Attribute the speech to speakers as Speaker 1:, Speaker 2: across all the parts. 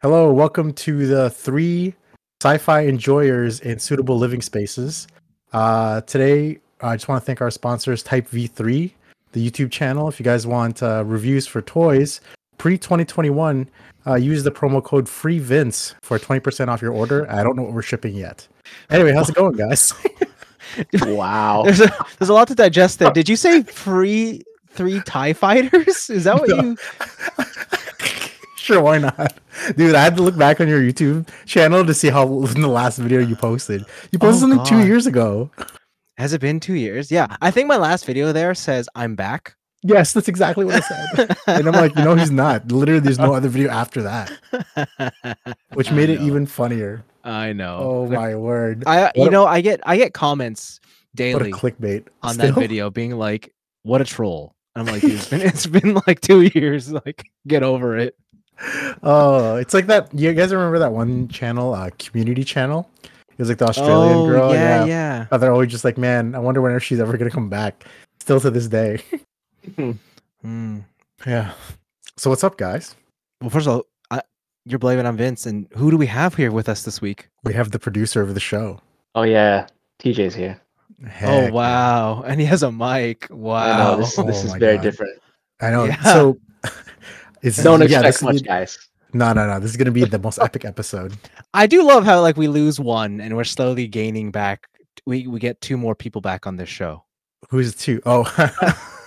Speaker 1: Hello, welcome to the three sci-fi enjoyers in suitable living spaces. Uh, today, I just want to thank our sponsors, Type V3, the YouTube channel. If you guys want uh, reviews for toys pre-2021, uh, use the promo code FREEVINCE for 20% off your order. I don't know what we're shipping yet. Anyway, how's it going, guys? Oh.
Speaker 2: Wow.
Speaker 3: There's a, there's a lot to digest there. Did you say free three TIE fighters? Is that what
Speaker 1: No.
Speaker 3: you
Speaker 1: sure, why not? Dude, I had to look back on your YouTube channel to see how in the last video you posted. You posted
Speaker 3: Oh,
Speaker 1: something two
Speaker 3: God.
Speaker 1: years ago.
Speaker 3: has it been two years? Yeah. I think my last video there says I'm back.
Speaker 1: Yes, that's exactly what I said. and I'm like, no, he's not. Literally, there's no other video after that, which made it
Speaker 3: No.
Speaker 1: even funnier.
Speaker 3: I know.
Speaker 1: Oh my word!
Speaker 3: I
Speaker 1: What
Speaker 3: you
Speaker 1: a-
Speaker 3: know, I get I get comments
Speaker 1: What a
Speaker 3: daily
Speaker 1: clickbait
Speaker 3: on that
Speaker 1: Still?
Speaker 3: video being like, what a troll. And I'm like, dude, it's been it's been like two years. Like, get over it.
Speaker 1: Oh, it's like that. You guys remember that one channel, uh, community channel? It was like the Australian
Speaker 3: oh,
Speaker 1: girl. Yeah,
Speaker 3: yeah, yeah.
Speaker 1: Oh, they're always just like, man, I wonder whenever she's ever gonna come back. Still to this day.
Speaker 3: Hmm.
Speaker 1: yeah. So what's up, guys?
Speaker 3: Well, first of all, I, you're blaming on Vince, and who do we have here with us this week?
Speaker 1: We have the producer of the show.
Speaker 2: Oh yeah, TJ's here.
Speaker 1: Heck yeah.
Speaker 3: Oh wow, and he has a mic.
Speaker 2: I
Speaker 3: Wow.
Speaker 2: know this, this
Speaker 1: Oh
Speaker 2: is
Speaker 1: my
Speaker 2: very
Speaker 1: God.
Speaker 2: different.
Speaker 1: I know.
Speaker 3: Yeah.
Speaker 1: So. It's,
Speaker 2: Don't
Speaker 1: yeah,
Speaker 2: expect
Speaker 1: this is-
Speaker 2: much, guys.
Speaker 1: No, no, no. This is gonna be the most epic episode.
Speaker 3: I do love how like we lose one and we're slowly gaining back. We we get two more people back on this show.
Speaker 1: Who's two? Oh,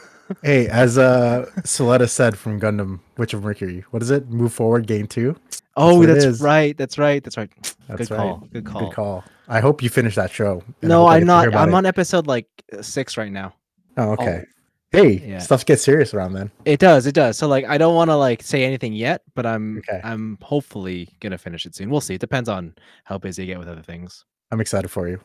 Speaker 1: hey, as uh, Soletta said from Gundam, Witch of Mercury, what is it? Move forward, game two.
Speaker 3: Oh,
Speaker 1: what it
Speaker 3: that's,
Speaker 1: is.
Speaker 3: right. That's right. That's right.
Speaker 1: That's
Speaker 3: Good
Speaker 1: right.
Speaker 3: call. Good call.
Speaker 1: Good call. I hope you finish that show. and I
Speaker 3: No,
Speaker 1: hope I
Speaker 3: I'm
Speaker 1: get to hear
Speaker 3: not.
Speaker 1: about
Speaker 3: I'm
Speaker 1: it.
Speaker 3: on episode like uh, six right now.
Speaker 1: Oh, okay. Hey,
Speaker 3: Yeah.
Speaker 1: stuff gets serious around then.
Speaker 3: It does. It does. So like, I don't want to like say anything yet, but I'm
Speaker 1: Okay.
Speaker 3: I'm hopefully gonna finish it soon. We'll see. It depends on how busy I get with other things.
Speaker 1: I'm excited for you.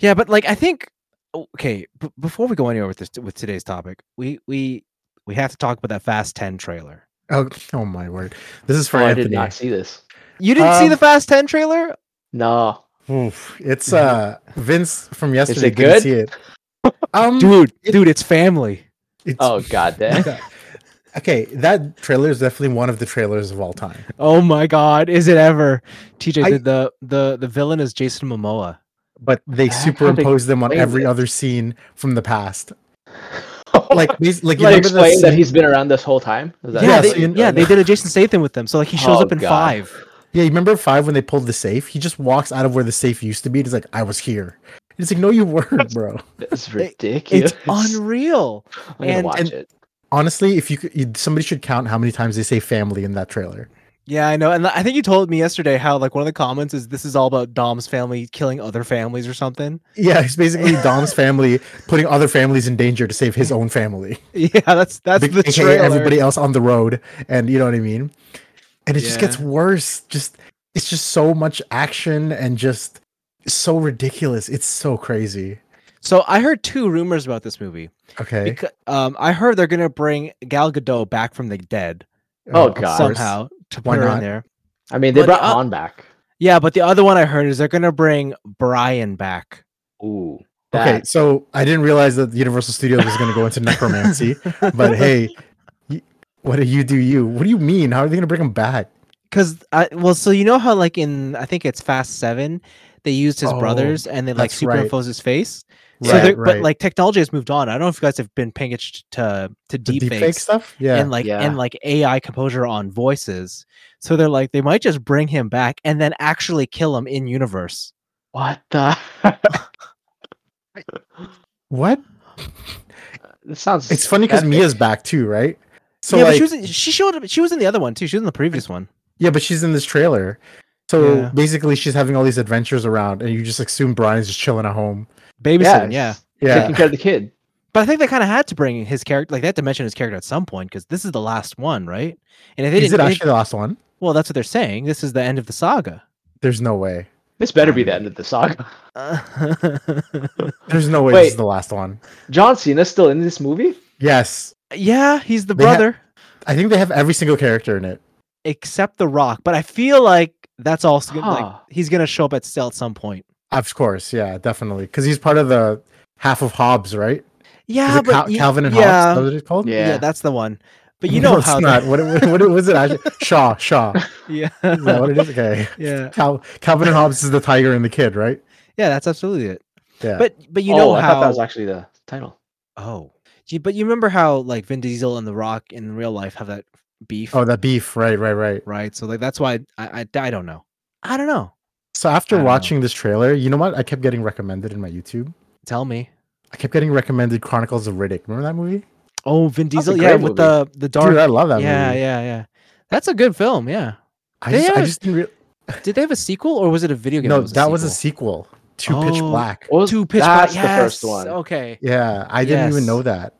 Speaker 3: Yeah, but like I think o- okay, b- before we go anywhere with this with today's topic, we we we have to talk about that Fast 10 trailer.
Speaker 1: Oh, oh my word! This is for
Speaker 2: Oh, I did
Speaker 1: Anthony.
Speaker 2: not see this.
Speaker 3: You didn't see the
Speaker 1: Um,
Speaker 3: Fast 10 trailer?
Speaker 2: No.
Speaker 1: Oof. It's uh Vince from yesterday.
Speaker 2: it
Speaker 1: couldn't
Speaker 2: good?
Speaker 1: See it.
Speaker 2: mm-hmm.
Speaker 1: Um,
Speaker 3: Dude, dude, it's family.
Speaker 1: it's-
Speaker 2: Oh god damn.
Speaker 1: okay, that trailer is definitely one of the trailers of all time.
Speaker 3: Oh my god, is it ever? TJ
Speaker 1: I-
Speaker 3: the, the the the villain is Jason Momoa.
Speaker 1: but they
Speaker 2: I don't think
Speaker 1: superimpose them on
Speaker 2: explains
Speaker 1: every
Speaker 2: it.
Speaker 1: other scene from the past.
Speaker 2: like,
Speaker 1: Like, these- like you
Speaker 2: like
Speaker 1: remember the
Speaker 2: explain that
Speaker 1: scene-
Speaker 2: he's been around this whole time. Is that
Speaker 3: Yeah,
Speaker 1: Yes,
Speaker 3: they,
Speaker 1: in-
Speaker 3: yeah, they did a Jason Statham with them. So like he shows
Speaker 2: Oh
Speaker 3: up in
Speaker 2: God.
Speaker 3: 5.
Speaker 1: yeah, you remember five when they pulled the safe? He just walks out of where the safe used to be. And he's like, I was here. It's like, no, you weren't, bro.
Speaker 2: That's
Speaker 3: It-
Speaker 2: ridiculous.
Speaker 3: It's unreal.
Speaker 2: I'm gonna
Speaker 3: and-
Speaker 2: watch
Speaker 1: and-
Speaker 2: it.
Speaker 1: Honestly, if you could, you, somebody should count how many times they say family in that trailer.
Speaker 3: Yeah, I know. And I think you told me yesterday how like one of the comments is this is all about Dom's family killing other families or something.
Speaker 1: Yeah, it's basically Dom's family putting other families in danger to save his own family,
Speaker 3: Yeah, that's that's
Speaker 1: Be-
Speaker 3: the
Speaker 1: aka
Speaker 3: trailer.
Speaker 1: everybody else on the road, and you know what I mean. And it just gets
Speaker 3: Yeah.
Speaker 1: worse. Just it's just so much action and just so ridiculous. It's so crazy.
Speaker 3: So I heard two rumors about this movie.
Speaker 1: Okay.
Speaker 3: Becau- um, I heard they're gonna bring Gal Gadot back from the dead
Speaker 2: Oh,
Speaker 1: of
Speaker 2: God.
Speaker 1: course.
Speaker 3: somehow to put
Speaker 1: Why
Speaker 3: her
Speaker 1: not?
Speaker 3: in there.
Speaker 2: I mean, they
Speaker 3: but the
Speaker 2: brought
Speaker 1: uh,
Speaker 3: o-
Speaker 2: Han back.
Speaker 3: Yeah, but the other one I heard is they're gonna bring Brian back.
Speaker 2: Ooh.
Speaker 1: Okay,
Speaker 2: that-
Speaker 1: so I didn't realize that Universal Studios was going to go into necromancy, but hey, y- what do you do? You? What do you mean? How are they going to bring him back?
Speaker 3: Cause I well, so you know how like in I think it's Fast Seven, they used his
Speaker 1: Oh,
Speaker 3: brothers and they like
Speaker 1: that's right.
Speaker 3: superimpose his face. So
Speaker 1: Right,
Speaker 3: they're-
Speaker 1: right.
Speaker 3: but like technology has moved on. I don't know if you guys have been paying attention to
Speaker 1: The
Speaker 3: to deep,
Speaker 1: deep fake
Speaker 3: fakes.
Speaker 1: stuff? Yeah.
Speaker 3: and like
Speaker 2: Yeah.
Speaker 3: and like AI composure on voices. So they're like they might just bring him back and then actually kill him in universe.
Speaker 2: What the?
Speaker 1: what?
Speaker 2: this sounds.
Speaker 1: It's funny because
Speaker 2: epic.
Speaker 1: Mia's back too, right? So
Speaker 3: yeah,
Speaker 1: like,
Speaker 3: but she was in, she showed up. She was in the other one too. She was in the previous one.
Speaker 1: yeah, but she's in this trailer. So
Speaker 3: Yeah.
Speaker 1: basically, she's having all these adventures around, and you just assume Brian's just chilling at home.
Speaker 3: Babysitting, yeah.
Speaker 2: it's
Speaker 1: Yeah,
Speaker 2: Taking care of the kid.
Speaker 3: But I think they kind of had to bring his character. Like they had to mention his character at some point because this is the last one, right? And if they
Speaker 1: is it
Speaker 3: didn't,
Speaker 1: actually the last one?
Speaker 3: well, that's what they're saying. This is the end of the saga.
Speaker 1: There's no way.
Speaker 2: This better be the end of the saga.
Speaker 1: There's no way
Speaker 2: Wait.
Speaker 1: this is the last one.
Speaker 2: John Cena's still in this movie?
Speaker 1: Yes,
Speaker 3: yeah, he's the
Speaker 1: They ha-
Speaker 3: brother
Speaker 1: I think they have every single character in it.
Speaker 3: except the Rock. But I feel like that's also gonna like
Speaker 2: Huh.
Speaker 3: he's gonna show up at still at some point.
Speaker 1: Of course, yeah, definitely, because he's part of the half of Hobbs, right? Is
Speaker 3: Yeah,
Speaker 1: it
Speaker 3: but
Speaker 1: Cal-
Speaker 3: you-
Speaker 1: Calvin and
Speaker 3: yeah,
Speaker 1: Hobbes? Is that what it's called?
Speaker 3: yeah.
Speaker 2: Yeah.
Speaker 3: that's the one. But you know
Speaker 1: No, it's
Speaker 3: how
Speaker 1: not.
Speaker 3: that-
Speaker 1: What, what, what was it? Actually? Shaw. Shaw.
Speaker 3: yeah.
Speaker 1: Is that what it is? Okay.
Speaker 3: yeah.
Speaker 1: Cal- Calvin and Hobbes is the tiger and the kid, right?
Speaker 3: Yeah, that's absolutely it.
Speaker 1: Yeah.
Speaker 3: But but you know
Speaker 2: oh, I
Speaker 3: how
Speaker 2: thought that was actually the title.
Speaker 3: Oh. Gee, but you remember how like Vin Diesel and The Rock in real life have that beef,
Speaker 1: oh, that beef. Right. Right. Right.
Speaker 3: right? So like that's why I, I I don't know. I don't know.
Speaker 1: So
Speaker 3: I
Speaker 1: after
Speaker 3: don't know.
Speaker 1: watching this trailer, you know what? I kept getting recommended in my YouTube.
Speaker 3: Tell me.
Speaker 1: I kept getting recommended Chronicles of Riddick. Remember that movie?
Speaker 3: Oh, Vin
Speaker 2: That's a
Speaker 3: Diesel, yeah,
Speaker 2: great
Speaker 3: with
Speaker 2: movie.
Speaker 3: the the dark.
Speaker 1: Dude, I love that
Speaker 3: yeah,
Speaker 1: movie.
Speaker 3: yeah, yeah. That's a good film. Yeah.
Speaker 1: I
Speaker 3: They
Speaker 1: just, I
Speaker 3: are-
Speaker 1: just didn't re-
Speaker 3: Did they have a sequel or was it a video game?
Speaker 1: no, that was a
Speaker 3: sequel?
Speaker 1: sequel to Pitch
Speaker 3: Oh.
Speaker 1: Black.
Speaker 2: What was
Speaker 3: Two pitch
Speaker 2: that's
Speaker 3: Black-
Speaker 2: the first
Speaker 3: yes,
Speaker 2: one?
Speaker 3: Okay.
Speaker 1: Yeah, I didn't even
Speaker 3: Yes.
Speaker 1: know that.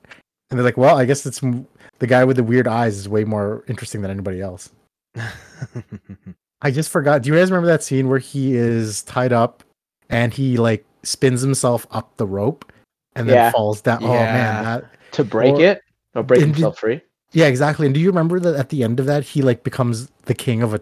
Speaker 1: And they're like, well, I guess it's m- the guy with the weird eyes is way more interesting than anybody else. I just forgot. Do you guys remember that scene where he is tied up and he like spins himself up the rope and then
Speaker 2: Yeah.
Speaker 1: falls down? Oh
Speaker 3: Yeah.
Speaker 1: man, that
Speaker 2: To break
Speaker 1: Or-
Speaker 2: it or break
Speaker 1: Didn't you-
Speaker 2: himself free.
Speaker 1: yeah, exactly. And do you remember that at the end of that he like becomes the king of a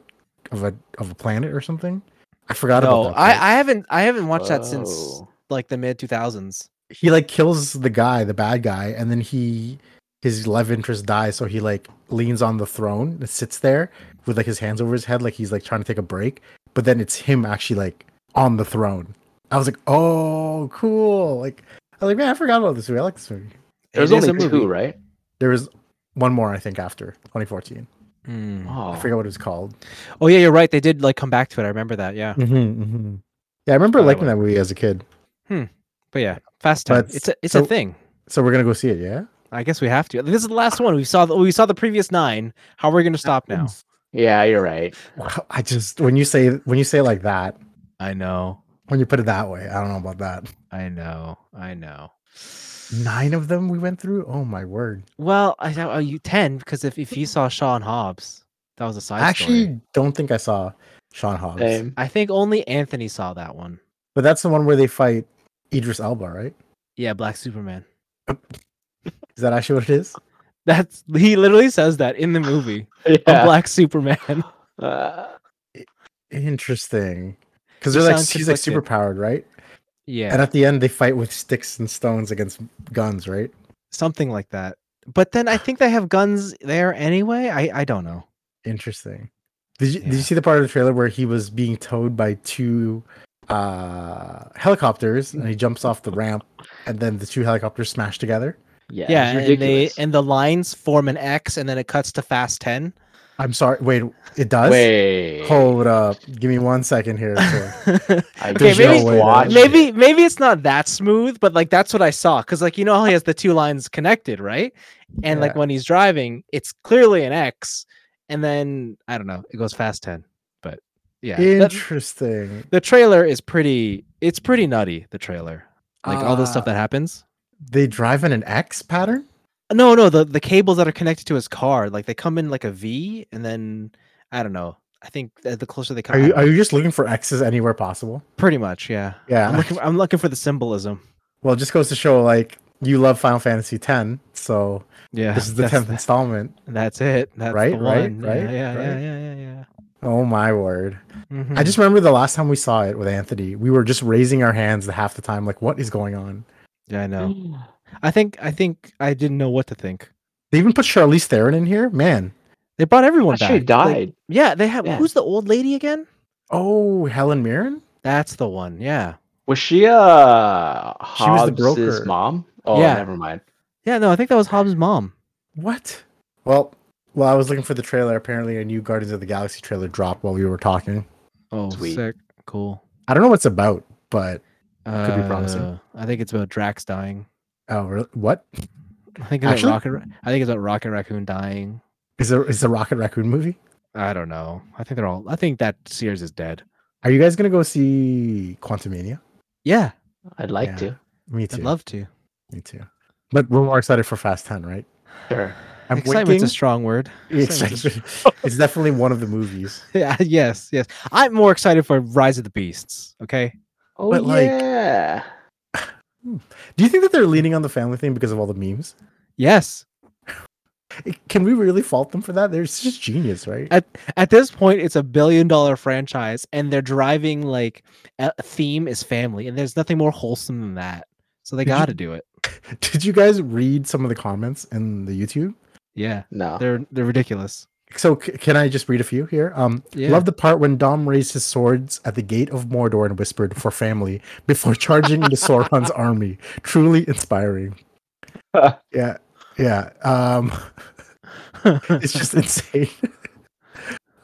Speaker 1: of a of a planet or something? I forgot
Speaker 3: no,
Speaker 1: about that.
Speaker 3: I,
Speaker 1: part.
Speaker 3: I haven't I haven't watched that since
Speaker 1: Oh.
Speaker 2: Whoa.
Speaker 3: like the mid two thousands.
Speaker 1: he like kills the guy, the bad guy, and then he his love interest dies, so he like leans on the throne and sits there with like his hands over his head, like he's like trying to take a break. But then it's him actually like on the throne. I was like, oh, cool! Like I was like, man, I forgot about this movie. I like this movie.
Speaker 2: There's only two, right?
Speaker 1: There was one more, I think, after 2014. I
Speaker 3: Mm-hmm.
Speaker 2: Oh,
Speaker 1: forgot what it was called.
Speaker 3: Hmm. Oh yeah, you're right. They did like come back to it. I remember that. Yeah.
Speaker 1: Mm-hmm, mm-hmm. Yeah, I remember
Speaker 3: Oh, that
Speaker 1: liking that movie as a kid.
Speaker 3: But yeah, Fast Ten.
Speaker 1: But
Speaker 3: It's a it's a
Speaker 1: so-
Speaker 3: thing.
Speaker 1: So we're gonna go see it. Yeah.
Speaker 3: I guess we have to. This is the last one. We saw the, we saw the previous nine. How are we going to stop now?
Speaker 2: yeah, you're right.
Speaker 1: Wow, I just when you say when you say it like that,
Speaker 3: I know.
Speaker 1: when you put it that way, I don't know about that.
Speaker 3: I know. I know.
Speaker 1: Nine of them we went through. Oh my word!
Speaker 3: Well, I know you ten because if, if you saw Shaw and Hobbs, that was a side
Speaker 1: I actually
Speaker 3: story.
Speaker 1: don't think I saw Sean Hobbs,
Speaker 2: Same.
Speaker 3: I think only Anthony saw that one.
Speaker 1: but that's the one where they fight Idris Elba, right?
Speaker 3: Yeah, Black Superman.
Speaker 1: Is that actually what it is?
Speaker 3: That's he literally says that in the movie. I'm
Speaker 2: Yeah.
Speaker 3: Black Superman.
Speaker 2: Uh,
Speaker 1: Interesting. Because
Speaker 3: You
Speaker 1: they're like
Speaker 3: sound
Speaker 1: she's like super
Speaker 3: conflicted.
Speaker 1: powered, right?
Speaker 3: yeah,
Speaker 1: And at the end they fight with sticks and stones against guns, right?
Speaker 3: something like that. But then I think they have guns there anyway. I I don't know.
Speaker 1: Interesting. Did you did
Speaker 3: Yeah.
Speaker 1: you see the part of the trailer where he was being towed by two uh helicopters and he jumps off the ramp and then the two helicopters smash together?
Speaker 2: yeah,
Speaker 3: Yeah,
Speaker 2: it's
Speaker 3: and they
Speaker 2: ridiculous.
Speaker 3: and the lines form an X, and then it cuts to Fast Ten.
Speaker 1: I'm sorry. Wait, it does.
Speaker 2: Wait,
Speaker 1: Hold up. Give me one second here. to-
Speaker 2: I
Speaker 3: Okay,
Speaker 2: just
Speaker 3: maybe-
Speaker 2: watched it.
Speaker 3: maybe maybe it's not that smooth, but like that's what I saw. Cause like you know how he has the two lines connected, right? And like
Speaker 1: Yeah.
Speaker 3: when he's driving, it's clearly an X, and then I don't know, it goes fast ten. But yeah, that-
Speaker 1: Interesting.
Speaker 3: the trailer is pretty. It's pretty nutty. The trailer, like all the stuff
Speaker 1: Ah.
Speaker 3: that happens.
Speaker 1: They drive in an X pattern?
Speaker 3: No, no, the the cables that are connected to his car, like they come in like a V, and then I don't know. I think that the closer they come,
Speaker 1: Are
Speaker 3: I
Speaker 1: you
Speaker 3: don't
Speaker 1: are
Speaker 3: know,
Speaker 1: you just looking for X's anywhere possible?
Speaker 3: pretty much, yeah. I'm
Speaker 1: Yeah.
Speaker 3: looking. I'm looking for the symbolism.
Speaker 1: Well, it just goes to show like you love Final Fantasy X, so
Speaker 3: Yeah,
Speaker 1: this is the
Speaker 3: that's
Speaker 1: tenth
Speaker 3: the-
Speaker 1: installment.
Speaker 3: That's it. That's
Speaker 1: Right,
Speaker 3: the
Speaker 1: right,
Speaker 3: one.
Speaker 1: right,
Speaker 3: yeah, yeah,
Speaker 1: right.
Speaker 3: yeah, yeah, yeah, Mm-hmm.
Speaker 1: Oh my word.
Speaker 3: yeah.
Speaker 1: I just remember the last time we saw it with Anthony, we were just raising our hands the half the time, like, what is going on?
Speaker 3: yeah, I
Speaker 1: Mm.
Speaker 3: know. I think I think I didn't know what to think.
Speaker 1: They even put Charlize Theron in here? Man.
Speaker 3: They brought everyone
Speaker 2: Actually,
Speaker 3: back. Like,
Speaker 2: died.
Speaker 3: yeah, they have.
Speaker 2: Yeah.
Speaker 3: Who's the old lady again?
Speaker 1: Oh, Helen Mirren?
Speaker 3: That's the one. Yeah,
Speaker 2: Was she uh
Speaker 1: She was the
Speaker 2: Hobbs's
Speaker 1: broker.
Speaker 2: mom? Oh,
Speaker 3: Yeah.
Speaker 2: never mind.
Speaker 3: yeah. No, I think that was Hobbs' mom.
Speaker 1: What? Well, well, I was looking for the trailer. Apparently, a new Guardians of the Galaxy trailer dropped while we were talking.
Speaker 3: Oh,
Speaker 2: Sweet.
Speaker 3: sick. Cool.
Speaker 1: I don't know what it's about, but
Speaker 3: Could
Speaker 1: be promising.
Speaker 3: I think it's about Drax dying.
Speaker 1: oh, really? what
Speaker 3: I think it's
Speaker 1: Actually-
Speaker 3: about Rocket. Ra- I think it's about Rocket Raccoon dying.
Speaker 1: is there? Is the Rocket Raccoon movie?
Speaker 3: I don't know. I think they're all. I think that Sears is dead.
Speaker 1: Are you guys gonna go see Quantumania?
Speaker 3: Yeah,
Speaker 2: I'd like
Speaker 1: Yeah.
Speaker 2: to.
Speaker 1: Me too.
Speaker 3: I'd love to.
Speaker 1: Me too. But we're more excited for Fast Ten, right?
Speaker 2: Sure.
Speaker 1: I'm
Speaker 3: Excitement's
Speaker 1: waiting.
Speaker 3: a strong word. Excitement's a
Speaker 1: Excited. it's definitely one of the movies.
Speaker 3: Yeah, yes, yes. I'm more excited for Rise of the Beasts. Okay.
Speaker 2: Oh
Speaker 1: But, like-
Speaker 2: yeah.
Speaker 1: Do you think that they're leaning on the family thing because of all the memes?
Speaker 3: Yes.
Speaker 1: Can we really fault them for that? They're just genius, right?
Speaker 3: I- At this point, it's a billion dollar franchise, and they're driving like a a theme is family, and there's nothing more wholesome than that. So they
Speaker 1: Did you-
Speaker 3: got to do it.
Speaker 1: Did you guys read some of the comments in the YouTube?
Speaker 3: Yeah,
Speaker 1: Ah.
Speaker 2: No.
Speaker 3: they're they're ridiculous.
Speaker 1: So c- can I just read a few here? Um,
Speaker 3: Yeah.
Speaker 1: Love the part when Dom raised his swords at the gate of Mordor and whispered for family before charging into Sauron's army. Truly inspiring. yeah, yeah. Um, it's just insane.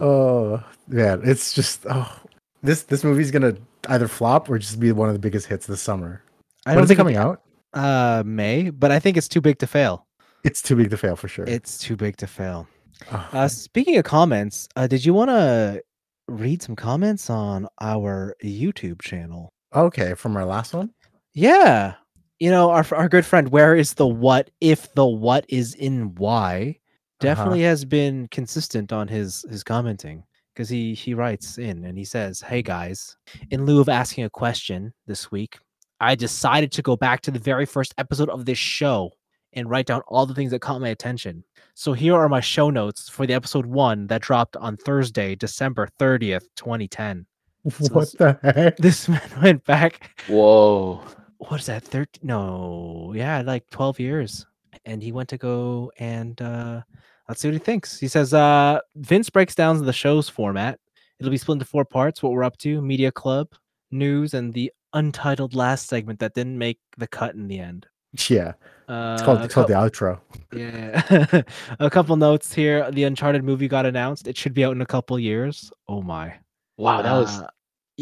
Speaker 1: oh man, it's just oh, this this movie's gonna either flop or just be one of the biggest hits this summer.
Speaker 3: I
Speaker 1: When is
Speaker 3: don't
Speaker 1: it
Speaker 3: think
Speaker 1: coming out?
Speaker 3: uh May, but I think it's too big to fail.
Speaker 1: It's too big to fail for sure.
Speaker 3: It's too big to fail.
Speaker 1: Oh,
Speaker 3: Uh, speaking of comments, uh, did you want to read some comments on our YouTube channel?
Speaker 1: okay, from our last one.
Speaker 3: Yeah. You know, our, our good friend, where is the what if the what is in why, definitely has been consistent on his his commenting because he he writes in and he says, "Hey guys, in lieu of asking a question this week, I decided to go back to the very first episode of this show and write down all the things that caught my attention. So here are my show notes for the episode 1 that dropped on Thursday, December 30th, 2010.
Speaker 1: What the heck?
Speaker 3: This man went back
Speaker 2: Whoa.
Speaker 3: what is that 13 no yeah like 12 years and he went to go and uh let's see what he thinks he says uh vince breaks down the show's format it'll be split into four parts what we're up to media club news and the untitled last segment that didn't make the cut in the end
Speaker 1: Yeah,
Speaker 3: uh,
Speaker 1: it's called
Speaker 3: a
Speaker 1: it's called the
Speaker 3: cou-
Speaker 1: outro.
Speaker 3: yeah a couple notes here the uncharted movie got announced it should be out in a couple years oh my
Speaker 2: Wow, that was
Speaker 3: Uh,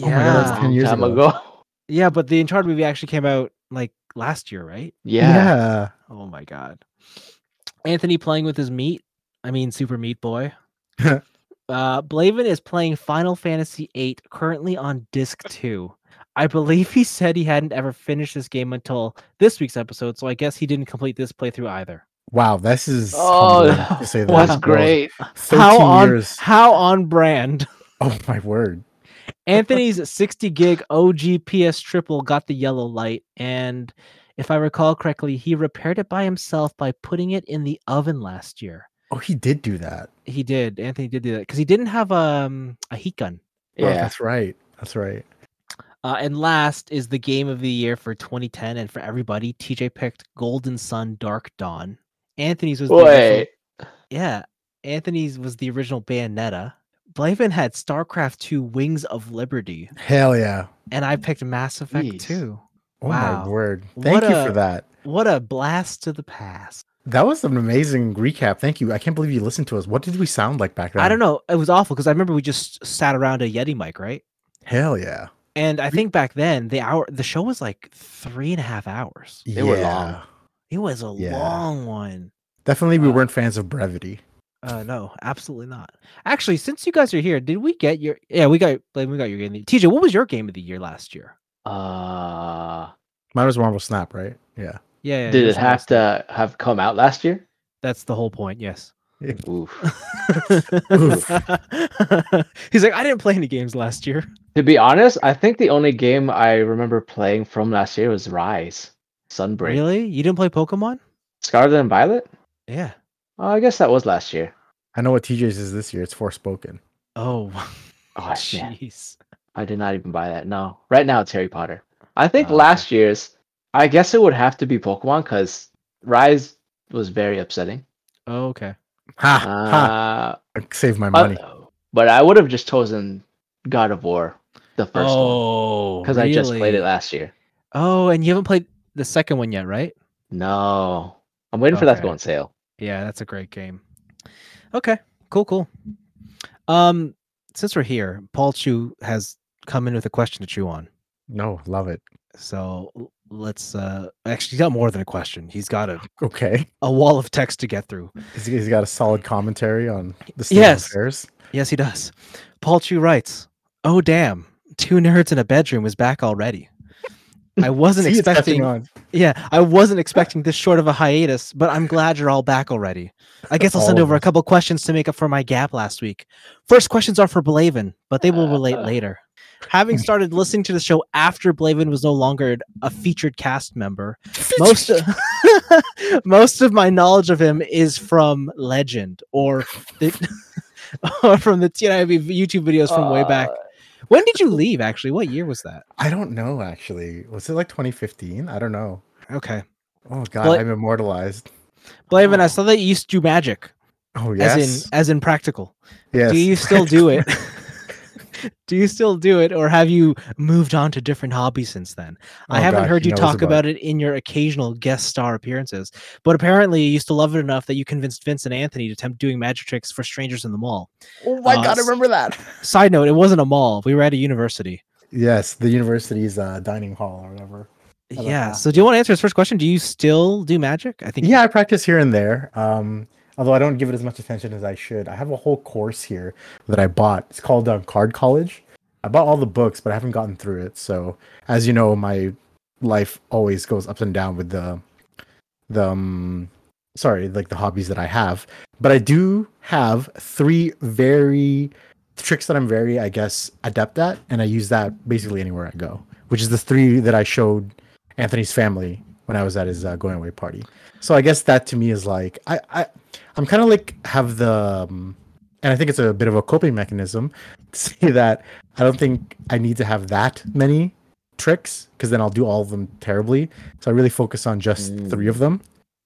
Speaker 1: Oh my God, that was
Speaker 3: yeah.
Speaker 1: 10
Speaker 2: a
Speaker 1: years
Speaker 2: time
Speaker 1: ago.
Speaker 2: ago.
Speaker 3: yeah but the uncharted movie actually came out like last year right
Speaker 2: yeah.
Speaker 3: Oh my god. Anthony playing with his meat. I mean Super Meat Boy. uh Blaven is playing Final Fantasy VIII currently on disc 2. I believe he said he hadn't ever finished this game until this week's episode, so I guess he didn't complete this playthrough either.
Speaker 1: Wow, this is
Speaker 2: Oh,
Speaker 1: humbling, to say the
Speaker 2: that's
Speaker 1: least.
Speaker 2: great.
Speaker 1: Thirteen
Speaker 3: how on
Speaker 1: years.
Speaker 3: how on brand.
Speaker 1: Oh my word!
Speaker 3: Anthony's 60 gig OG PS triple got the yellow light, and if I recall correctly, he repaired it by himself by putting it in the oven last year.
Speaker 1: Oh, he did do that. Oh,
Speaker 3: He did. Anthony did do that because he didn't have um, a heat gun.
Speaker 1: Oh,
Speaker 2: Yeah.
Speaker 1: that's right. That's right.
Speaker 3: Uh, and last is the game of the year for 2010 and for everybody. TJ picked Golden Sun Dark Dawn. Anthony's was the original,
Speaker 2: Wait.
Speaker 3: yeah. Anthony's was the original Bayonetta. Blaven had StarCraft 2 Wings of Liberty,
Speaker 1: Hell yeah!
Speaker 3: and I picked Mass Effect
Speaker 2: Jeez.
Speaker 3: 2.
Speaker 1: Oh
Speaker 3: Wow.
Speaker 1: my word!
Speaker 3: What
Speaker 1: Thank you for
Speaker 3: a-
Speaker 1: that.
Speaker 3: What a blast to the past.
Speaker 1: That was an amazing recap. Thank you. I can't believe you listened to us. What did we sound like back then?
Speaker 3: I don't know. It was awful because I remember we just sat around a Yeti mic, right?
Speaker 1: Hell yeah!
Speaker 3: And I think back then the hour the show was like three and a half hours.
Speaker 2: They were long.
Speaker 3: It was a
Speaker 1: Yeah.
Speaker 3: long one.
Speaker 1: Definitely, we
Speaker 3: Wow.
Speaker 1: weren't fans of brevity.
Speaker 3: Uh, no, absolutely not. Actually, since you guys are here, did we get your? Yeah, we got. Blame, we got your game. of the- TJ, what was your game of the year last year?
Speaker 2: Uh,
Speaker 1: Mine was Marvel Snap, right? Yeah.
Speaker 3: Yeah, yeah
Speaker 2: did
Speaker 3: yours
Speaker 2: it have
Speaker 3: was-
Speaker 2: to have come out last year?
Speaker 3: That's the whole point. Yes.
Speaker 2: Oof.
Speaker 3: He's like, I didn't play any games last year.
Speaker 2: to be honest, I think the only game I remember playing from last year was Rise, Sunbreak,
Speaker 3: Really? You didn't play Pokemon?
Speaker 2: Scarlet and Violet.
Speaker 3: Yeah.
Speaker 2: Oh, I guess that was last year.
Speaker 1: I know what TJ's is this year. It's Forspoken.
Speaker 3: Oh.
Speaker 2: Oh, man.
Speaker 3: Jeez.
Speaker 2: I did not even buy that. No, right now it's Harry Potter. I think
Speaker 3: Ah, okay.
Speaker 2: last year's, I guess it would have to be Pokemon because Rise was very upsetting.
Speaker 3: Oh, okay.
Speaker 1: Ha
Speaker 3: Ah.
Speaker 1: ha!
Speaker 2: Uh,
Speaker 1: Save my
Speaker 2: uh,
Speaker 1: money.
Speaker 2: but I would have just chosen God of War, the first one,
Speaker 3: oh,
Speaker 2: because I just played it
Speaker 3: really?
Speaker 2: last year.
Speaker 3: Oh, and you haven't played the second one yet, right?
Speaker 2: No, I'm waiting for that to go
Speaker 3: Okay.
Speaker 2: on sale.
Speaker 3: Yeah, that's a great game. Okay, cool, cool. Um, since we're here, Paul Chu has come in with a question to chew on.
Speaker 1: no, love it.
Speaker 3: So l- let's uh actually he's got more than a question. He's got a,
Speaker 1: Okay.
Speaker 3: a wall of text to get through.
Speaker 1: He's- he's got a solid commentary on the state
Speaker 3: Yes.
Speaker 1: of affairs.
Speaker 3: Yes, he does. Paul Chu writes, Oh damn, two nerds in a bedroom is back already. I wasn't
Speaker 1: See, it's catching
Speaker 3: expecting
Speaker 1: on.
Speaker 3: Yeah, I wasn't expecting this short of a hiatus, but I'm glad you're all back already. I guess I'll send
Speaker 1: All of
Speaker 3: over a
Speaker 1: us.
Speaker 3: couple questions to make up for my gap last week. First questions are for Blaven, but they will relate
Speaker 2: Uh.
Speaker 3: later. Having started listening to the show after Blaven was no longer a featured cast member, most of, most of my knowledge of him is from Legend or the or from the TNIV YouTube videos from way back.
Speaker 2: Uh,
Speaker 3: When did you leave? Actually, what year was that?
Speaker 1: I don't know actually. Was it like 2015? I don't know.
Speaker 3: Okay.
Speaker 1: Oh god,
Speaker 3: But-
Speaker 1: I'm immortalized.
Speaker 3: Blavin,
Speaker 2: Oh.
Speaker 3: I saw that you used to do magic,
Speaker 1: Oh yes,
Speaker 3: as in as in practical.
Speaker 1: yes.
Speaker 3: Do you still do it? do you still do it, or have you moved on to different hobbies since then? I
Speaker 1: Oh,
Speaker 3: haven't
Speaker 1: God,
Speaker 3: heard
Speaker 1: he
Speaker 3: you
Speaker 1: knows
Speaker 3: talk
Speaker 1: about
Speaker 3: about it in your occasional guest star appearances, but apparently you used to love it enough that you convinced Vince and Anthony to attempt doing magic tricks for strangers in the mall.
Speaker 2: Oh my
Speaker 3: Uh,
Speaker 2: god, I
Speaker 3: s-
Speaker 2: remember that.
Speaker 3: Side note: It wasn't a mall; we were at a university.
Speaker 1: Yes, the university's uh, dining hall or whatever. I like
Speaker 3: Yeah.
Speaker 1: that.
Speaker 3: So, do you want to answer his first question? Do you still do magic? I think.
Speaker 1: Yeah, I practice here and there. Um, although I don't give it as much attention as I should. I have a whole course here that I bought. It's called um, Card College. I bought all the books, but I haven't gotten through it. So, as you know, my life always goes up and down with the the um, sorry, like the hobbies that I have. But I do have three very tricks that I'm very, I guess, adept at, and I use that basically anywhere I go. Which is the three that I showed Anthony's family when I was at his uh, going away party. So I guess that to me is like I I I'm kind of like have the um, and I think it's a bit of a coping mechanism to say that I don't think I need to have that many tricks because then I'll do all of them terribly. So I really focus on just
Speaker 2: Mm.
Speaker 1: three of them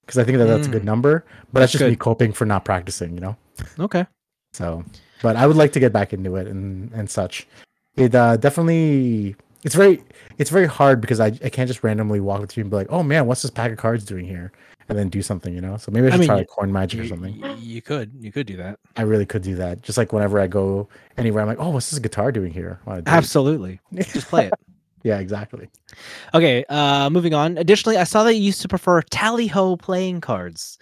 Speaker 1: because I think that that's a good
Speaker 3: Mm.
Speaker 1: number. But that's,
Speaker 3: That's
Speaker 1: just me
Speaker 3: good.
Speaker 1: coping for not practicing, you know.
Speaker 3: Okay.
Speaker 1: So, but I would like to get back into it and and such. It uh, definitely it's very it's very hard because I, I can't just randomly walk up to you and be like, oh man, what's this pack of cards doing here? And then do something, you know. So maybe I
Speaker 3: I
Speaker 1: should
Speaker 3: mean,
Speaker 1: try
Speaker 3: you-
Speaker 1: like corn magic or
Speaker 3: You-
Speaker 1: something.
Speaker 3: y- you could. You could do that.
Speaker 1: I really could do that. Just like whenever I go anywhere, I'm like, oh, what's this guitar doing here? on a date?"
Speaker 3: Absolutely. Just play it.
Speaker 1: Yeah, exactly.
Speaker 3: Okay, uh, moving on. Additionally, I saw that you used to prefer tally ho playing cards.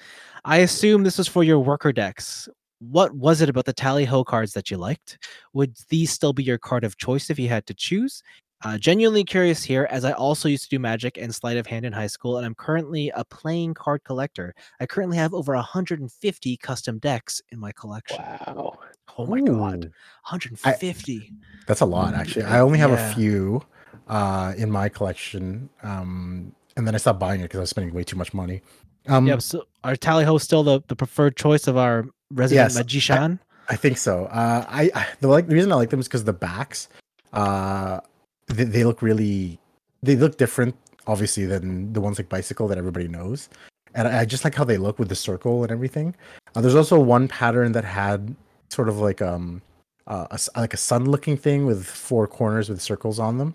Speaker 3: I assume this was for your worker decks. What was it about the tally ho cards that you liked? Would these still be your card of choice if you had to choose? Uh, genuinely curious here, as I also used to do magic and sleight of hand in high school, and I'm currently a playing card collector. I currently have over 150 custom decks in my collection.
Speaker 2: Uh, Wow.
Speaker 3: Oh my god,
Speaker 1: Ooh,
Speaker 3: 150!
Speaker 1: that's a lot actually. I only have
Speaker 3: Yeah.
Speaker 1: a few uh, in my collection, um, and then I stopped buying it because I was spending way too much money. Um,
Speaker 3: yep. So, are tally ho still the, the preferred choice of our resident
Speaker 1: Yes, I-
Speaker 3: magician?
Speaker 1: I think so. Uh, I, I the like the reason I like them is because the backs, uh, they, they look really, they look different, obviously, than the ones like bicycle that everybody knows, and I, I just like how they look with the circle and everything. Uh, there's also one pattern that had sort of like um, uh, a s like a sun looking thing with four corners with circles on them.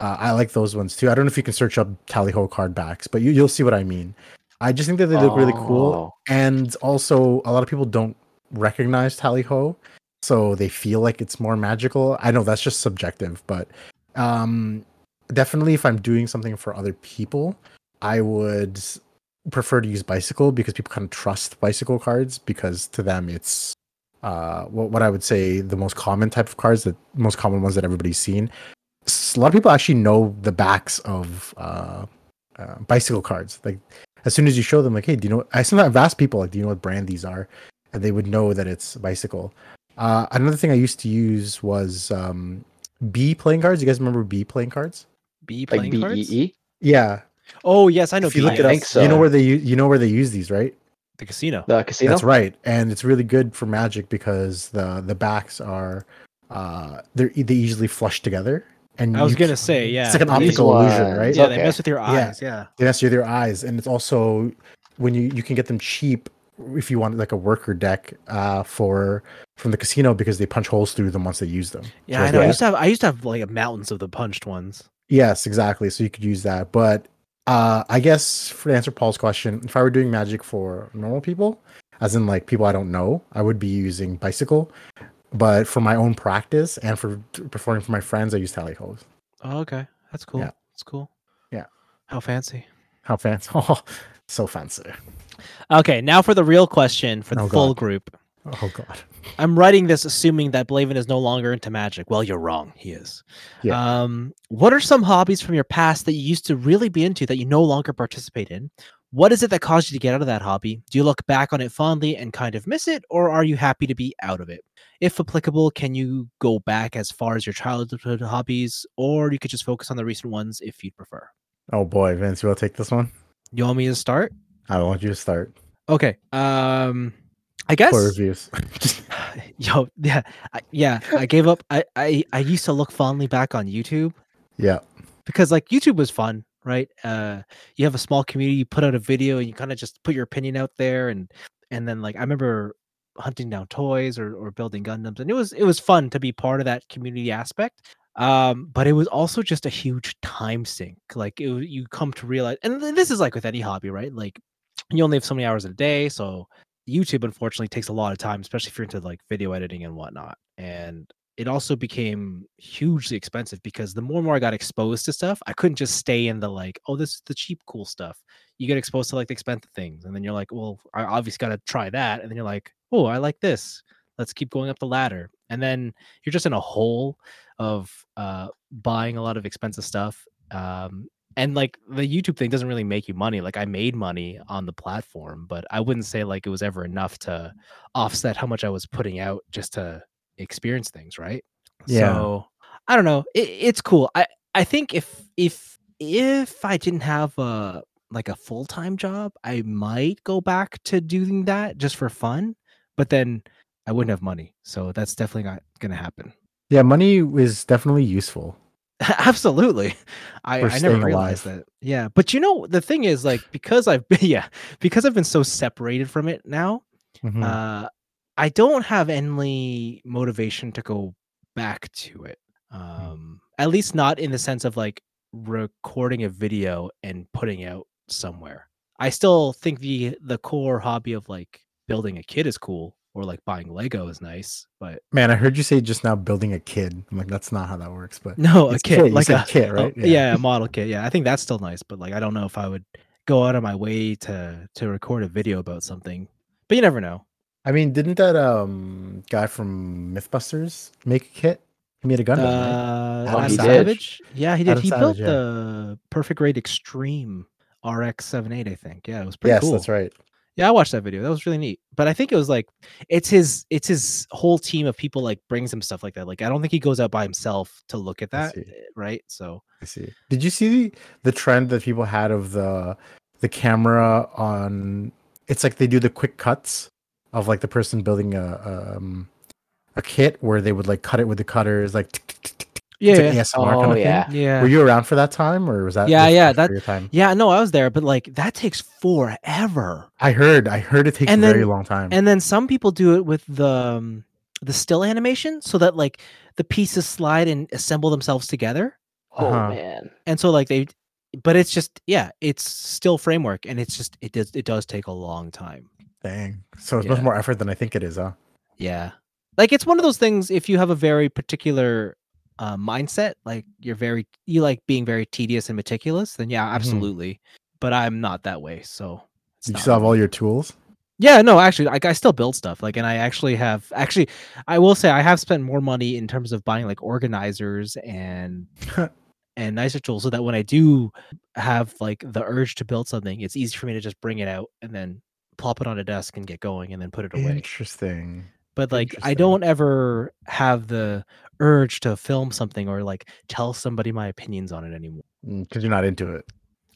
Speaker 1: Uh, I like those ones too. I don't know if you can search up tally ho card backs, but you, you'll see what I mean. I just think that they look really cool
Speaker 2: Oh.
Speaker 1: and also a lot of people don't recognize tally ho so they feel like it's more magical i know that's just subjective but um definitely if i'm doing something for other people i would prefer to use bicycle because people kind of trust bicycle cards because to them it's uh what, what i would say the most common type of cards the most common ones that everybody's seen S- a lot of people actually know the backs of uh, uh bicycle cards like as soon as you show them, like, hey, do you know? What? I sometimes ask people, like, do you know what brand these are? And they would know that it's a bicycle. Uh, another thing I used to use was um, B playing cards. You guys remember B playing cards?
Speaker 3: B playing
Speaker 2: Like B E
Speaker 3: cards?
Speaker 2: E.
Speaker 1: Yeah.
Speaker 3: Oh yes, I know.
Speaker 1: if you
Speaker 3: B
Speaker 1: look it
Speaker 3: at
Speaker 1: up,
Speaker 2: think so.
Speaker 1: you know where they u- you know where they use these, right?
Speaker 3: the casino.
Speaker 2: The casino.
Speaker 1: That's right. And it's really good for Magic because the the backs are uh, they're e- they easily flush together. And
Speaker 3: I was
Speaker 1: you
Speaker 3: gonna
Speaker 1: can't-
Speaker 3: say yeah.
Speaker 1: it's like an
Speaker 2: These
Speaker 1: optical illusion,
Speaker 2: ones,
Speaker 1: right?
Speaker 3: yeah,
Speaker 2: okay.
Speaker 3: they mess with your
Speaker 1: Yeah.
Speaker 3: eyes. Yeah.
Speaker 1: they mess with your eyes and it's also when you you can get them cheap if you want like a worker deck uh for from the casino because they punch holes through them once they use them
Speaker 3: Yeah,
Speaker 1: So
Speaker 3: I
Speaker 1: it's
Speaker 3: know.
Speaker 1: like-
Speaker 3: I used to have I used to have like mountains of the punched ones.
Speaker 1: yes exactly so you could use that but uh i guess for to answer paul's question if i were doing magic for normal people as in like people i don't know i would be using bicycle but for my own practice and for t- performing for my friends i use tally holes
Speaker 3: Oh, okay. That's cool.
Speaker 1: Yeah.
Speaker 3: That's cool.
Speaker 1: Yeah.
Speaker 3: How fancy.
Speaker 1: how fancy oh so fancy
Speaker 3: Okay, now for the real question for the
Speaker 1: Oh,
Speaker 3: full group.
Speaker 1: oh god
Speaker 3: I'm writing this assuming that Blavin is no longer into magic. Well, you're wrong. He is.
Speaker 1: Yeah.
Speaker 3: Um, what are some hobbies from your past that you used to really be into that you no longer participate in? What is it that caused you to get out of that hobby? Do you look back on it fondly and kind of miss it, or are you happy to be out of it? If applicable, can you go back as far as your childhood hobbies, or you could just focus on the recent ones if you'd prefer?
Speaker 1: oh boy vince you want to take this one
Speaker 3: You want me to start?
Speaker 1: i want you to start
Speaker 3: Okay. Um, I guess.
Speaker 1: poor reviews.
Speaker 3: Yo, yeah, I, yeah. I gave up. I, I I used to look fondly back on YouTube
Speaker 1: yeah,
Speaker 3: because like YouTube was fun, right? Uh, you have a small community. You put out a video. and You kind of just put your opinion out there, and and then like I remember hunting down toys or or building Gundams, and it was it was fun to be part of that community aspect. Um, but it was also just a huge time sink. Like it, w- you come to realize, and th- this is like with any hobby, right? Like you only have so many hours in a day, so YouTube unfortunately takes a lot of time, especially if you're into like video editing and whatnot. And it also became hugely expensive because the more and more I got exposed to stuff, I couldn't just stay in the like, oh, this is the cheap, cool stuff. You get exposed to like the expensive things, and then you're like, well, I obviously got to try that, and then you're like, oh, I like this. Let's keep going up the ladder, and then you're just in a hole of uh, buying a lot of expensive stuff. Um, and like the YouTube thing doesn't really make you money. Like I made money on the platform, but I wouldn't say like it was ever enough to offset how much I was putting out just to experience things, right?
Speaker 1: Yeah.
Speaker 3: So I don't know. It, it's cool. I I think if if if I didn't have a like a full time job, I might go back to doing that just for fun. But then I wouldn't have money, so that's definitely not gonna happen.
Speaker 1: Yeah, money is definitely useful.
Speaker 3: Absolutely. I,
Speaker 1: For
Speaker 3: I never
Speaker 1: staying
Speaker 3: realized that. Yeah. But you know, the thing is like because I've been yeah, because I've been so separated from it now,
Speaker 1: Mhm.
Speaker 2: Mm-hmm.
Speaker 3: uh I don't have any motivation to go back to it.
Speaker 1: Hmm.
Speaker 3: Um at least not in the sense of like recording a video and putting out somewhere. I still think the the core hobby of like building a kit is cool or like buying Lego is nice, but
Speaker 1: Man, I heard you say just now building a kid. I'm like, that's not how that works, but
Speaker 3: no, a
Speaker 1: It's
Speaker 3: kit,
Speaker 1: kit, you
Speaker 3: like
Speaker 1: said
Speaker 3: a
Speaker 1: kit,
Speaker 3: oh,
Speaker 1: right?
Speaker 3: yeah. a model kit. Yeah, I think that's still nice, but like I don't know if I would go out of my way to to record a video about something. But you never know.
Speaker 1: I mean, didn't that um guy from Mythbusters make a kit? He made a Gundam, right?
Speaker 3: Uh,
Speaker 2: Adam
Speaker 3: Adam
Speaker 2: Savage.
Speaker 3: Savage. Yeah, he did.
Speaker 1: Adam
Speaker 3: he
Speaker 1: Savage,
Speaker 3: built
Speaker 1: yeah.
Speaker 3: the Perfect Raid Extreme RX78, I think. Yeah, it was pretty
Speaker 1: Yes,
Speaker 3: cool.
Speaker 1: that's right.
Speaker 3: Yeah, I watched that video. That was really neat. But I think it was like it's his it's his whole team of people like brings him stuff like that. Like I don't think he goes out by himself to look at
Speaker 1: I
Speaker 3: that, eh,
Speaker 1: see.
Speaker 3: right? So
Speaker 1: I see. Did you see the, the trend that people had of the the camera on? It's like they do the quick cuts of like the person building a um a kit where they would like cut it with the cutters, like tick, tick, tick, tick, it's like ASMR kind
Speaker 2: Oh,
Speaker 1: of
Speaker 2: yeah.
Speaker 1: thing.
Speaker 3: yeah.
Speaker 1: Were you around for that time, or was that
Speaker 3: Yeah,
Speaker 1: just
Speaker 3: yeah,
Speaker 1: after
Speaker 3: that-
Speaker 1: your time?
Speaker 3: Yeah, no, I was there, but like that takes forever.
Speaker 1: I heard. I heard it takes a
Speaker 3: And
Speaker 1: very
Speaker 3: then-
Speaker 1: long time.
Speaker 3: And then some people do it with the um, the still animation so that like the pieces slide and assemble themselves together.
Speaker 2: Oh
Speaker 1: Uh-huh.
Speaker 2: man.
Speaker 3: And so like they but it's just yeah, it's still framework and it's just it does it does take a long time.
Speaker 1: Dang. So it's much
Speaker 3: Yeah.
Speaker 1: more effort than I think it is, huh?
Speaker 3: Yeah. Like it's one of those things if you have a very particular uh, mindset, like you're very you like being very tedious and meticulous, then yeah, absolutely. But I'm not that way, so it's
Speaker 1: Mm-hmm. You
Speaker 3: not
Speaker 1: still
Speaker 3: for
Speaker 1: have
Speaker 3: me.
Speaker 1: all your tools.
Speaker 3: Yeah, no, actually, like I still build stuff. Like, and I actually have actually, I will say I have spent more money in terms of buying like organizers and and nicer tools, so that when I do have like the urge to build something, it's easy for me to just bring it out and then plop it on a desk and get going and then put it away.
Speaker 1: Interesting.
Speaker 3: But like, I
Speaker 1: interesting.
Speaker 3: don't ever have the urge to film something or like tell somebody my opinions on it anymore.
Speaker 1: Because Mm, you're not into it.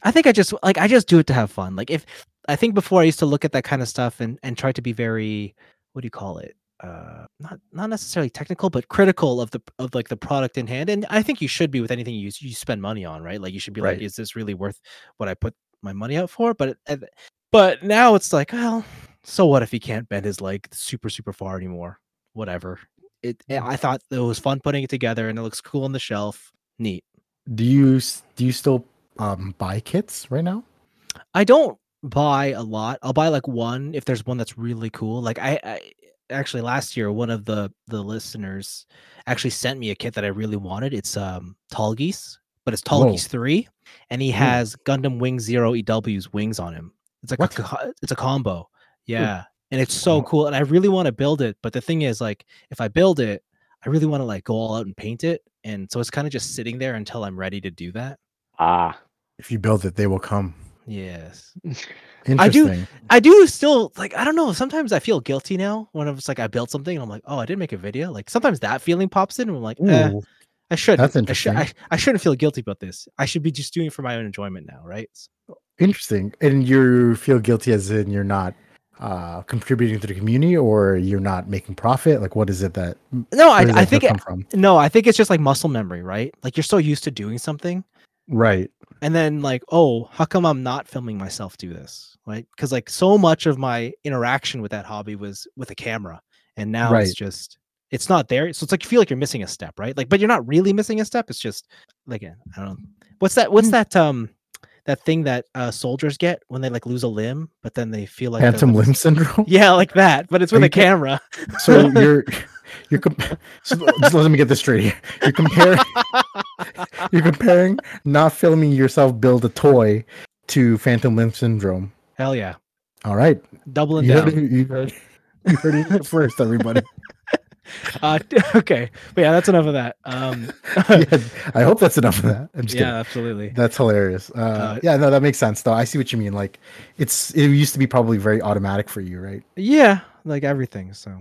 Speaker 3: I think I just like I just do it to have fun. Like if I think before I used to look at that kind of stuff and and try to be very what do you call it? Uh not not necessarily technical but critical of the of like the product in hand and I think you should be with anything you s- you spend money on, right? Like you should be
Speaker 1: Right.
Speaker 3: like is this really worth what I put my money out for? But at the- but now it's like, well, so what if he can't bend his leg super super far anymore? Whatever. It I thought it was fun putting it together and it looks cool on the shelf. Neat.
Speaker 1: Do you s- do you still um, buy kits right now?
Speaker 3: I don't buy a lot. I'll buy like one if there's one that's really cool. Like I, I actually last year one of the the listeners actually sent me a kit that I really wanted. It's um Tall Geese, but it's Tall
Speaker 1: Whoa.
Speaker 3: Geese 3 and he
Speaker 1: Ooh.
Speaker 3: has Gundam Wing 0 EW's wings on him. It's like
Speaker 1: What?
Speaker 3: a co- it's a combo. Yeah. And it's so
Speaker 1: Wow.
Speaker 3: cool and I really want to build it, but the thing is like if I build it, I really want to like go all out and paint it and so it's kind of just sitting there until I'm ready to do that.
Speaker 2: Ah.
Speaker 1: If you build it, they will come.
Speaker 3: Yes. I do-
Speaker 1: Interesting.
Speaker 3: I do still like I don't know. Sometimes I feel guilty now when it's like I built something and I'm like, oh, I didn't make a video. Like sometimes that feeling pops in and I'm like, eh,
Speaker 1: Ooh,
Speaker 3: I should.
Speaker 1: that's
Speaker 3: I, should
Speaker 1: interesting.
Speaker 3: I, I shouldn't feel guilty about this. I should be just doing it for my own enjoyment now, right? S-
Speaker 1: Interesting. And you feel guilty as in you're not uh, contributing to the community, or you're not making profit. Like, what is it that?
Speaker 3: No,
Speaker 1: where
Speaker 3: I,
Speaker 1: does
Speaker 3: I
Speaker 1: that
Speaker 3: think
Speaker 1: come from?
Speaker 3: no, I think it's just like muscle memory, right? Like you're so used to doing something
Speaker 1: Right.
Speaker 3: and then like oh how come i'm not filming myself do this right because like so much of my interaction with that hobby was with a camera and now
Speaker 1: Right.
Speaker 3: it's just it's not there so it's like you feel like you're missing a step right like but you're not really missing a step it's just like i don't know what's that
Speaker 1: Mm.
Speaker 3: what's that um that thing that uh soldiers get when they like lose a limb but then they feel like they're
Speaker 1: Phantom
Speaker 3: the-
Speaker 1: limb syndrome.
Speaker 3: yeah like that but it's
Speaker 1: Are
Speaker 3: with
Speaker 1: you
Speaker 3: a
Speaker 1: kidding?
Speaker 3: camera
Speaker 1: So you're you're comp- so just let me get this straight. Here. You're comparing you're comparing not filming yourself build a toy to phantom limb syndrome.
Speaker 3: hell yeah
Speaker 1: All right,
Speaker 3: doubling
Speaker 1: you
Speaker 3: down
Speaker 1: heard, it, you, heard, you heard it here first, everybody.
Speaker 3: uh okay but yeah that's enough of that um
Speaker 1: Yeah, I hope that's enough of that. I'm just
Speaker 3: yeah
Speaker 1: kidding.
Speaker 3: absolutely
Speaker 1: That's hilarious. Uh,
Speaker 3: Uh,
Speaker 1: yeah, no, that makes sense though. I see what you mean. Like, it's it used to be probably very automatic for you, right?
Speaker 3: yeah like everything so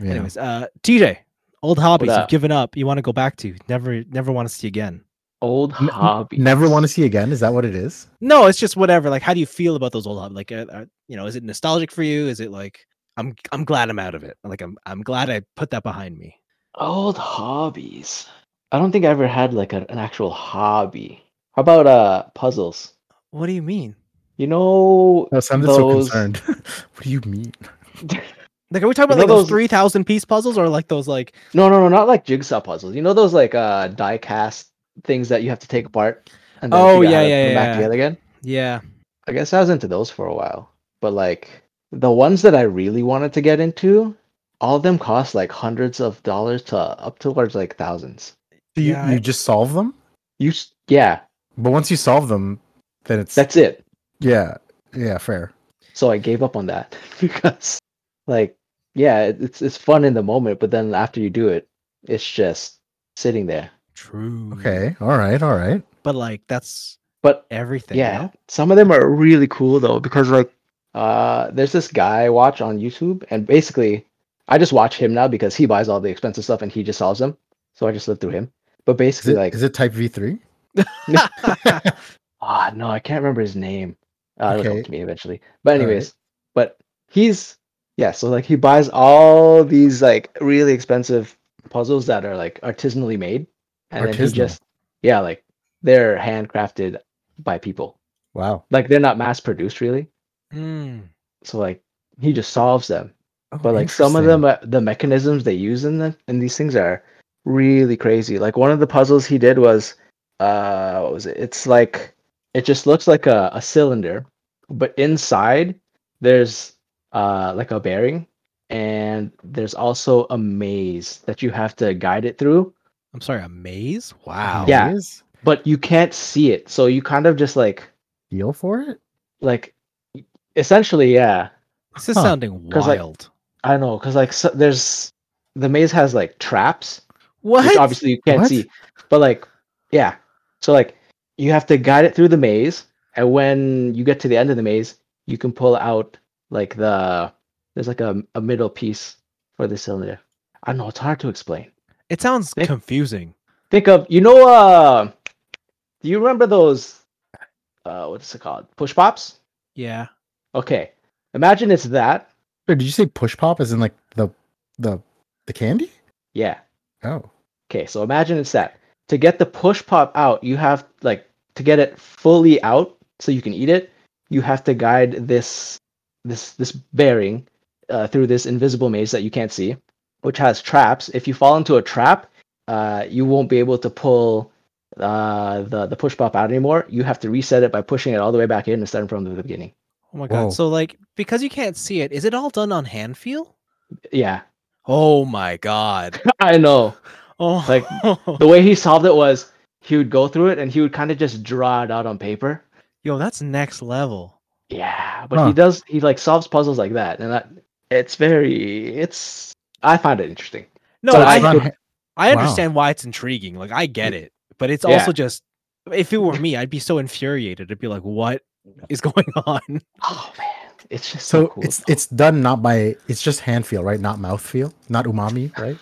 Speaker 1: Yeah.
Speaker 3: anyways uh tj old hobbies
Speaker 2: What
Speaker 3: you've
Speaker 2: up?
Speaker 3: given up you want to go back to never never want to see again
Speaker 2: Old
Speaker 1: N- n-
Speaker 2: hobby.
Speaker 1: Never want to see again. Is that what it is?
Speaker 3: no it's just whatever like how do you feel about those old hobbies like uh, uh, you know is it nostalgic for you is it like i'm i'm glad i'm out of it like i'm i'm glad i put that behind me
Speaker 2: Old hobbies. I don't think I ever had like a, an actual hobby. How about uh puzzles?
Speaker 3: what do you mean
Speaker 2: You know,
Speaker 1: No, sounded
Speaker 2: Those-
Speaker 1: so concerned. what do you mean?
Speaker 3: like are we talking about
Speaker 2: You know
Speaker 3: like those
Speaker 2: those-
Speaker 3: 3000 piece puzzles or like those like
Speaker 2: no, no, no, not like jigsaw puzzles. You know those like uh die cast things that you have to take apart and then
Speaker 3: Oh,
Speaker 2: figure
Speaker 3: yeah,
Speaker 2: out how to
Speaker 3: yeah,
Speaker 2: put 'em
Speaker 3: yeah.
Speaker 2: back together again.
Speaker 3: yeah
Speaker 2: I guess I was into those for a while, but like the ones that I really wanted to get into, all of them cost like hundreds of dollars to up towards like thousands.
Speaker 1: Do you
Speaker 3: Yeah, I-
Speaker 1: you just solve them?
Speaker 2: You, s- yeah,
Speaker 1: But once you solve them, then it's
Speaker 2: that's it.
Speaker 1: yeah, yeah, fair.
Speaker 2: so I gave up on that because like yeah it- it's it's fun in the moment but then after you do it it's just sitting there
Speaker 3: true
Speaker 2: Mm-hmm.
Speaker 1: Okay, all right, all right.
Speaker 3: but like that's
Speaker 2: but
Speaker 3: everything
Speaker 2: yeah
Speaker 3: no?
Speaker 2: some of them are really cool though because like uh there's this guy I watch on YouTube and basically I just watch him now because he buys all the expensive stuff and he just solves them so I just live through him but
Speaker 1: Is
Speaker 2: basically
Speaker 1: it,
Speaker 2: like
Speaker 1: is it Type V three?
Speaker 2: Ah, no, I can't remember his name. Uh, It'll
Speaker 1: Okay.
Speaker 2: come to me eventually. But
Speaker 1: Alright.
Speaker 2: anyways, but he's yeah. So like he buys all these like really expensive puzzles that are like artisanally made, and then
Speaker 1: Artisanal.
Speaker 2: he just yeah, like they're handcrafted by people.
Speaker 1: Wow.
Speaker 2: Like they're not mass produced really.
Speaker 3: Mm.
Speaker 2: So like he just solves them.
Speaker 1: Oh,
Speaker 2: But like some of them,
Speaker 1: interesting.
Speaker 2: uh, the mechanisms they use in the in these things are really crazy. Like one of the puzzles he did was, uh, what was it? It's like it just looks like a, a cylinder, but inside there's uh like a bearing, and there's also a maze that you have to guide it through,
Speaker 3: i'm sorry a maze wow
Speaker 2: uh, Yeah.
Speaker 1: It is?
Speaker 2: but you can't see it. So you kind of just like
Speaker 1: Deal for it?
Speaker 2: like essentially, yeah.
Speaker 3: this is
Speaker 1: Huh.
Speaker 3: sounding
Speaker 2: 'Cause, like,
Speaker 3: wild
Speaker 2: I know, cause like so, there's the maze has like traps.
Speaker 3: what
Speaker 2: which obviously you can't
Speaker 1: What?
Speaker 2: see. But like, yeah. So like, you have to guide it through the maze, and when you get to the end of the maze, you can pull out like the there's like a, a middle piece for the cylinder. I don't know. It's hard to explain.
Speaker 3: it sounds
Speaker 2: Nick?
Speaker 3: confusing
Speaker 2: Think of you know. Uh, do you remember those? Uh, what's it called? Push pops.
Speaker 3: yeah
Speaker 2: Okay. Imagine it's that.
Speaker 1: Wait, did you say push pop as in like the the the candy?
Speaker 2: Yeah.
Speaker 1: Oh.
Speaker 2: Okay, so imagine it's that. To get the push pop out, you have like to get it fully out so you can eat it. You have to guide this this this bearing uh, through this invisible maze that you can't see, which has traps. If you fall into a trap, uh, you won't be able to pull uh, the the push pop out anymore. You have to reset it by pushing it all the way back in and starting from the beginning.
Speaker 3: oh my god
Speaker 1: Whoa.
Speaker 3: so like because you can't see it is it all done on hand feel
Speaker 2: Yeah,
Speaker 3: oh my god
Speaker 2: I know.
Speaker 3: oh
Speaker 2: Like, The way he solved it was he would go through it and he would kind of just draw it out on paper.
Speaker 3: yo that's next level
Speaker 2: Yeah, but
Speaker 1: Huh.
Speaker 2: he does he like solves puzzles like that, and that it's very it's I find it interesting.
Speaker 3: no
Speaker 2: So
Speaker 1: it's
Speaker 2: I
Speaker 1: not
Speaker 3: I,
Speaker 2: could-
Speaker 1: ha-
Speaker 3: I
Speaker 1: wow.
Speaker 3: understand why it's intriguing like i get it but it's
Speaker 2: Yeah.
Speaker 3: also just if it were me i'd be so infuriated i'd be like what is going on
Speaker 2: Oh man, it's just so,
Speaker 1: so
Speaker 2: cool.
Speaker 1: it's it's done not by it's just hand feel, right? Not mouth feel, not umami, right?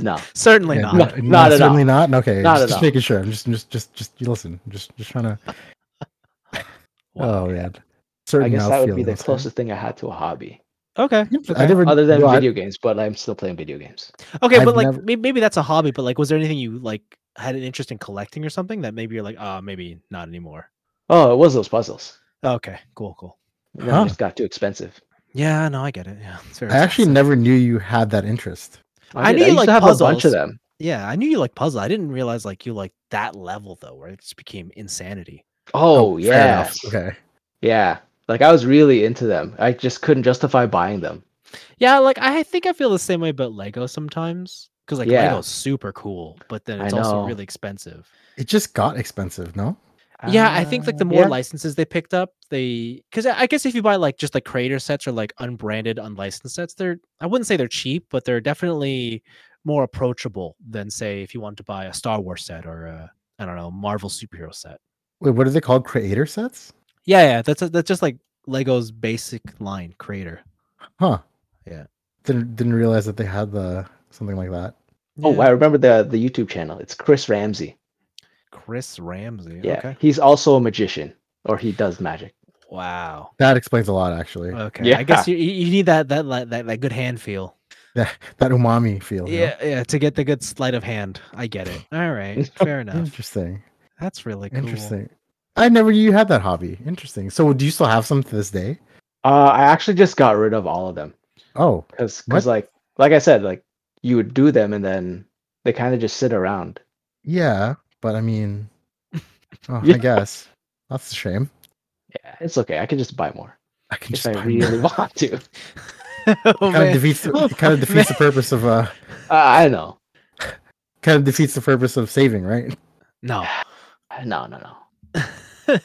Speaker 2: no,
Speaker 3: certainly
Speaker 1: Yeah,
Speaker 3: not
Speaker 2: No. not at
Speaker 1: certainly not. Okay,
Speaker 2: Not
Speaker 1: just,
Speaker 2: at
Speaker 1: just
Speaker 2: all.
Speaker 1: making sure. I'm just just just just you listen. Just just trying to.
Speaker 3: Wow.
Speaker 1: Oh man,
Speaker 2: I
Speaker 1: certain
Speaker 2: guess
Speaker 1: mouth
Speaker 2: that would
Speaker 1: feel,
Speaker 2: be the
Speaker 1: okay.
Speaker 2: closest thing I had to a hobby,
Speaker 1: I
Speaker 3: okay okay.
Speaker 1: never
Speaker 2: other than
Speaker 1: no, I-
Speaker 2: video games. But I'm still playing video games.
Speaker 3: Okay,
Speaker 1: I've
Speaker 3: but like
Speaker 1: never-
Speaker 3: may- maybe that's a hobby, but like was there anything you like had an interest in collecting or something that maybe you're like, ah, maybe not anymore.
Speaker 2: Oh, it was those puzzles.
Speaker 3: Okay, cool, cool.
Speaker 2: And then
Speaker 1: Huh.
Speaker 2: it just got too expensive.
Speaker 3: Yeah, no, I get it. Yeah, it's very
Speaker 1: I actually
Speaker 3: expensive.
Speaker 1: never knew you had that interest.
Speaker 3: I
Speaker 2: did-
Speaker 3: knew you
Speaker 2: used
Speaker 3: liked
Speaker 2: to have a bunch
Speaker 3: puzzles.
Speaker 2: of them.
Speaker 3: Yeah, I knew you like puzzle. I didn't realize like you like that level though, where it just became insanity.
Speaker 2: Oh,
Speaker 1: fair
Speaker 2: yeah,
Speaker 1: enough. Okay.
Speaker 2: yeah. Like I was really into them. I just couldn't justify buying them.
Speaker 3: Yeah, like I think I feel the same way about Lego sometimes because like
Speaker 2: Yeah.
Speaker 3: Lego's super cool, but then
Speaker 2: I
Speaker 3: it's also
Speaker 2: know.
Speaker 3: really expensive.
Speaker 1: It just got expensive, no?
Speaker 3: Ah, yeah, I think like the
Speaker 2: Uh,
Speaker 3: more
Speaker 2: yeah.
Speaker 3: licenses they picked up, they because I I guess if you buy like just like creator sets or like unbranded, unlicensed sets, they're I wouldn't say they're cheap, but they're definitely more approachable than say if you wanted to buy a Star Wars set or a I don't know Marvel superhero set.
Speaker 1: Wait, what are they called? Creator sets?
Speaker 3: Yeah, yeah, that's that's just like Lego's basic line creator.
Speaker 1: Huh.
Speaker 3: Yeah.
Speaker 1: Didn't didn't realize that they had the something like that.
Speaker 2: Oh, I remember the the YouTube channel. It's Chris Ramsey.
Speaker 3: Chris Ramsey.
Speaker 2: Yeah,
Speaker 3: Okay.
Speaker 2: he's also a magician, or he does magic.
Speaker 3: Wow.
Speaker 1: That explains a lot, actually.
Speaker 2: Uh,
Speaker 3: Okay. I guess you you you need that that li- that that good hand feel.
Speaker 1: that that umami feel. you know?
Speaker 3: Yeah, yeah, to get the good sleight of hand. I get it. All right. Fair enough.
Speaker 1: Interesting.
Speaker 3: That's really cool.
Speaker 1: Interesting. I never knew you had that hobby. Interesting. So do you still have some to this day?
Speaker 2: Uh, I actually just got rid of all of them
Speaker 1: Oh,
Speaker 2: because
Speaker 1: What?
Speaker 2: like like I said, like you would do them and then they kind of just sit around.
Speaker 1: yeah. But I mean, oh,
Speaker 2: Yeah.
Speaker 1: I guess that's a shame.
Speaker 2: Yeah, it's okay. I can just buy more
Speaker 1: I can just
Speaker 2: if I
Speaker 1: buy
Speaker 2: really want to.
Speaker 3: Oh,
Speaker 1: kind of
Speaker 3: man.
Speaker 1: defeats it kind of defeats the purpose of uh
Speaker 2: Uh, I know.
Speaker 1: kind of defeats the purpose of saving, right?
Speaker 3: No.
Speaker 2: No, no, no.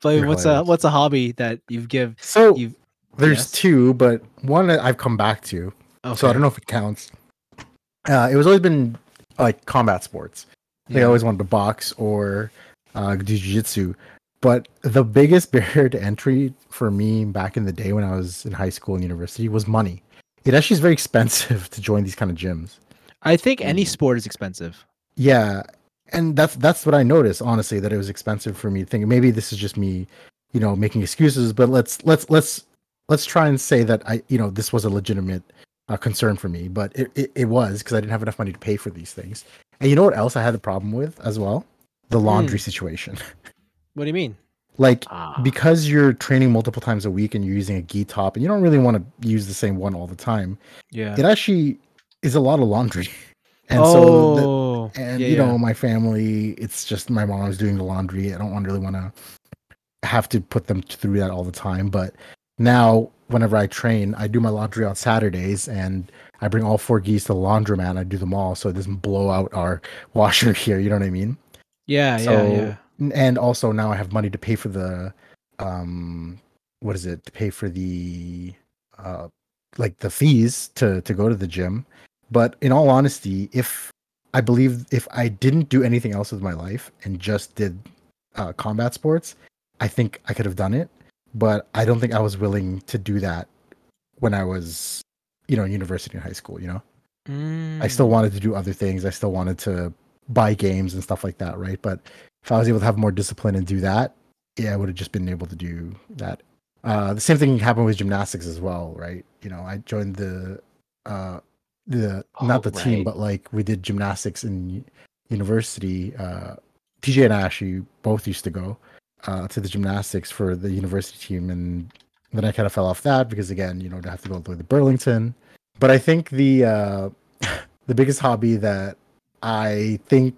Speaker 3: but what's a
Speaker 1: hilarious.
Speaker 3: what's a hobby that you've give
Speaker 1: So
Speaker 3: you've
Speaker 1: there's
Speaker 3: yes.
Speaker 1: two, but one that I've come back to.
Speaker 3: okay.
Speaker 1: So I don't know if it counts. Uh, it was always been like combat sports. Like I
Speaker 3: Yeah.
Speaker 1: always wanted to box or uh, do jiu-jitsu. But the biggest barrier to entry for me back in the day when I was in high school and university was money. It actually is very expensive to join these kind of gyms.
Speaker 3: I think any sport is expensive.
Speaker 1: Yeah, and that's that's what I noticed honestly that it was expensive for me to think maybe this is just me, you know, making excuses. But let's let's let's let's try and say that I you know this was a legitimate uh, concern for me, but it it, it was because I didn't have enough money to pay for these things. And you know what else I had the problem with as well? The laundry situation.
Speaker 3: What do you mean?
Speaker 1: like
Speaker 2: Ah,
Speaker 1: because you're training multiple times a week and you're using a gi top and you don't really want to use the same one all the time,
Speaker 3: Yeah.
Speaker 1: it actually is a lot of laundry. And so the-
Speaker 3: oh,
Speaker 1: and
Speaker 3: yeah,
Speaker 1: you
Speaker 3: yeah.
Speaker 1: know my family it's just my mom's doing the laundry i don't want really want to have to put them through that all the time but now whenever i train i do my laundry on saturdays and i bring all four geese to the laundromat i do them all so it doesn't blow out our washer here you know what i mean
Speaker 3: yeah,
Speaker 1: so-
Speaker 3: yeah, yeah.
Speaker 1: N- and also now i have money to pay for the um what is it to pay for the uh like the fees to to go to the gym but in all honesty if i believe if i didn't do anything else with my life and just did uh, combat sports i think i could have done it but i don't think i was willing to do that when i was you know in university and high school you know
Speaker 3: Mm.
Speaker 1: I still wanted to do other things. I still wanted to buy games and stuff like that, right? But if I was able to have more discipline and do that, yeah, I would have just been able to do that. Uh, the same thing happened with gymnastics as well, right? You know, I joined the uh, the not
Speaker 2: Oh,
Speaker 1: the team,
Speaker 2: right.
Speaker 1: but like we did gymnastics in u- university. Uh, TJ and I actually both used to go uh, to the gymnastics for the university team, and then I kind of fell off that because again, you know, to have to go all the way to Burlington. But I think the uh, the biggest hobby that I think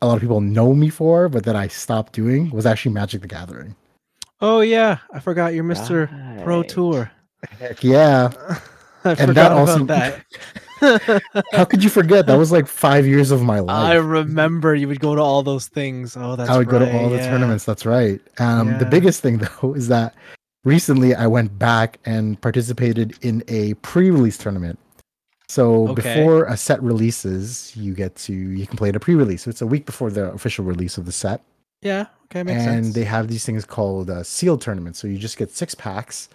Speaker 1: a lot of people know me for, but that I stopped doing was actually Magic the Gathering.
Speaker 3: Oh yeah, I forgot you're Mr. Pro
Speaker 2: right.
Speaker 3: Tour.
Speaker 1: Heck yeah.
Speaker 3: I
Speaker 1: that
Speaker 3: forgot
Speaker 1: also-
Speaker 3: about that.
Speaker 1: How could you forget? That was like five years of my
Speaker 3: I
Speaker 1: life.
Speaker 3: remember you would go to all those things. Oh, that's
Speaker 1: I would go to all
Speaker 3: right,
Speaker 1: the
Speaker 3: yeah.
Speaker 1: tournaments. That's right. Um, The
Speaker 3: Yeah.
Speaker 1: biggest thing, though, is that recently I went back and participated in a pre release tournament. So
Speaker 3: Okay.
Speaker 1: before a set releases, you get to, you can play it a pre release. So it's a week before the official release of the set.
Speaker 3: Yeah. Okay, makes
Speaker 1: and
Speaker 3: sense.
Speaker 1: they have these things called uh, seal tournaments. So you just get six packs,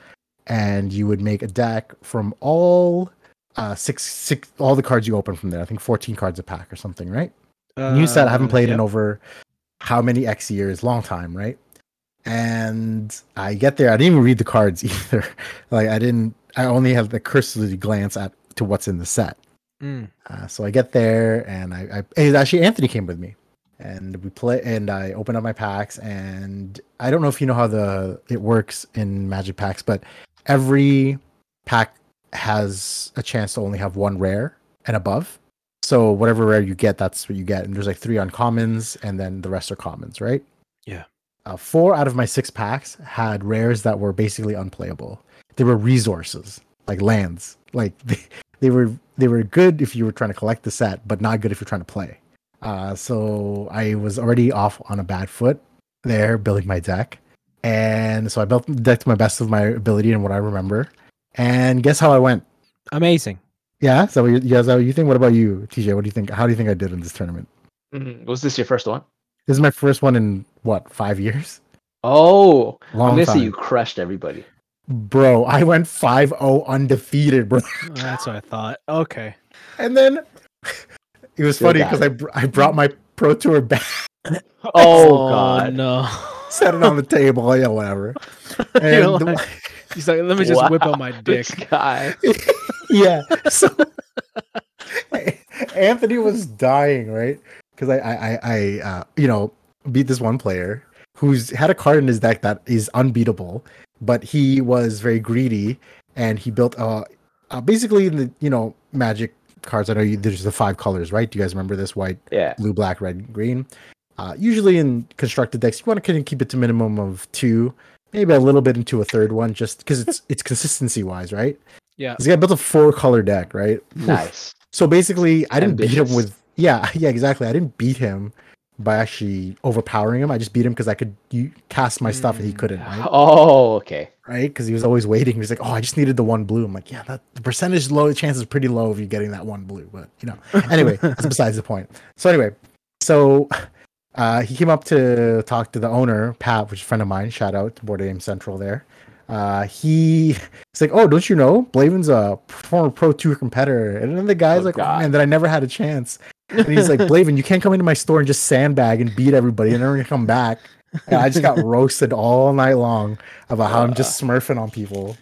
Speaker 1: and you would make a deck from all uh, six six all the cards you open from there. I think fourteen cards a pack or something, right? New set I haven't
Speaker 3: Uh,
Speaker 1: played in
Speaker 3: yep.
Speaker 1: over how many X years, long time, right? And I get there, I didn't even read the cards either. like I didn't, I only have the cursory glance at to what's in the set.
Speaker 3: Mm.
Speaker 1: Uh, so I get there, and I, I and actually Anthony came with me, and we play and i open up my packs and i don't know if you know how the it works in magic packs but every pack has a chance to only have one rare and above so whatever rare you get that's what you get and there's like three uncommons and then the rest are commons right
Speaker 3: Yeah.
Speaker 1: uh, four out of my six packs had rares that were basically unplayable they were resources like lands like they, they were they were good if you were trying to collect the set but not good if you're trying to play uh, so I was already off on a bad foot there building my deck. And so I built the deck to my best of my ability and what I remember. And guess how I went?
Speaker 3: Amazing.
Speaker 1: Yeah, so you, yeah, so you think? What about you, TJ? What do you think? How do you think I did in this tournament?
Speaker 2: Mhm. Was this your first one?
Speaker 1: This is my first one in what five years?
Speaker 2: Oh,
Speaker 1: Long
Speaker 2: I'm gonna
Speaker 1: time,
Speaker 2: say you crushed everybody.
Speaker 1: bro. I went 5-0 undefeated, bro.
Speaker 3: Oh, that's what I thought. Okay.
Speaker 1: And then it was
Speaker 2: Still
Speaker 1: funny
Speaker 2: got
Speaker 1: because I br- I brought my pro tour back,
Speaker 2: Oh,
Speaker 3: Oh,
Speaker 2: god.
Speaker 3: no.
Speaker 1: set it on the table, Oh, yeah, whatever. And
Speaker 3: You're
Speaker 1: the-
Speaker 3: like- He's like, let me just whip out my
Speaker 2: Wow,
Speaker 3: dick.
Speaker 2: This guy.
Speaker 1: yeah. So Anthony was dying, right? Because I, I, I, I uh, you know, beat this one player who's had a card in his deck that is unbeatable, but he was very greedy and he built uh, uh basically in the you know magic cards. I know you, there's the five colors, right? Do you guys remember this? White,
Speaker 2: Yeah.
Speaker 1: blue, black, red, green. Uh, usually in constructed decks, you want to kind of keep it to minimum of two, maybe a little bit into a third one, just because it's it's consistency wise, right?
Speaker 3: Yeah.
Speaker 1: This guy built a four color deck, right?
Speaker 2: Nice.
Speaker 1: So basically, I didn't beat him
Speaker 2: Ambitious.
Speaker 1: with yeah, yeah, exactly. I didn't beat him by actually overpowering him. I just beat him because I could you, cast my stuff and he
Speaker 3: Mm.
Speaker 1: couldn't, right?
Speaker 2: Oh, okay.
Speaker 1: Right? Because he was always waiting. He was like, "Oh, I just needed the one blue." I'm like, "Yeah, that the percentage low chance is pretty low of you getting that one blue." But you know, anyway, that's besides the point. So anyway, so uh, he came up to talk to the owner, Pat, which is a friend of mine. Shout out to Board Game Central there. Uh, he it's like, oh, don't you know, Blavin's a former Pro Tour competitor, and then the guy's
Speaker 2: Oh,
Speaker 1: like, oh
Speaker 2: God.
Speaker 1: man, that I never had a chance. And he's like, Blavin, you can't come into my store and just sandbag and beat everybody, and then we're gonna come back. And I just got roasted all night long about how I'm just smurfing on people.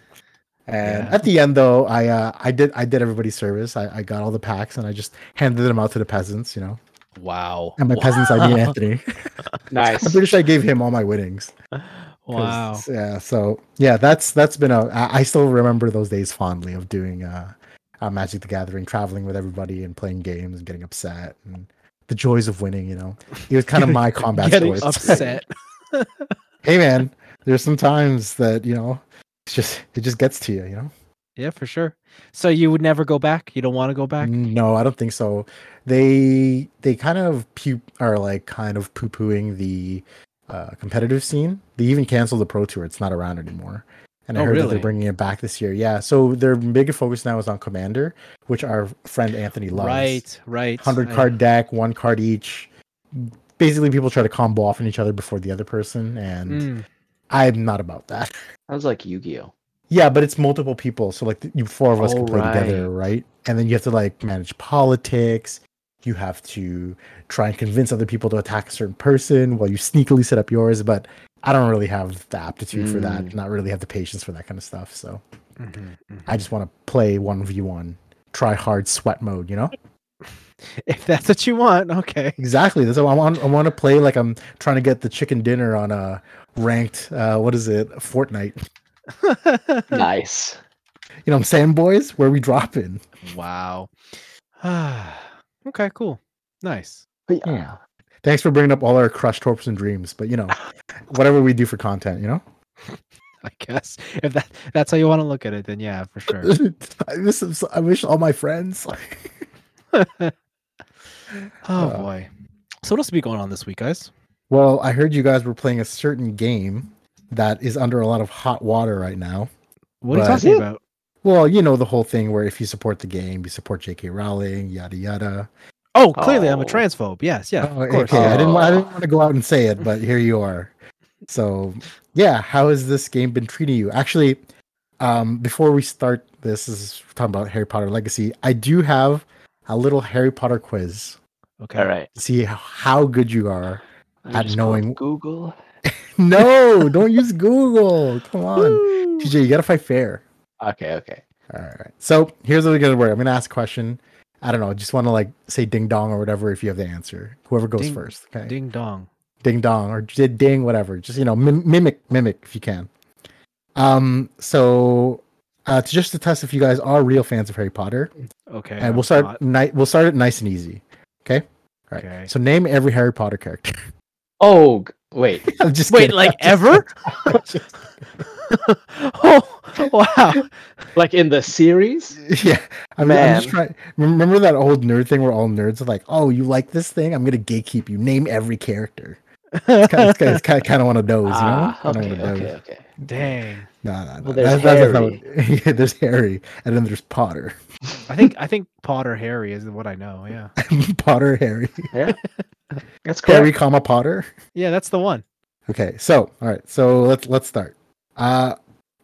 Speaker 1: And
Speaker 3: Uh. Yeah.
Speaker 1: at the end, though, I uh, I did I did everybody service. I, I got all the packs and I just handed them out to the peasants, you know.
Speaker 3: Wow.
Speaker 1: And by peasants, I mean Anthony.
Speaker 2: Nice.
Speaker 1: I'm pretty sure I gave him all my winnings. 'Cause-
Speaker 3: Wow.
Speaker 1: Yeah. So yeah, that's that's been a. I I still remember those days fondly of doing uh, uh, Magic the Gathering, traveling with everybody and playing games and getting upset and the joys of winning. You know, it was kind of my combat
Speaker 3: Getting
Speaker 1: sports.
Speaker 3: upset.
Speaker 1: hey man, there's some times that you know, it's just it just gets to you. You know.
Speaker 3: Yeah, for sure. So you would never go back? You don't want to go back?
Speaker 1: No, I don't think so. They they kind of pu- are like kind of poo pooing the uh, competitive scene. They even canceled the pro tour; it's not around anymore. And I
Speaker 3: Oh,
Speaker 1: heard that
Speaker 3: really?
Speaker 1: they're bringing it back this year. Yeah, so their bigger focus now is on Commander, which our friend Anthony loves.
Speaker 3: Right, right.
Speaker 1: hundred
Speaker 3: I-
Speaker 1: card deck, one card each. Basically, people try to combo off on each other before the other person, and
Speaker 3: Mm,
Speaker 1: I'm not about that.
Speaker 2: Sounds like Yu-Gi-Oh.
Speaker 1: Yeah, but it's multiple people. So like th- you four of us
Speaker 2: Oh,
Speaker 1: can play together, right? And then you have to like manage politics. You have to try and convince other people to attack a certain person while you sneakily set up yours. But I don't really have the aptitude for that.
Speaker 2: Mm.
Speaker 1: Not really have the patience for that kind of stuff. So
Speaker 3: mhm, mhm.
Speaker 1: I just want to play one v one, try hard sweat mode. You know
Speaker 3: If that's what you want, okay.
Speaker 1: exactly. That's what I want. I want to play like I'm trying to get the chicken dinner on a ranked. Uh, what is it? Fortnite.
Speaker 2: Nice.
Speaker 1: You know what I'm saying, boys? Where we dropping?
Speaker 3: wow. okay, cool. Nice.
Speaker 1: Yeah. Thanks for bringing up all our crushed hopes and dreams, but you know, whatever we do for content, you know.
Speaker 3: I guess if that that's how you want to look at it, then yeah, for sure.
Speaker 1: I, this is, I wish all my friends.
Speaker 3: Oh
Speaker 1: Uh,
Speaker 3: boy. So what else be going on this week, guys?
Speaker 1: well, I heard you guys were playing a certain game that is under a lot of hot water right now.
Speaker 3: What are you
Speaker 1: but-
Speaker 3: talking
Speaker 2: Is it?
Speaker 3: about?
Speaker 1: Well, you know the whole thing where if you support the game, you support J.K. Rowling, yada yada.
Speaker 3: Oh, clearly I'm a
Speaker 2: Oh.
Speaker 3: transphobe. Yes, yeah,
Speaker 1: Oh,
Speaker 3: of course.
Speaker 1: okay, I didn't, wa- I
Speaker 2: Oh.
Speaker 1: didn't want to go out and say it, but here you are. So, yeah, how has this game been treating you? Actually, um, before we start this, this is we're talking about Harry Potter Legacy. I do have a little Harry Potter quiz
Speaker 3: Okay.
Speaker 2: All right.
Speaker 1: to see how, how good you are.
Speaker 2: I'm
Speaker 1: At
Speaker 2: just going
Speaker 1: knowing-
Speaker 2: Google.
Speaker 1: No, don't use Google. Come on,
Speaker 3: Woo.
Speaker 1: TJ, you gotta fight fair.
Speaker 2: Okay. Okay.
Speaker 1: All right. So here's what we're gonna work. I'm gonna ask a question. I don't know. Just want to like say ding dong or whatever if you have the answer. Whoever goes
Speaker 3: Ding-
Speaker 1: first. Okay. Ding.
Speaker 3: Ding dong.
Speaker 1: dong or j- ding whatever. Just you know mim- mimic mimic if you can. Um. So uh, to just to test if you guys are real fans of Harry Potter,
Speaker 3: Okay.
Speaker 1: and we'll start ni- We'll start it nice and easy. Okay. All right.
Speaker 3: Okay.
Speaker 1: So name every Harry Potter character.
Speaker 2: Oh g- wait,
Speaker 1: I'm just
Speaker 3: Wait,
Speaker 1: kidding.
Speaker 3: like
Speaker 1: I'm just
Speaker 3: ever?
Speaker 1: kidding. I'm just-
Speaker 3: oh wow.
Speaker 2: like in the series?
Speaker 1: yeah, I mean, I'm just
Speaker 2: Man.
Speaker 1: trying. Remember that old nerd thing where all nerds are like, "Oh, you like this thing? I'm gonna gatekeep you. Name every character." It's kind of, it's kind of, kind of one of those, you know?
Speaker 2: Ah,
Speaker 1: Kinda
Speaker 2: okay,
Speaker 1: one of
Speaker 2: okay,
Speaker 1: those.
Speaker 2: okay.
Speaker 3: Dang.
Speaker 1: No, no, no.
Speaker 2: Well, there's
Speaker 1: how it- yeah, there's Harry, and then there's Potter.
Speaker 3: I think I think Potter Harry is what I know. Yeah.
Speaker 1: Potter, Harry,
Speaker 2: That's correct.
Speaker 1: Harry, comma Potter.
Speaker 3: Yeah, that's the one.
Speaker 1: Okay, so all right, so let's let's start. Uh,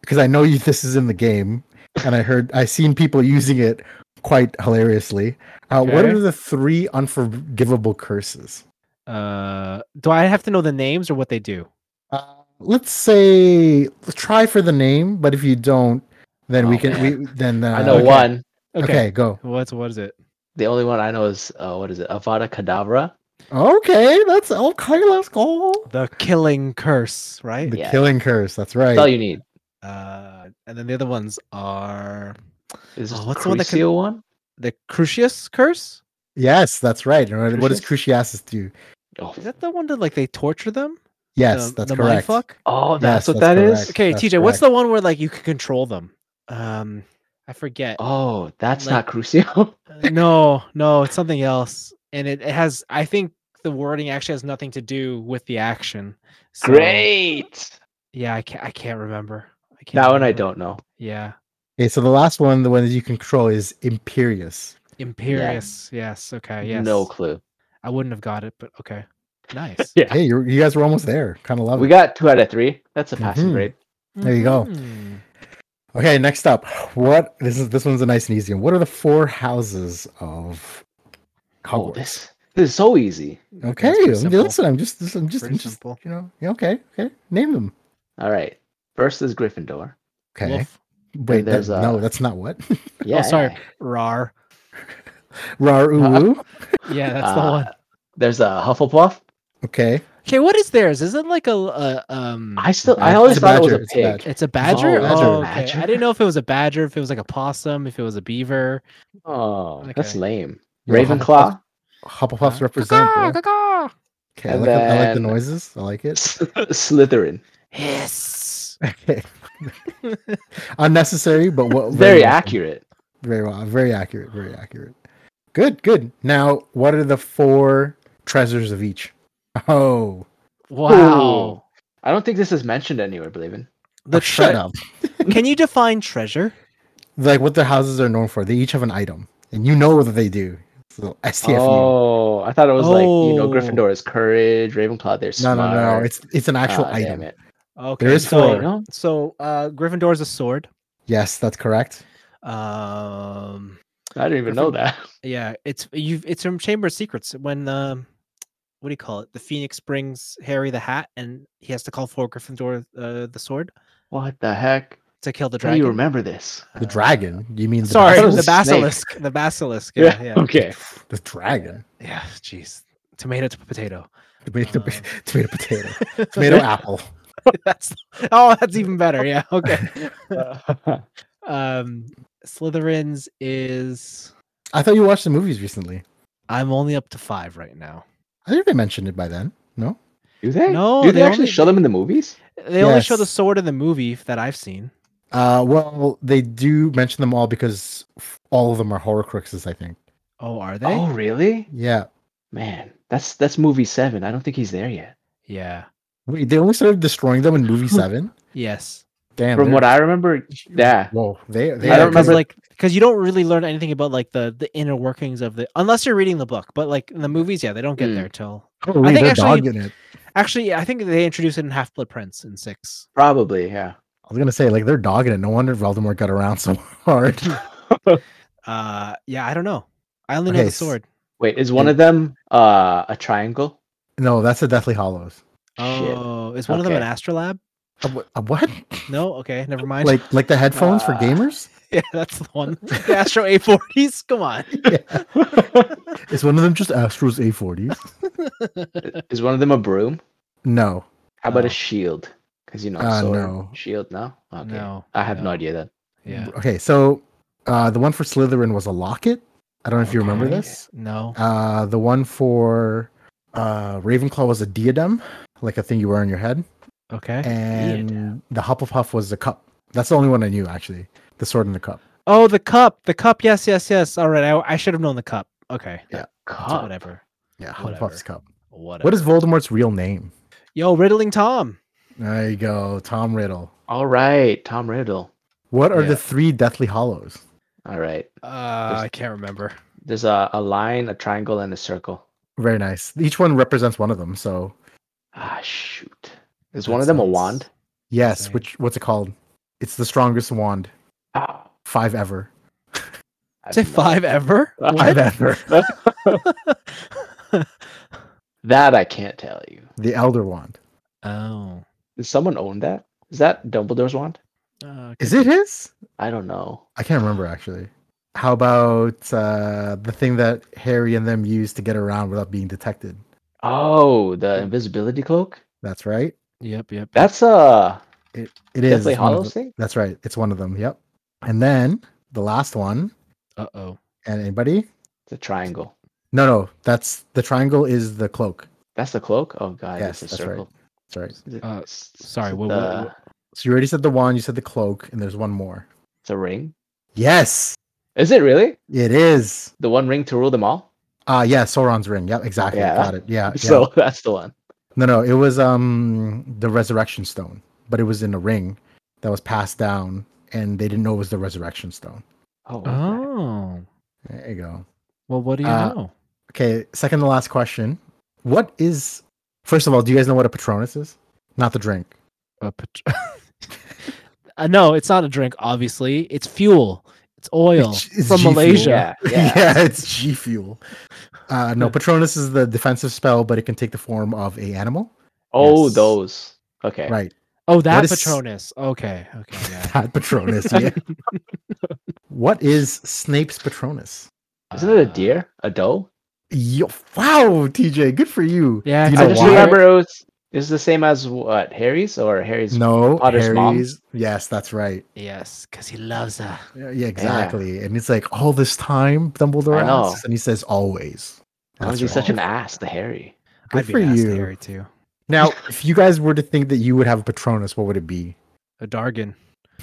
Speaker 1: because I know you. This is in the game, and I heard I seen people using it quite hilariously. Uh, What
Speaker 3: Okay.
Speaker 1: are the three unforgivable curses?
Speaker 3: Uh, do I have to know the names or what they do?
Speaker 1: Uh, let's say try for the name, but if you don't, then we
Speaker 3: Oh,
Speaker 1: can. We then uh,
Speaker 2: I know
Speaker 1: okay.
Speaker 2: one.
Speaker 1: Okay. go.
Speaker 3: What's what is it?
Speaker 2: The only one I know is uh, what is it? Avada Kedavra.
Speaker 1: Okay, that's oh, okay. Let's go.
Speaker 3: The killing curse, right?
Speaker 1: The
Speaker 2: Yeah.
Speaker 1: killing curse. That's right.
Speaker 2: That's all you need.
Speaker 3: Uh, and then the other ones are
Speaker 2: Is this
Speaker 3: Oh, what's
Speaker 2: what's the
Speaker 3: the one that can-
Speaker 2: Crucio one?
Speaker 3: the Crucius curse.
Speaker 1: yes, that's right. And what- What does Cruciasis do?
Speaker 2: Oh,
Speaker 3: Is that the one that like they torture them?
Speaker 1: Yes,
Speaker 3: The-
Speaker 1: that's
Speaker 3: the
Speaker 1: correct.
Speaker 3: mindfuck?
Speaker 2: oh that's
Speaker 1: Yes,
Speaker 2: what
Speaker 1: that's
Speaker 2: that is.
Speaker 1: correct.
Speaker 3: Okay,
Speaker 1: That's
Speaker 3: TJ, what's the one where like you can control them? Um, I forget.
Speaker 2: Oh, that's
Speaker 3: Like-
Speaker 2: not Crucio.
Speaker 3: Uh, no, no, it's something else, and it, it has. I think the wording actually has nothing to do with the action. So,
Speaker 2: Great.
Speaker 3: Yeah, I can't. I can't remember. I can't
Speaker 2: That one I
Speaker 3: remember.
Speaker 2: don't know.
Speaker 3: Yeah,
Speaker 1: Okay, so the last one, the one that you can control, is Imperious.
Speaker 3: Imperious. Yes. Okay. Yes.
Speaker 2: No clue.
Speaker 3: I wouldn't have got it, but okay. Nice.
Speaker 2: Yeah.
Speaker 1: Hey, you you guys were almost there. Kind of love
Speaker 2: We
Speaker 1: it.
Speaker 2: got two out of three. That's a passing
Speaker 1: Mhm.
Speaker 2: grade.
Speaker 1: There you go.
Speaker 3: Mhm.
Speaker 1: okay, next up, what this is? This one's a nice and easy one. What are the four houses of
Speaker 2: Oh,
Speaker 1: Hogwarts?
Speaker 2: this this is so easy.
Speaker 1: Okay,
Speaker 3: it's pretty
Speaker 1: I'm,
Speaker 3: simple.
Speaker 1: listen, I'm just, I'm just,
Speaker 3: Pretty
Speaker 1: I'm just
Speaker 3: simple.
Speaker 1: you know, yeah, okay, okay, name them.
Speaker 2: All right. First is Gryffindor.
Speaker 1: Okay,
Speaker 3: Wolf.
Speaker 1: wait, that,
Speaker 2: there's
Speaker 1: no,
Speaker 2: a-
Speaker 1: that's not what.
Speaker 2: Yeah.
Speaker 3: Oh, sorry. Rar.
Speaker 1: Raru.
Speaker 3: Yeah, that's the
Speaker 2: Uh,
Speaker 3: one.
Speaker 2: There's a Hufflepuff.
Speaker 1: Okay,
Speaker 3: Okay, what is theirs? Is it like a, a um?
Speaker 2: I still I
Speaker 1: It's
Speaker 2: always
Speaker 1: a
Speaker 2: thought it was
Speaker 1: badger,
Speaker 2: a
Speaker 1: it's a
Speaker 2: pig.
Speaker 1: badger.
Speaker 3: It's a badger.
Speaker 1: badger.
Speaker 3: Oh, okay.
Speaker 2: Badger?
Speaker 3: I didn't know if it was a badger, if it was like a possum, if it was a beaver.
Speaker 2: oh, that's
Speaker 3: Okay.
Speaker 2: lame.
Speaker 1: Yo,
Speaker 2: Ravenclaw.
Speaker 1: Hufflepuff- Hufflepuffs
Speaker 3: Huh?
Speaker 1: represent. bro.
Speaker 3: Caw,
Speaker 1: Okay, I
Speaker 2: And
Speaker 1: like, I like the
Speaker 2: then-
Speaker 1: noises. I like it.
Speaker 2: Slytherin.
Speaker 3: Hiss.
Speaker 1: Okay, unnecessary, but what?
Speaker 2: Very
Speaker 1: welcome.
Speaker 2: accurate.
Speaker 1: Very well. Very accurate. Very accurate. Good. Good. Now, what are the four treasures of each? Oh,
Speaker 3: Wow.
Speaker 2: I don't think this is mentioned anywhere, Blavin.
Speaker 3: The
Speaker 1: oh, shut
Speaker 3: tre-
Speaker 1: up.
Speaker 3: Can you define treasure?
Speaker 1: Like what their houses are known for. They each have an item, and you know what they do. So STFU.
Speaker 2: Oh, I thought it was like you know
Speaker 3: Oh.
Speaker 2: Gryffindor is courage, Ravenclaw they're
Speaker 1: No,
Speaker 2: smart.
Speaker 1: no, no. It's it's an actual
Speaker 2: Ah, damn
Speaker 1: item.
Speaker 2: it.
Speaker 3: Okay.
Speaker 1: is
Speaker 3: so,
Speaker 1: four.
Speaker 2: No?
Speaker 3: So, uh, Gryffindor is a sword.
Speaker 1: Yes, that's correct.
Speaker 3: Um,
Speaker 2: I didn't even know that.
Speaker 3: yeah, it's you. It's from Chamber of Secrets when um, what do you call it? The Phoenix brings Harry the hat, and he has to call for Gryffindor uh, the sword
Speaker 2: What the heck?
Speaker 3: to kill the
Speaker 2: How do
Speaker 3: dragon.
Speaker 2: you remember this?
Speaker 1: The
Speaker 3: Uh,
Speaker 1: dragon. You mean the
Speaker 3: Sorry,
Speaker 2: I thought it was
Speaker 3: the
Speaker 2: a
Speaker 1: basilisk?
Speaker 2: snake.
Speaker 3: basilisk. The basilisk. Yeah, yeah.
Speaker 2: Okay.
Speaker 1: The dragon.
Speaker 3: Yeah. Jeez. Tomato to potato.
Speaker 2: Uh.
Speaker 1: Tomato,
Speaker 3: Um.
Speaker 1: tomato, potato. Tomato, apple.
Speaker 3: that's oh, that's even better. Yeah. Okay. Um, Slytherins is
Speaker 1: I thought you watched the movies recently.
Speaker 3: I'm only up to five right now.
Speaker 1: I think they mentioned it by then. No.
Speaker 2: do they?
Speaker 3: No,
Speaker 2: Do they,
Speaker 3: they
Speaker 2: actually
Speaker 3: only-
Speaker 2: show them in the movies?
Speaker 3: They only show the
Speaker 1: Yes.
Speaker 3: sword in the movie that I've seen.
Speaker 1: Uh, well, they do mention them all because all of them are horcruxes. I think.
Speaker 3: Oh, are they?
Speaker 2: Oh, really?
Speaker 1: Yeah.
Speaker 2: Man, that's that's movie seven. I don't think he's there yet.
Speaker 3: Yeah.
Speaker 1: Wait, they only started destroying them in movie
Speaker 3: Hmm.
Speaker 1: seven.
Speaker 3: Yes.
Speaker 1: Damn.
Speaker 2: From
Speaker 1: they're-
Speaker 2: what I remember, yeah.
Speaker 1: Whoa, they. they
Speaker 2: I
Speaker 1: are
Speaker 3: Yeah,
Speaker 2: don't
Speaker 3: 'cause,
Speaker 2: remember-
Speaker 3: like because you don't really learn anything about like the the inner workings of the unless you're reading the book. But like in the movies, yeah, they don't get
Speaker 2: Mm.
Speaker 3: there till
Speaker 1: Holy,
Speaker 3: I think
Speaker 1: oh, they're
Speaker 3: actually-
Speaker 1: dogging it.
Speaker 3: actually. I think they introduced it in Half Blood Prince in six.
Speaker 2: Probably, yeah.
Speaker 1: I was gonna say like they're dogging it. No wonder Voldemort got around so hard.
Speaker 3: Uh, yeah, I don't know. I only know
Speaker 1: Okay,
Speaker 3: the
Speaker 1: s-
Speaker 3: sword.
Speaker 2: Wait, is one of them uh a triangle?
Speaker 1: no, that's the Deathly Hollows.
Speaker 2: Shit.
Speaker 3: Oh, is one of them an
Speaker 2: Okay.
Speaker 3: astrolabe?
Speaker 1: A wh- a what?
Speaker 3: No, okay, never mind.
Speaker 1: Like like the headphones for
Speaker 3: Ah.
Speaker 2: Uh,
Speaker 1: gamers?
Speaker 3: yeah, that's the one. The Astro A40s. Come on.
Speaker 1: Is one of them just Astros A40?
Speaker 2: Is one of them a broom?
Speaker 1: No.
Speaker 2: How about
Speaker 3: No.
Speaker 2: a shield? Because you know,
Speaker 1: Oh. Uh,
Speaker 2: sword,
Speaker 1: no.
Speaker 2: shield. No, okay.
Speaker 3: No,
Speaker 2: I have
Speaker 3: no.
Speaker 2: no, idea then.
Speaker 3: Yeah.
Speaker 1: Okay, so uh, the one for Slytherin was a locket. I don't know if you remember
Speaker 3: Okay.
Speaker 1: this.
Speaker 3: No.
Speaker 1: Uh, the one for uh, Ravenclaw was a diadem, like a thing you wear on your head,
Speaker 3: Okay.
Speaker 1: and the Hufflepuff was the cup. That's the only one I knew actually. The sword and the cup.
Speaker 3: Oh, the cup. The cup. Yes, yes, yes. All right. I, I should have known the cup. Okay.
Speaker 1: Yeah.
Speaker 3: It's
Speaker 2: Cup.
Speaker 3: whatever.
Speaker 1: Yeah,
Speaker 3: Whatever.
Speaker 1: Hufflepuff's cup.
Speaker 3: Whatever.
Speaker 1: What is Voldemort's real name?
Speaker 3: Yo, Riddling Tom.
Speaker 1: There you go, Tom Riddle.
Speaker 2: All right, Tom Riddle.
Speaker 1: What are
Speaker 3: Yeah.
Speaker 1: the three Deathly Hollows?
Speaker 2: All right.
Speaker 3: Uh, I can't remember.
Speaker 2: There's a, a line, a triangle, and a circle.
Speaker 1: Very nice. Each one represents one of them. So
Speaker 2: Ah, shoot. Is
Speaker 1: That
Speaker 2: one of them a
Speaker 1: sounds-
Speaker 2: wand?
Speaker 1: yes,
Speaker 3: Same.
Speaker 1: which what's it called? It's the strongest wand
Speaker 2: Oh,
Speaker 1: five ever.
Speaker 2: I
Speaker 3: Say
Speaker 2: have no-
Speaker 3: five ever?
Speaker 1: Five ever.
Speaker 2: That I can't tell you.
Speaker 1: The Elder Wand.
Speaker 3: oh.
Speaker 2: Does someone own that? Is that Dumbledore's wand?
Speaker 3: Uh,
Speaker 1: Is it his?
Speaker 2: I don't know.
Speaker 1: I can't remember actually. How about uh, the thing that Harry and them use to get around without being detected?
Speaker 2: Oh, the invisibility cloak.
Speaker 1: That's right.
Speaker 3: Yep, yep.
Speaker 2: That's a
Speaker 1: It is.
Speaker 2: Deathly
Speaker 1: it's one of
Speaker 2: Hollows
Speaker 1: the-
Speaker 2: thing.
Speaker 1: That's right. It's one of them. Yep. And then the last one.
Speaker 3: Uh oh.
Speaker 1: And anybody?
Speaker 2: It's a triangle.
Speaker 1: No, no. That's the triangle is the cloak.
Speaker 2: That's the cloak. Oh god,
Speaker 1: Yes,
Speaker 2: it's a
Speaker 1: that's right.
Speaker 2: circle.
Speaker 1: That's right.
Speaker 2: Is it-
Speaker 3: Uh,
Speaker 2: s-
Speaker 3: sorry,
Speaker 2: is it
Speaker 3: what- what-
Speaker 2: the-
Speaker 3: what-
Speaker 1: So you already said the wand. You said the cloak, and there's one more.
Speaker 2: It's a ring.
Speaker 1: Yes,
Speaker 2: Is it really
Speaker 1: it is.
Speaker 2: the one ring to rule them all?
Speaker 1: Uh yeah, Sauron's ring. Yep, exactly.
Speaker 2: Yeah.
Speaker 1: Got it. Uh, Yeah, yeah.
Speaker 2: So that's the one.
Speaker 1: no, no, it was um the resurrection stone, but it was in a ring that was passed down, and they didn't know it was the resurrection stone.
Speaker 2: Oh, okay.
Speaker 3: Oh.
Speaker 1: There you go.
Speaker 3: Well, what do you
Speaker 1: Uh,
Speaker 3: know?
Speaker 1: Okay, second to last question. What is? First of all, do you guys know what a Patronus is? Not the drink.
Speaker 3: A pat- uh, no, it's not a drink, obviously. It's fuel. It's oil
Speaker 1: It's- it's
Speaker 3: from
Speaker 1: G fuel.
Speaker 3: Malaysia.
Speaker 2: yeah, yeah.
Speaker 1: it's G fuel. Uh, no, Patronus is the defensive spell, but it can take the form of a animal.
Speaker 2: Oh,
Speaker 1: Yes.
Speaker 2: those. Okay.
Speaker 1: Right.
Speaker 3: Oh, that
Speaker 1: is-
Speaker 3: Patronus. Okay. Okay. Yeah.
Speaker 1: Pat Patronus. Yeah. what is Snape's Patronus?
Speaker 2: Isn't it a
Speaker 3: Uh,
Speaker 2: deer? A doe?
Speaker 1: Yo, wow, TJ, good for you.
Speaker 3: Yeah,
Speaker 1: Do you
Speaker 3: I
Speaker 1: know
Speaker 2: I just
Speaker 1: why?
Speaker 2: remember it was. Is the same as what Harry's or Harry's?
Speaker 1: No,
Speaker 2: Potter's mom?
Speaker 1: Harry's. Yes, that's right.
Speaker 3: Yes, because he loves her.
Speaker 1: Yeah, yeah, exactly. And it's like all this time, Dumbledore
Speaker 2: I know.
Speaker 1: asks, and he says always.
Speaker 2: Why
Speaker 1: That's
Speaker 2: was he
Speaker 1: right.
Speaker 2: such an ass to Harry?
Speaker 1: Good
Speaker 3: I'd be
Speaker 1: for
Speaker 3: nasty
Speaker 1: you.
Speaker 3: Harry too.
Speaker 1: Now, if you guys were to think that you would have a Patronus, what would it be?
Speaker 3: A Dargan.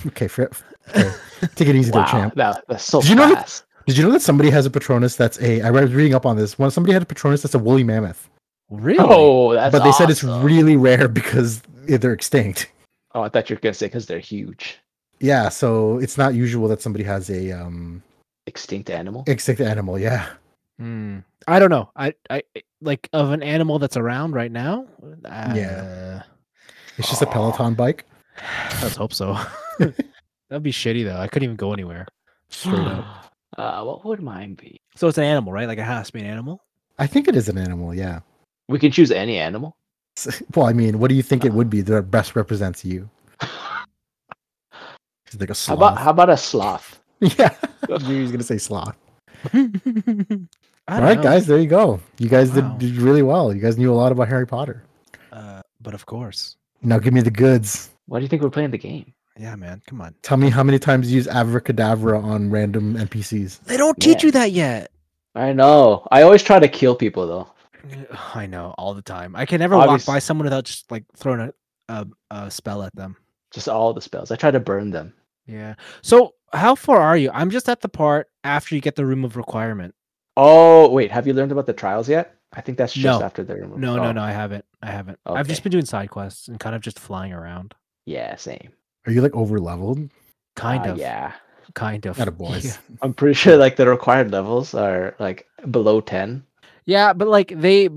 Speaker 1: Okay, fair- okay. take it easy there,
Speaker 2: Wow,
Speaker 1: champ.
Speaker 2: that, that's so
Speaker 1: Did you know that-
Speaker 2: fast.
Speaker 1: Did you know that somebody has a Patronus that's a? I was reading up on this. One somebody had a Patronus that's a woolly mammoth,
Speaker 3: Really?
Speaker 2: Oh, that's
Speaker 1: but they said it's
Speaker 2: awesome.
Speaker 1: really rare because they're extinct.
Speaker 2: Oh, I thought you were gonna say because they're huge,
Speaker 1: Yeah, so it's not usual that somebody has a um
Speaker 2: extinct animal.
Speaker 1: extinct animal. Yeah,
Speaker 3: Hmm. I don't know. I, I like of an animal that's around right now. Uh,
Speaker 1: Yeah. it's just a
Speaker 2: Aw.
Speaker 1: Peloton bike.
Speaker 3: Let's hope so. That'd be shitty though. I couldn't even go anywhere.
Speaker 1: Straight up.
Speaker 2: Uh, what would mine be?
Speaker 3: So it's an animal, right? Like it has to be an animal.
Speaker 1: I think it is an animal. Yeah.
Speaker 2: We can choose any animal.
Speaker 1: S- Well, I mean, what do you think it would be that best represents you? It's like a
Speaker 2: How
Speaker 1: sloth.
Speaker 2: about how about a sloth?
Speaker 1: yeah, I knew he was gonna say sloth.
Speaker 3: All
Speaker 1: All right, guys, there you go. You guys
Speaker 3: Wow.
Speaker 1: did, did really well. You guys knew a lot about Harry Potter.
Speaker 3: Uh, but of course.
Speaker 1: Now give me the goods.
Speaker 2: Why do you think we're playing the game?
Speaker 3: Yeah, man. Come on.
Speaker 1: Tell me how many times you use abracadabra on random NPCs.
Speaker 3: They don't
Speaker 2: teach you
Speaker 3: that yet.
Speaker 2: I know. I always try to kill people though.
Speaker 3: I know all the time. I can never
Speaker 2: Obvious-
Speaker 3: walk by someone without just like throwing a, a a spell at them.
Speaker 2: Just all the spells. I try to burn them.
Speaker 3: Yeah. So how far are you? I'm just at the part after you get the room of requirement.
Speaker 2: Oh wait, have you learned about the trials yet? I think that's just
Speaker 3: No.
Speaker 2: after the removal.
Speaker 3: No,
Speaker 2: Oh,
Speaker 3: no, no. I haven't. I haven't. I've just
Speaker 2: Okay.
Speaker 3: been doing side quests and kind of just flying around.
Speaker 2: Yeah, same.
Speaker 1: Are you like over leveled?
Speaker 3: Kind
Speaker 2: Uh,
Speaker 3: of.
Speaker 2: Yeah,
Speaker 3: Kind of.
Speaker 1: Not a boy.
Speaker 3: Yeah.
Speaker 2: I'm pretty sure like the required levels are like below ten.
Speaker 3: Yeah, but like they,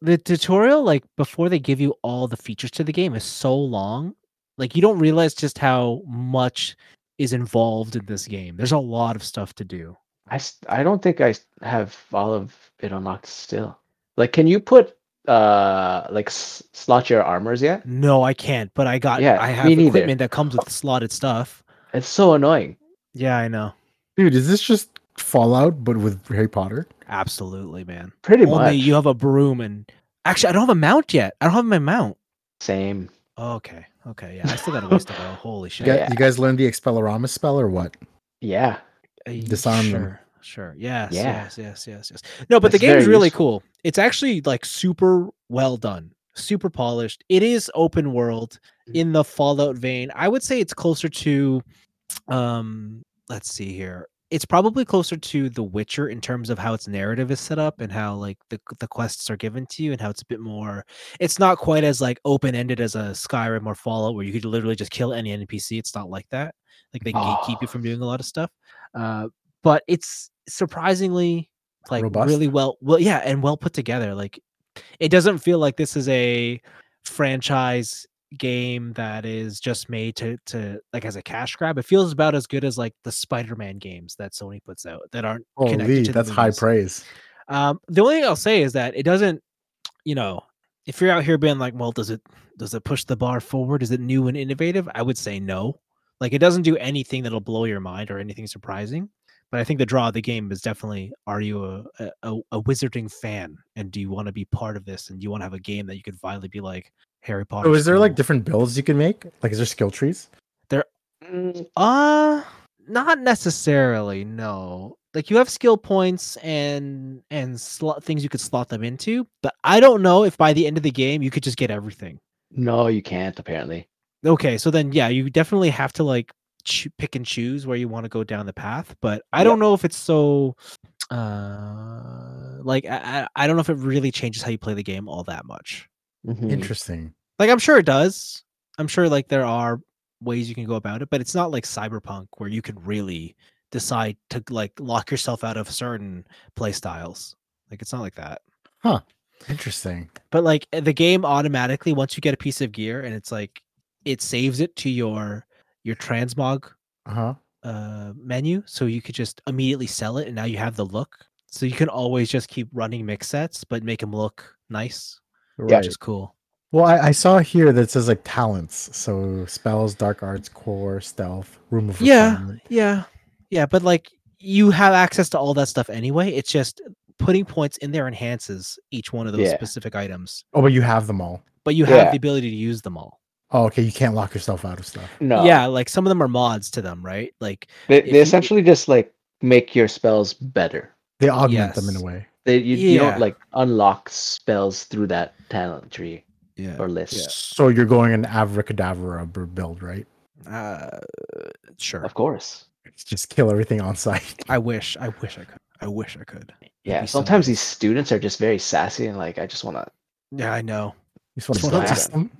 Speaker 3: the tutorial, like before they give you all the features to the game, is so long. Like you don't realize just how much is involved in this game. There's a lot of stuff to do.
Speaker 2: I s- I don't think I s- have all of it unlocked still. Like, can you put uh like s- slot your armors yet?
Speaker 3: No, I can't. But I got.
Speaker 2: Yeah,
Speaker 3: I
Speaker 2: me
Speaker 3: have
Speaker 2: neither.
Speaker 3: equipment that comes with slotted stuff.
Speaker 2: It's so annoying.
Speaker 3: Yeah, I know.
Speaker 1: Dude, is this just Fallout but with Harry Potter?
Speaker 3: Absolutely, man.
Speaker 2: Pretty
Speaker 3: Only
Speaker 2: much.
Speaker 3: you have a broom and actually, I don't have a mount yet. I don't have my mount.
Speaker 2: Same.
Speaker 3: Okay, okay, yeah. I still got a ways to go. Holy
Speaker 1: You,
Speaker 3: shit!
Speaker 1: got,
Speaker 2: Yeah.
Speaker 1: you guys learned the Expelliarmus spell or what?
Speaker 2: Yeah.
Speaker 3: Uh,
Speaker 1: disarm them.
Speaker 3: Sure, sure. Yes,
Speaker 2: Yeah.
Speaker 3: yes, yes, yes, yes. No, but the
Speaker 2: That's
Speaker 3: game's
Speaker 2: very
Speaker 3: really
Speaker 2: useful.
Speaker 3: cool. It's actually like super well done, super polished. It is open world
Speaker 2: Mm.
Speaker 3: in the Fallout vein. I would say it's closer to, um, let's see here. It's probably closer to The Witcher in terms of how its narrative is set up and how like the the quests are given to you and how it's a bit more. It's not quite as like open ended as a Skyrim or Fallout where you could literally just kill any NPC. It's not like that. Like they gatekeep
Speaker 2: Oh.
Speaker 3: you from doing a lot of stuff. Uh, but it's surprisingly like
Speaker 1: Robust?
Speaker 3: really well well yeah and well put together like it doesn't feel like this is a franchise game that is just made to to like as a cash grab it feels about as good as like the spider-man games that sony puts out that aren't
Speaker 1: Holy,
Speaker 3: connected to the
Speaker 1: that's high
Speaker 3: movies.
Speaker 1: praise.
Speaker 3: Um, the only thing I'll say is that it doesn't, you know, if you're out here being like, well, does it does it push the bar forward? Is it new and innovative? I would say no. Like it doesn't do anything that'll blow your mind or anything surprising. But I think the draw of the game is definitely: Are you a a- a, a wizarding fan, and do you want to be part of this, and do you want to have a game that you could finally be like Harry Potter?
Speaker 1: So Oh, is there like
Speaker 3: school?
Speaker 1: different builds you can make? Like is there skill trees?
Speaker 2: Mm,
Speaker 3: Uh not necessarily, no. Like you have skill points and and slot things you could slot them into, but I don't know if by the end of the game you could just get everything.
Speaker 2: No, you can't apparently.
Speaker 3: Okay, so then yeah, you definitely have to like choo- pick and choose where you want to go down the path, but I
Speaker 2: Yep.
Speaker 3: don't know if it's so uh like I, I I don't know if it really changes how you play the game all that much.
Speaker 2: Mhm.
Speaker 1: Interesting.
Speaker 3: Like I'm sure it does. I'm sure like there are ways you can go about it, but it's not like Cyberpunk where you can really decide to like lock yourself out of certain play styles. Like it's not like that.
Speaker 1: Interesting.
Speaker 3: But like eh, the game automatically once you get a piece of gear and it's like it saves it to your your transmog
Speaker 1: Uh-huh.
Speaker 3: uh menu so you could just immediately sell it and now you have the look. So you can always just keep running mix sets but make them look nice,
Speaker 1: Right.
Speaker 2: Yeah.
Speaker 3: which is cool.
Speaker 1: Well, I, I saw here that it says like talents. So spells, dark arts, core, stealth, room of
Speaker 3: Yeah.
Speaker 1: refinement.
Speaker 3: Yeah. Yeah, but like you have access to all that stuff anyway. It's just putting points in there enhances each one of those
Speaker 2: Yeah.
Speaker 3: specific items.
Speaker 1: Oh, but you have them all.
Speaker 3: But you have
Speaker 2: Yeah.
Speaker 3: the ability to use them all.
Speaker 1: Oh, okay. You can't lock yourself out of stuff.
Speaker 2: No.
Speaker 3: Yeah, like some of them are mods to them, right? Like
Speaker 2: They,
Speaker 3: if
Speaker 2: they
Speaker 3: you-
Speaker 2: essentially just like make your spells better.
Speaker 1: They augment them in
Speaker 3: Yes.
Speaker 1: a way.
Speaker 2: They you, you
Speaker 3: Yeah.
Speaker 2: don't like unlock spells through that talent tree
Speaker 3: yeah.
Speaker 2: or list.
Speaker 1: So you're going an abracadabra b- build, right?
Speaker 3: Uh, sure.
Speaker 2: Of course.
Speaker 1: Just kill everything on sight.
Speaker 3: I wish I wish I could. I wish I could.
Speaker 2: Yeah.
Speaker 3: be so
Speaker 2: Sometimes
Speaker 3: nice.
Speaker 2: these students are just very sassy and like I just wanna
Speaker 3: Yeah, I know.
Speaker 1: You just want to
Speaker 2: Just wanna
Speaker 1: blast them.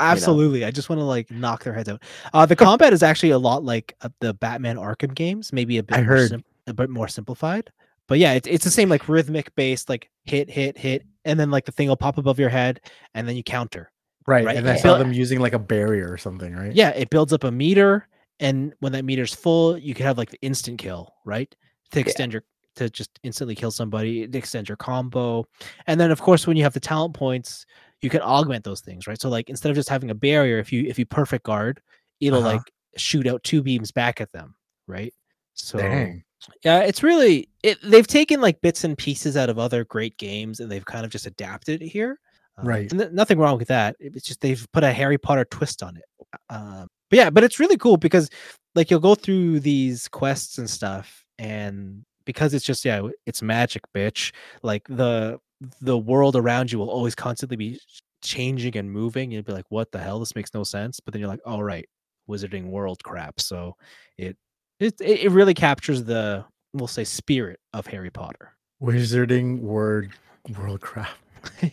Speaker 3: Absolutely. I just want to like knock their heads out. Uh the combat is actually a lot like uh, the Batman Arkham games, maybe a bit
Speaker 1: I
Speaker 3: more
Speaker 1: heard.
Speaker 3: sim- a bit more simplified. But yeah, it's it's the same like rhythmic based like hit hit hit and then like the thing will pop above your head and then you counter.
Speaker 1: Right.
Speaker 3: Right,
Speaker 1: And I
Speaker 2: yeah.
Speaker 1: saw
Speaker 2: Build-
Speaker 1: them using like a barrier or something, right?
Speaker 3: Yeah, it builds up a meter and when that meter's full, you can have like the instant kill, right? To extend your to just instantly kill somebody, to extend your combo. And then of course when you have the talent points, you can augment those things, right? So like instead of just having a barrier, if you if you perfect guard, it'll
Speaker 1: Uh-huh.
Speaker 3: like shoot out two beams back at them, right? So
Speaker 1: Dang.
Speaker 3: yeah, it's really it, they've taken like bits and pieces out of other great games and they've kind of just adapted it here. Um,
Speaker 1: Right.
Speaker 3: and th- nothing wrong with that. It- It's just they've put a Harry Potter twist on it. Um, but yeah, but it's really cool because like you'll go through these quests and stuff, and because it's just yeah, it's magic, bitch. Like the the world around you will always constantly be changing and moving. You'll be like, what the hell? This makes no sense. But then you're like, all right, wizarding world crap. So it it it it really captures the we'll say spirit of Harry Potter.
Speaker 1: Wizarding word world crap.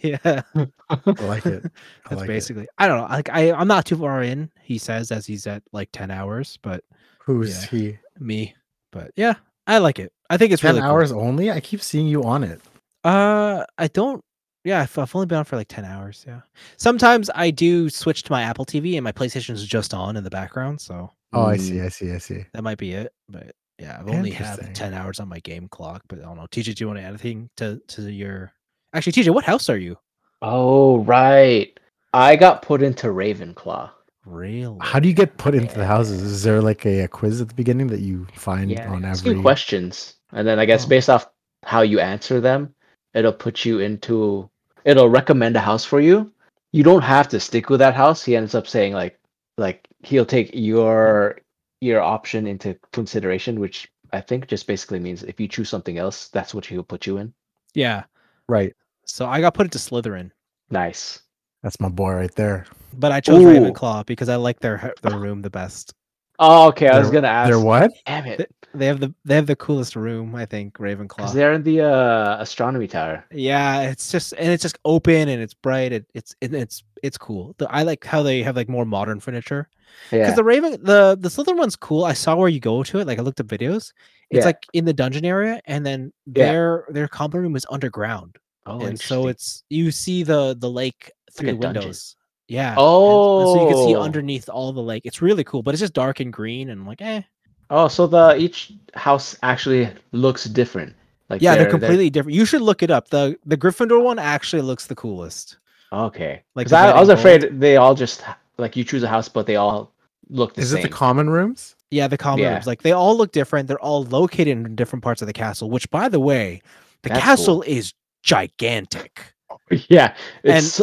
Speaker 3: yeah.
Speaker 1: I like it. I
Speaker 3: That's
Speaker 1: like it.
Speaker 3: basically. I don't know. Like I, I'm not too far in. He says as he's at like ten hours, but
Speaker 1: Who's
Speaker 3: Yeah.
Speaker 1: he?
Speaker 3: me. But yeah, I like it. I think it's
Speaker 1: Ten
Speaker 3: really cool.
Speaker 1: hours only? I keep seeing you on it.
Speaker 3: Uh, I don't. Yeah, I've, I've only been on for like ten hours. Yeah. Sometimes I do switch to my Apple TV and my PlayStation's just on in the background, so
Speaker 1: Oh, I see.
Speaker 2: Mm.
Speaker 1: I see. I see.
Speaker 3: that might be it. But yeah, I've only have
Speaker 1: Interesting.
Speaker 3: ten hours on my game clock. But I don't know. TJ, do you want to add anything to to your? Actually, TJ, what house are you?
Speaker 2: Oh right. I got put into Ravenclaw.
Speaker 3: Really?
Speaker 1: How do you get put into the houses? Is there like a, a quiz at the beginning that you find
Speaker 2: Yeah,
Speaker 1: on
Speaker 2: asking
Speaker 1: every?
Speaker 2: questions, and then I guess
Speaker 1: Oh.
Speaker 2: based off how you answer them, it'll put you into. It'll recommend a house for you. You don't have to stick with that house. He ends up saying like, like he'll take your your option into consideration, which I think just basically means if you choose something else, that's what he'll put you in.
Speaker 3: Yeah.
Speaker 1: Right,
Speaker 3: So I got put into Slytherin,
Speaker 2: Nice.
Speaker 1: that's my boy right there.
Speaker 3: but I chose
Speaker 2: Ooh.
Speaker 3: Ravenclaw because I like their their room the best.
Speaker 2: Oh, okay. I was
Speaker 1: They're-
Speaker 2: gonna ask.
Speaker 1: They're what?
Speaker 2: Damn it,
Speaker 3: They have the they have the coolest room, I think,
Speaker 2: because
Speaker 3: Ravenclaw.
Speaker 2: they're in the uh, astronomy tower.
Speaker 3: Yeah, it's just and it's just open and it's bright. It, it's and it's it's cool. The, I like how they have like more modern furniture. Because
Speaker 2: Yeah.
Speaker 3: the Raven, the the Slytherin one's cool. I saw where you go to it. Like I looked up videos. It's
Speaker 2: Yeah.
Speaker 3: like in the dungeon area, and then
Speaker 2: Yeah.
Speaker 3: their their common room is underground,
Speaker 2: oh,
Speaker 3: and so
Speaker 2: interesting.
Speaker 3: it's you see the the lake through
Speaker 2: a
Speaker 3: the
Speaker 2: dungeon.
Speaker 3: windows. Yeah. and- and so you can see
Speaker 2: Oh.
Speaker 3: underneath all the lake. It's really cool, but it's just dark and green, and like eh.
Speaker 2: Oh, so the each house actually looks different. Like
Speaker 3: yeah, they're, completely different. You should look it up. the The Gryffindor one actually looks the coolest.
Speaker 2: okay.
Speaker 3: like
Speaker 2: Like
Speaker 3: the
Speaker 2: I,
Speaker 3: red
Speaker 2: I was
Speaker 3: and gold.
Speaker 2: afraid they all just like you choose a house, but they all look the
Speaker 1: Is
Speaker 2: same.
Speaker 1: it the common rooms?
Speaker 3: Yeah, the common
Speaker 2: Yeah.
Speaker 3: rooms. Like they all look different. They're all located in different parts of the castle. Which, by the way, the
Speaker 2: That's cool.
Speaker 3: castle is gigantic.
Speaker 2: yeah,
Speaker 3: And uh,
Speaker 2: it's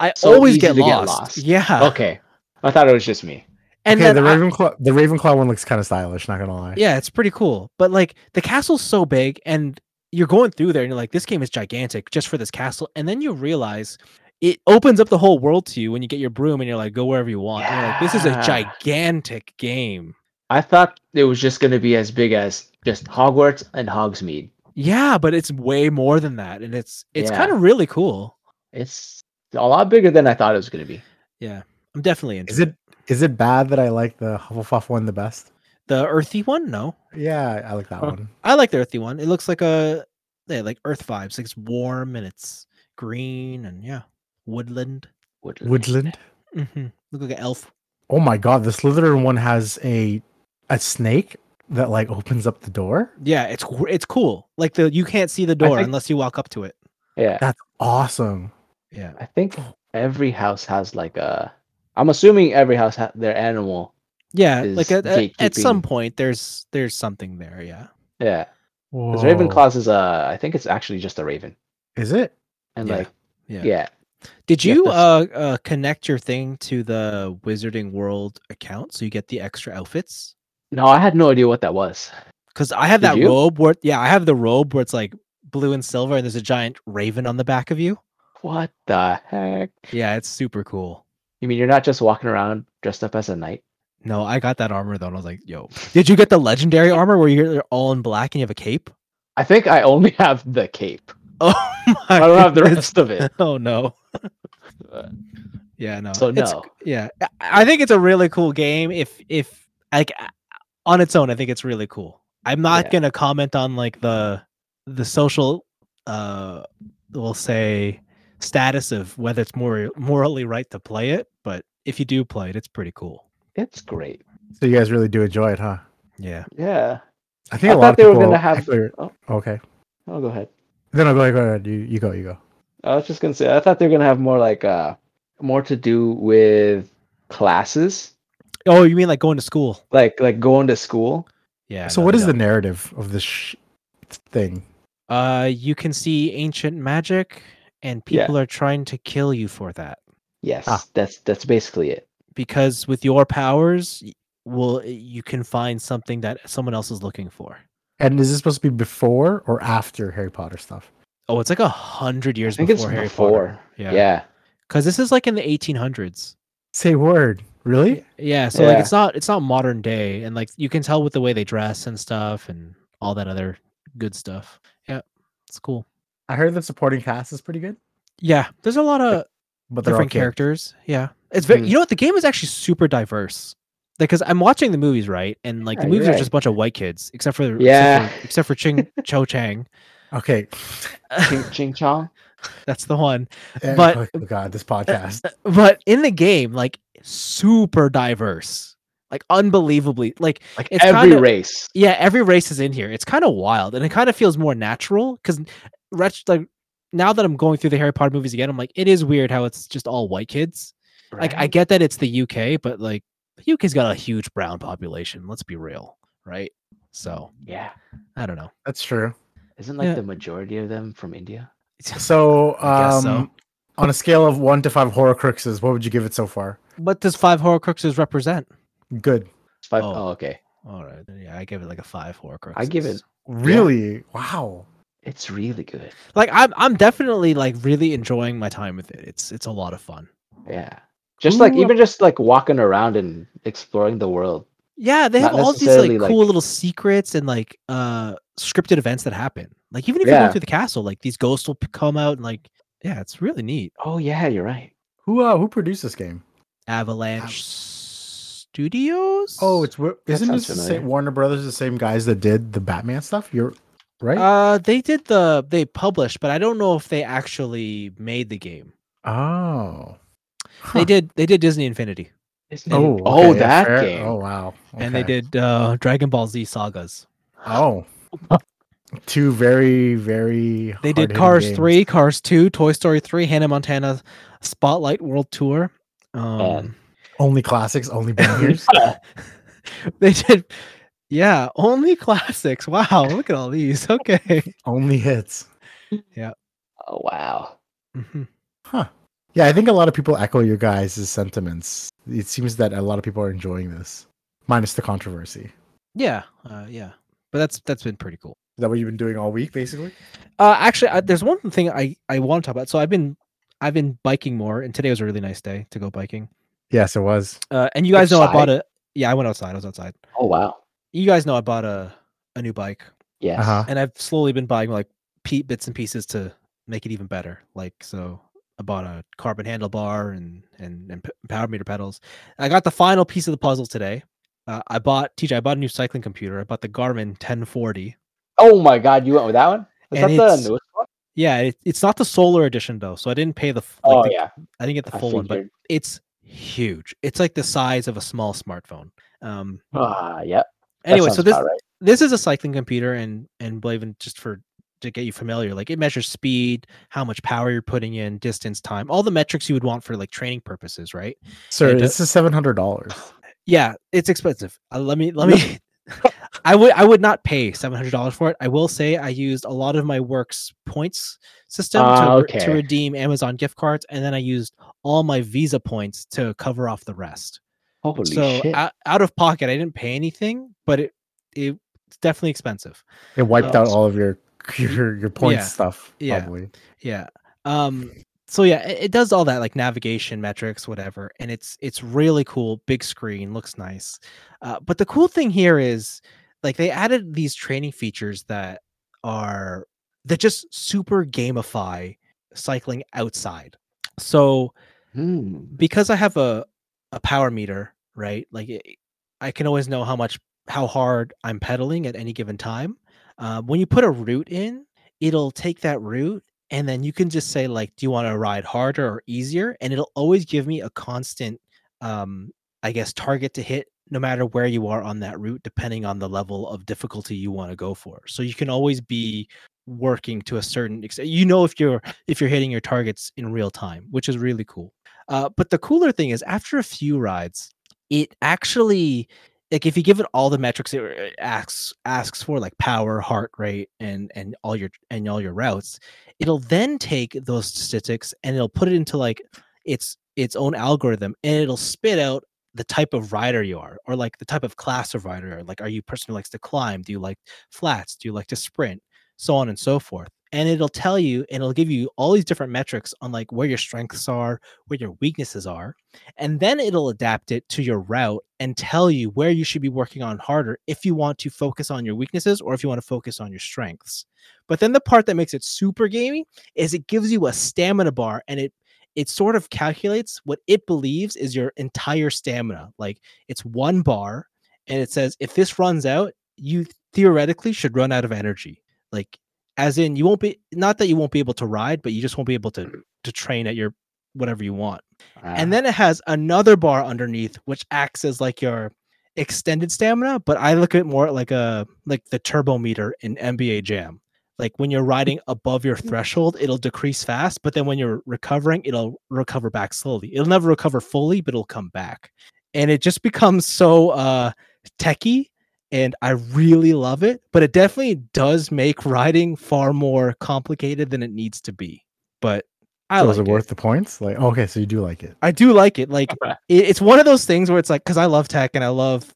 Speaker 3: I
Speaker 2: so
Speaker 3: always
Speaker 2: easy
Speaker 3: get
Speaker 2: to get
Speaker 3: lost.
Speaker 2: lost. Oh,
Speaker 3: Yeah.
Speaker 2: okay. I thought it was just me.
Speaker 3: And
Speaker 1: okay,
Speaker 3: then
Speaker 1: the
Speaker 3: I-
Speaker 1: Ravenclaw, the Ravenclaw one looks kind of stylish. Not gonna lie.
Speaker 3: yeah, it's pretty cool. But like the castle's so big and you're going through there and you're like this game is gigantic just for this castle and then you realize it opens up the whole world to you when you get your broom and you're like go wherever you want. And you're like this is a
Speaker 2: Yeah.
Speaker 3: gigantic game.
Speaker 2: I thought it was just gonna be as big as just Hogwarts and Hogsmeade.
Speaker 3: Yeah, but it's way more than that and it's it's
Speaker 2: Yeah.
Speaker 3: kind of really cool.
Speaker 2: It's a lot bigger than I thought it was gonna be.
Speaker 3: Yeah. I'm definitely into
Speaker 1: Is it is it bad that I like the Hufflepuff one the best?
Speaker 3: The earthy one? No.
Speaker 1: Yeah, I like that
Speaker 2: Huh.
Speaker 1: one.
Speaker 3: I like the earthy one. It looks like a yeah, like earth vibes. Like it's warm and it's green and yeah, woodland.
Speaker 2: Woodland.
Speaker 1: Woodland.
Speaker 3: Mm-hmm. Look like an elf.
Speaker 1: Oh my god, the Slytherin one has a a snake that like opens up the door.
Speaker 3: Yeah, it's w- it's cool. Like the you can't see the door
Speaker 2: think-
Speaker 3: unless you walk up to it.
Speaker 2: Yeah.
Speaker 1: That's awesome.
Speaker 3: Yeah.
Speaker 2: I think
Speaker 1: Oh.
Speaker 2: every house has like a. I'm assuming every house ha- their animal.
Speaker 3: Yeah, like
Speaker 2: Is
Speaker 3: at, at, at some
Speaker 2: gatekeeping-
Speaker 3: point there's there's something there, yeah.
Speaker 2: Yeah.
Speaker 1: Whoa.
Speaker 2: Because Ravenclaw's is a. I think it's actually just a raven.
Speaker 1: Is it?
Speaker 2: And
Speaker 3: Yeah,
Speaker 2: like,
Speaker 3: yeah.
Speaker 2: yeah.
Speaker 3: Did
Speaker 2: Yeah,
Speaker 3: you uh,
Speaker 2: that's-
Speaker 3: uh connect your thing to the Wizarding World account so you get the extra outfits?
Speaker 2: No, I had no idea what that was.
Speaker 3: Cuz I have
Speaker 2: Did
Speaker 3: that
Speaker 2: you?
Speaker 3: robe where yeah, I have the robe where it's like blue and silver and there's a giant raven on the back of you.
Speaker 2: What the heck?
Speaker 3: Yeah, it's super cool.
Speaker 2: You mean you're not just walking around dressed up as a knight?
Speaker 3: No, I got that armor though, and I was like, "Yo, did you get the legendary armor where you're all in black and you have a cape?"
Speaker 2: I think I only have the cape.
Speaker 3: Oh my!
Speaker 2: I don't have the
Speaker 3: goodness.
Speaker 2: rest of it.
Speaker 3: Oh no!
Speaker 2: Uh,
Speaker 3: Yeah, no.
Speaker 2: So
Speaker 3: it's-
Speaker 2: no.
Speaker 3: Yeah, I- I think it's a really cool game. If if like a- on its own, I think it's really cool. I'm not
Speaker 2: Yeah.
Speaker 3: gonna comment on like the the social, uh, we'll say status of whether it's more morally right to play it, but if you do play it, it's pretty cool.
Speaker 2: It's great.
Speaker 1: So you guys really do enjoy it, huh?
Speaker 3: Yeah.
Speaker 2: Yeah.
Speaker 1: I think
Speaker 2: I
Speaker 1: a lot
Speaker 2: thought
Speaker 1: of
Speaker 2: they were
Speaker 1: people
Speaker 2: gonna have-
Speaker 1: actually-
Speaker 2: oh.
Speaker 1: Okay.
Speaker 2: Oh, go ahead.
Speaker 1: Then I'll go ahead. Go ahead. You, you go. You go.
Speaker 2: I was just gonna say. I thought they were gonna have more like uh, more to do with classes,
Speaker 3: Oh, you mean like going to school?
Speaker 2: like like going to school.
Speaker 3: Yeah.
Speaker 1: so
Speaker 3: no,
Speaker 1: what
Speaker 3: they
Speaker 1: is
Speaker 3: don't.
Speaker 1: the narrative of this sh- thing?
Speaker 3: Uh, you can see ancient magic, and
Speaker 2: Yeah.
Speaker 3: people are trying to kill you for that
Speaker 2: Yes,
Speaker 1: Ah.
Speaker 2: that's that's basically it.
Speaker 3: because with your powers, y- will you can find something that someone else is looking for.
Speaker 1: And is this supposed to be before or after Harry Potter stuff?
Speaker 3: Oh, it's like a hundred years
Speaker 2: think it's
Speaker 3: before Harry Potter.
Speaker 2: before, Yeah. yeah.
Speaker 3: because this is like in the 1800s.
Speaker 1: Say word. Really?
Speaker 3: Yeah, so like
Speaker 2: Yeah.
Speaker 3: it's not it's not modern day, and like you can tell with the way they dress and stuff, and all that other good stuff. Yeah, it's cool.
Speaker 1: I heard the supporting cast is pretty good,
Speaker 3: Yeah, there's a lot of
Speaker 1: but they're all
Speaker 3: different
Speaker 1: kids.
Speaker 3: characters. Yeah, it's very.
Speaker 2: Mm.
Speaker 3: You know what? The game is actually super diverse. Because I'm watching the movies, right? And like the
Speaker 2: Oh, Yeah,
Speaker 3: movies
Speaker 2: you're
Speaker 3: are just a bunch of white kids, except for except
Speaker 2: Yeah.
Speaker 3: for- except for, Ching Cho Chang.
Speaker 1: Okay.
Speaker 2: Ching, ching chong.
Speaker 3: That's the one.
Speaker 1: Eh,
Speaker 3: But-
Speaker 1: oh my god, this podcast.
Speaker 3: But in the game, like super diverse, like unbelievably, like
Speaker 2: Like
Speaker 3: It's
Speaker 2: every
Speaker 3: kinda-
Speaker 2: race.
Speaker 3: yeah, every race is in here. It's kind of wild, and it kind of feels more natural because ret- like now that I'm going through the Harry Potter movies again, I'm like, it is weird how it's just all white kids. Like, I get that it's the UK, but like, the UK's got a huge brown population. Let's be real, right? So
Speaker 2: yeah,
Speaker 3: I don't know.
Speaker 1: That's true.
Speaker 2: isn't like
Speaker 3: Yeah.
Speaker 2: the majority of them from India?
Speaker 1: So,
Speaker 3: I
Speaker 1: um,
Speaker 3: guess so.
Speaker 1: on a scale of one to five horror cruxes, what would you give it so far?
Speaker 3: What does five Horcruxes represent?
Speaker 1: Good.
Speaker 2: It's Five oh
Speaker 3: Oh.
Speaker 2: okay.
Speaker 3: All right, then, yeah, I give it like a five Horcruxes.
Speaker 2: I give it-
Speaker 1: Really? Wow.
Speaker 2: It's really good.
Speaker 3: like I'm. I'm definitely like really enjoying my time with it. It's it's a lot of fun.
Speaker 2: Yeah, just like
Speaker 1: Who-
Speaker 2: even just like walking around and exploring the world.
Speaker 3: Yeah, they
Speaker 2: Not
Speaker 3: have all these
Speaker 2: necessarily,
Speaker 3: like
Speaker 2: like-
Speaker 3: cool little secrets and like uh scripted events that happen. Like even if you
Speaker 2: Yeah.
Speaker 3: go through the castle, like these ghosts will p- come out and like yeah, it's really neat.
Speaker 2: Oh yeah, you're right.
Speaker 1: Who uh, who produced this game?
Speaker 3: Avalanche
Speaker 1: Av-
Speaker 3: Studios.
Speaker 1: Oh, it's Wa- isn't
Speaker 2: sounds
Speaker 1: this the
Speaker 2: familiar.
Speaker 1: same, Warner Brothers the same guys that did the Batman stuff? You're right.
Speaker 3: uh they did the they published, but I don't know if they actually made the game.
Speaker 1: oh.
Speaker 3: They
Speaker 1: Huh.
Speaker 3: did they did Disney Infinity
Speaker 2: Isn't it-
Speaker 1: Oh,
Speaker 2: oh
Speaker 1: okay, yeah,
Speaker 2: that
Speaker 1: fair-
Speaker 2: game.
Speaker 1: Oh, wow.
Speaker 3: and they
Speaker 1: Okay.
Speaker 3: did uh Dragon Ball Z sagas.
Speaker 1: Oh. Two very, very.
Speaker 3: They
Speaker 1: hard-hitting
Speaker 3: did Cars
Speaker 1: games.
Speaker 3: 3, Cars 2, Toy Story 3, Hannah Montana Spotlight World Tour. Um
Speaker 1: Oh.
Speaker 2: Man.
Speaker 1: Only classics, only bangers.
Speaker 3: they did yeah only classics wow look at all these okay
Speaker 1: only hits.
Speaker 2: Oh wow.
Speaker 3: Mhm.
Speaker 1: Huh. Yeah, I think a lot of people echo your guys' sentiments. It seems that a lot of people are enjoying this, minus the controversy. Is
Speaker 3: yeah uh, yeah but that's that's been pretty cool
Speaker 1: that what you've been doing all week, basically?
Speaker 3: uh actually I, there's one thing i i want to talk about so i've been i've been biking more and today was a really nice day to go biking
Speaker 1: Yes, it was.
Speaker 3: uh and you guys know i bought
Speaker 2: Outside?
Speaker 3: a yeah i went outside i was outside
Speaker 2: Oh wow.
Speaker 3: you guys know i bought a a new bike
Speaker 2: Yes.
Speaker 1: Uh huh.
Speaker 3: and i've slowly been buying like pe- bits and pieces to make it even better like so i bought a carbon handlebar and and, and p- power meter pedals i got the final piece of the puzzle today uh, i bought tj i bought a new cycling computer i bought the garmin 1040
Speaker 2: Oh my god, you went with that one? Is
Speaker 3: And
Speaker 2: that the
Speaker 3: it's-
Speaker 2: newest one?
Speaker 3: yeah it, it's not the solar edition though so i didn't pay the f- like,
Speaker 2: Oh
Speaker 3: the-
Speaker 2: yeah.
Speaker 3: i didn't get the
Speaker 2: I
Speaker 3: full one but
Speaker 2: figured.
Speaker 3: it's huge it's like the size of a small smartphone um
Speaker 2: Ah, yep. that
Speaker 3: anyway so
Speaker 2: sounds
Speaker 3: this
Speaker 2: about right.
Speaker 3: this is a cycling computer and and Blaven just for to get you familiar like it measures speed how much power you're putting in distance time all the metrics you would want for like training purposes right
Speaker 1: Sir,
Speaker 3: It does-
Speaker 1: this is seven hundred dollars.
Speaker 3: yeah it's expensive uh, let me let me i would i would not pay $700 for it i will say i used a lot of my work's points system
Speaker 2: Ah,
Speaker 3: to, re-
Speaker 2: okay.
Speaker 3: to redeem amazon gift cards and then i used all my visa points to cover off the rest
Speaker 2: Holy
Speaker 3: so uh,
Speaker 2: shit.
Speaker 3: out, out of pocket i didn't pay anything but it it- it's definitely expensive
Speaker 1: It wiped
Speaker 3: Oh.
Speaker 1: out all of your your your points
Speaker 3: Yeah.
Speaker 1: stuff.
Speaker 3: Yeah.
Speaker 1: Probably.
Speaker 3: yeah um so yeah it, it does all that like navigation metrics whatever and it's it's really cool big screen looks nice uh, but the cool thing here is like they added these training features that are that just super gamify cycling outside so
Speaker 2: Hmm.
Speaker 3: because I have a a power meter, right? Like it, I can always know how much how hard I'm pedaling at any given time. Uh, when you put a route in, it'll take that route and then you can just say like, do you want to ride harder or easier? And it'll always give me a constant, um, I guess, target to hit no matter where you are on that route, depending on the level of difficulty you want to go for. So you can always be working to a certain extent. You know if you're if you're hitting your targets in real time, which is really cool. Uh, but the cooler thing is, after a few rides, it actually like if you give it all the metrics it it asks asks for, like power, heart rate, and and all your and all your routes, it'll then take those statistics and it'll put it into like its its own algorithm, and it'll spit out the type of rider you are, or like the type of class of rider. you are. Like, are you a person who likes to climb? Do you like flats? Do you like to sprint? So on and so forth. And it'll tell you, and it'll give you all these different metrics on like where your strengths are, where your weaknesses are, and then it'll adapt it to your route and tell you where you should be working on harder if you want to focus on your weaknesses or if you want to focus on your strengths. But then the part that makes it super gamey is it gives you a stamina bar and it it sort of calculates what it believes is your entire stamina. Like it's one bar and it says if this runs out, you theoretically should run out of energy. Like as in you won't be not that you won't be able to ride, but you just won't be able to to train at your whatever you want. And then it has another bar underneath, which acts as like your extended stamina. But I look at it more like a like the turbo meter in NBA Jam. like when you're riding above your
Speaker 1: Mm.
Speaker 3: threshold, it'll decrease fast, but then when you're recovering, it'll recover back slowly. It'll never recover fully, but it'll come back. And it just becomes so uh techie and I really love it, but it definitely does make riding far more complicated than it needs to be. But I
Speaker 1: So
Speaker 3: like
Speaker 1: is it worth the points? Like, okay, so you do like it.
Speaker 3: I do like it. Like
Speaker 2: Okay.
Speaker 3: it, it's one of those things where it's like because I love tech and I love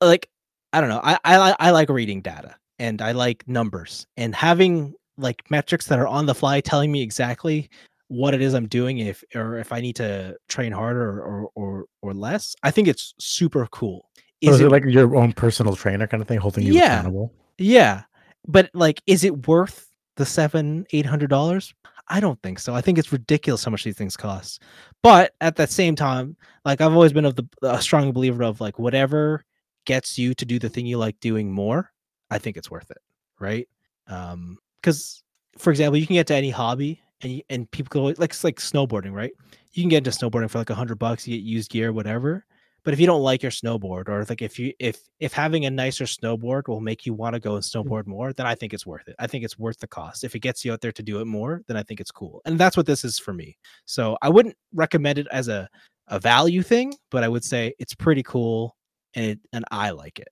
Speaker 3: like I don't know. I I li- I like reading data and I like numbers and having like metrics that are on the fly telling me exactly what it is I'm doing if or if I need to train harder or or or less. I think it's super cool.
Speaker 1: So is it like your own personal trainer kind of thing, holding you
Speaker 3: Yeah.
Speaker 1: accountable?
Speaker 3: Yeah, but like, is it worth the seven, eight hundred dollars? I don't think so. I think it's ridiculous how much these things cost. But at that same time, like I've always been of the a strong believer of like whatever gets you to do the thing you like doing more, I think it's worth it, right? Um, because for example, you can get to any hobby and you, and people go like it's like snowboarding, right? You can get into snowboarding for like a hundred bucks, you get used gear, whatever but if you don't like your snowboard or like if you if if having a nicer snowboard will make you want to go
Speaker 1: Mm.
Speaker 3: and snowboard more then i think it's worth it i think it's worth the cost if it gets you out there to do it more then i think it's cool and that's what this is for me so i wouldn't recommend it as a a value thing but i would say it's pretty cool and it, and i like it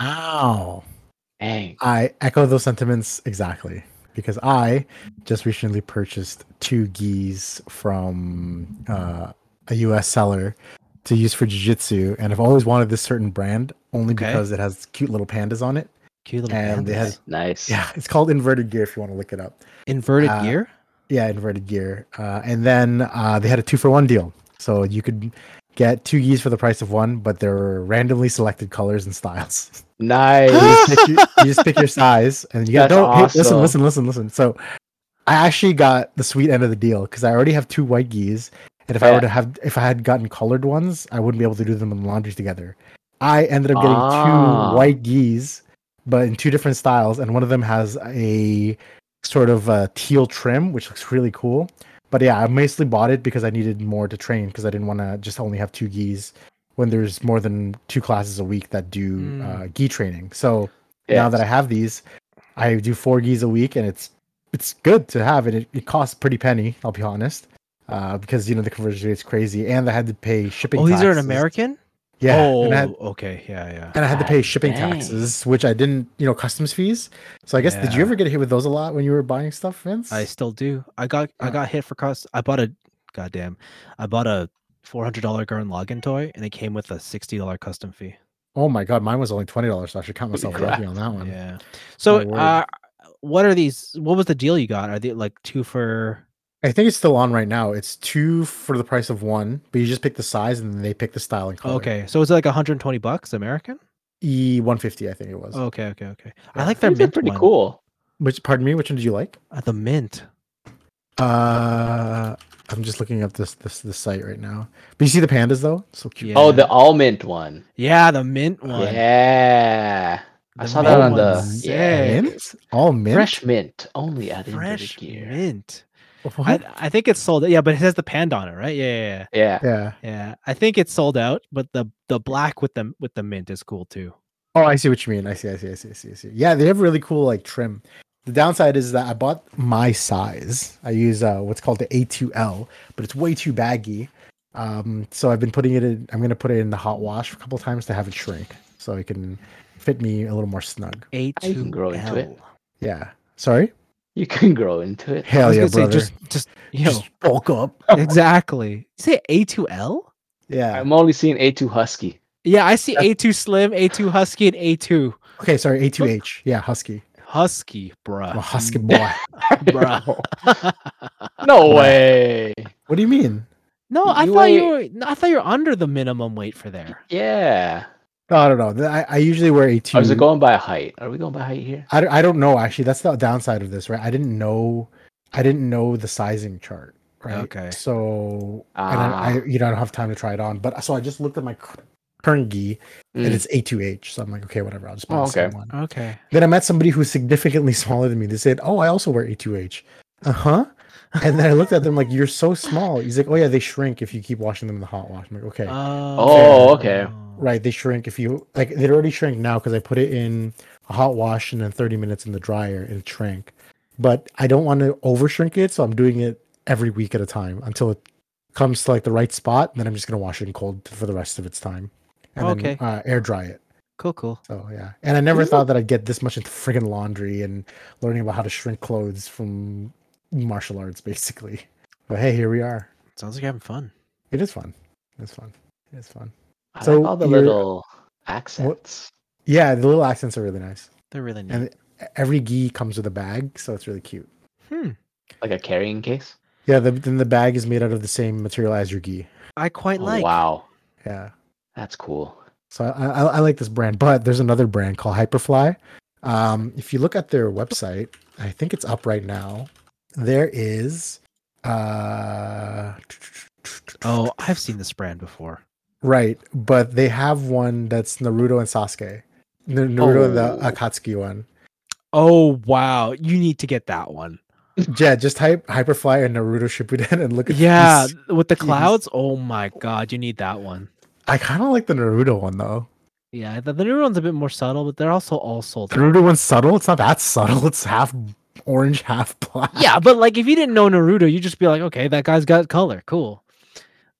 Speaker 1: Wow.
Speaker 2: Dang.
Speaker 3: uh,
Speaker 1: I echo those sentiments exactly because I just recently purchased two gis from uh, a US seller to use for jujitsu, and I've always wanted this certain brand only
Speaker 3: Okay.
Speaker 1: because it has cute little pandas on it.
Speaker 3: cute little
Speaker 1: And they
Speaker 3: pandas.
Speaker 1: had-
Speaker 2: Nice.
Speaker 1: Yeah, it's called Inverted Gear if you want to look it up.
Speaker 3: inverted
Speaker 1: uh,
Speaker 3: gear
Speaker 1: Yeah, Inverted Gear, uh, and then uh, they had a two for one deal, so you could get two gis for the price of one, but they're randomly selected colors and styles.
Speaker 2: Nice.
Speaker 1: pick your, you just pick your size and you got
Speaker 2: That's
Speaker 1: no hey, listen
Speaker 2: awesome.
Speaker 1: listen listen listen so i actually got the sweet end of the deal because i already have two white geese and if i were to
Speaker 2: Yeah.
Speaker 1: have if i had gotten colored ones i wouldn't be able to do them in laundry together i ended up getting
Speaker 2: Ah.
Speaker 1: two white geese but in two different styles and one of them has a sort of uh teal trim which looks really cool but yeah i mostly bought it because i needed more to train because i didn't want to just only have two geese when there's more than two classes a week that do
Speaker 3: Mm.
Speaker 1: uh, gi training so now
Speaker 2: Yeah.
Speaker 1: that I have these, I do four gis a week, and it's it's good to have it. It, it costs pretty penny, I'll be honest, uh, because you know the conversion rate's crazy, and I had to pay shipping.
Speaker 3: oh these are an
Speaker 1: taxes.
Speaker 3: american
Speaker 1: Yeah,
Speaker 3: oh
Speaker 1: and, I had,
Speaker 3: okay yeah yeah
Speaker 1: and I had to pay shipping
Speaker 2: Dang.
Speaker 1: taxes, which I didn't, you know, customs fees. So I guess did you
Speaker 3: Yeah.
Speaker 1: ever get hit with those a lot when you were buying stuff, Vince?
Speaker 3: I still do. I got I
Speaker 1: Yeah.
Speaker 3: got hit for cost. I bought a goddamn. I bought a four hundred dollar Gurren Logan toy, and it came with a sixty dollar custom fee.
Speaker 1: oh my god, mine was only twenty dollars, so I should count myself
Speaker 2: Crap.
Speaker 1: lucky on that one.
Speaker 3: Yeah. So,
Speaker 1: word.
Speaker 3: uh, what are these? What was the deal you got? Are they like two for?
Speaker 1: I think it's still on right now. It's two for the price of one, but you just pick the size, and then they pick the style and color.
Speaker 3: Okay, so it's like one hundred twenty bucks American.
Speaker 1: E one fifty, I think it was.
Speaker 3: Okay, okay, okay. I
Speaker 1: Yeah.
Speaker 3: like their
Speaker 2: These are
Speaker 3: mint
Speaker 2: pretty
Speaker 3: one.
Speaker 2: cool.
Speaker 1: Which, pardon me, which one did you like?
Speaker 3: Uh, the mint.
Speaker 1: Uh, I'm just looking up this this this site right now. But you see the pandas though, so cute.
Speaker 2: Oh,
Speaker 3: Yeah.
Speaker 2: the almond one.
Speaker 3: Yeah, the mint
Speaker 2: Oh,
Speaker 3: one.
Speaker 2: Yeah. I
Speaker 3: The
Speaker 2: saw
Speaker 1: mint
Speaker 2: that on the
Speaker 1: one's
Speaker 2: yeah.
Speaker 1: mint, all mint.
Speaker 2: fresh mint only at fresh
Speaker 3: Fresh
Speaker 2: gear.
Speaker 3: mint.
Speaker 1: What?
Speaker 3: I, I think it's sold. Yeah, but it has the panda on it, right? Yeah, yeah, yeah.
Speaker 2: Yeah.
Speaker 1: yeah.
Speaker 3: Yeah, I think it's sold out, but the the black with the with the mint is cool too.
Speaker 1: Oh, I see what you mean. I see. I see. I see. I see. I see. Yeah, they have really cool like trim. The downside is that I bought my size. I use uh, what's called the A2L, but it's way too baggy. Um, so I've been putting it in. I'm gonna put it in the hot wash a couple times to have it shrink, so it can fit me a little more snug.
Speaker 3: A
Speaker 2: I can
Speaker 3: two
Speaker 2: grow into it.
Speaker 1: Yeah. Sorry.
Speaker 2: You can grow into it.
Speaker 1: Hell yeah, brother.
Speaker 3: just just you know,
Speaker 1: Just bulk up.
Speaker 3: exactly. You say A two L?
Speaker 1: Yeah.
Speaker 2: I'm only seeing A2 Husky.
Speaker 3: Yeah, I see A two Slim, A two Husky, and A two
Speaker 1: Okay, sorry, A2H. Yeah, Husky.
Speaker 3: Husky,
Speaker 1: I'm a
Speaker 3: bruh,
Speaker 1: Husky boy.
Speaker 3: Mm, bruh.
Speaker 2: No way.
Speaker 1: what do you mean?
Speaker 3: No, I
Speaker 2: You
Speaker 3: thought you
Speaker 2: are-
Speaker 3: were. no, I thought you were under the minimum weight for there.
Speaker 2: Yeah.
Speaker 1: No, I don't know. Th- I, I usually wear A2.
Speaker 2: Or is it going by height? Are we going by height here?
Speaker 1: I, don't- I don't know, actually. That's the downside of this, right? I didn't know I didn't know the sizing chart, right?
Speaker 3: Okay.
Speaker 1: So
Speaker 2: Ah,
Speaker 1: and I, I you know I don't have time to try it on. But so I just looked at my cur- current gi
Speaker 2: Mm.
Speaker 1: and it's A2H. So I'm like, okay, whatever, I'll just buy
Speaker 2: Oh,
Speaker 1: the same
Speaker 2: okay.
Speaker 1: one.
Speaker 3: Okay.
Speaker 1: Then I met somebody who's significantly smaller than me. They said, Oh, I also wear A2H. Uh-huh. And then I looked at them like, You're so small. He's like, Oh yeah, they shrink if you keep washing them in the hot wash. I'm like, okay.
Speaker 3: Oh,
Speaker 2: Oh, okay.
Speaker 1: Right, they shrink if you like. They already shrink now because I put it in a hot wash and then 30 minutes in the dryer and it shrank. But I don't want to over shrink it, so I'm doing it every week at a time until it comes to like the right spot. And then I'm just gonna wash it in cold for the rest of its time, and
Speaker 3: Okay.
Speaker 1: then uh, air dry it.
Speaker 3: Cool, cool.
Speaker 1: So yeah, and I never
Speaker 2: Isn't
Speaker 1: thought that I'd get this much into friggin' laundry and learning about how to shrink clothes from martial arts, basically. But hey, here we are.
Speaker 3: Sounds like you're having fun.
Speaker 1: It is fun. It's fun. It's fun.
Speaker 2: I
Speaker 1: So
Speaker 2: like all the
Speaker 1: you're-
Speaker 2: little accents.
Speaker 1: Yeah, the little accents are really nice.
Speaker 3: They're really neat.
Speaker 1: And Every gi comes with a bag, so it's really cute.
Speaker 3: hmm.
Speaker 2: Like a carrying case.
Speaker 1: Yeah, the, then the bag is made out of the same material as your gi.
Speaker 3: I quite
Speaker 2: Oh,
Speaker 3: like.
Speaker 2: Wow,
Speaker 1: Yeah.
Speaker 2: that's cool.
Speaker 1: So I, I, I like this brand, but there's another brand called Hyperfly. Um, if you look at their website, I think it's up right now. There is, uh,
Speaker 3: Oh, I've seen this brand before.
Speaker 1: right, but they have one that's Naruto and Sasuke, Na- Naruto and
Speaker 2: Oh.
Speaker 1: the Akatsuki one.
Speaker 3: Oh wow, you need to get that one.
Speaker 1: Yeah, just type Hyperfly and Naruto Shippuden and look at
Speaker 3: Yeah,
Speaker 1: these.
Speaker 3: with the
Speaker 1: geez.
Speaker 3: clouds. Oh my god, you need that one.
Speaker 1: I kind of like the Naruto one though.
Speaker 3: Yeah, the, the new one's a bit more subtle, but they're also all sold.
Speaker 1: The
Speaker 3: out.
Speaker 1: Naruto one's subtle. It's not that subtle. It's half orange, half black.
Speaker 3: Yeah, but like if you didn't know Naruto, you'd just be like, okay, that guy's got color, cool.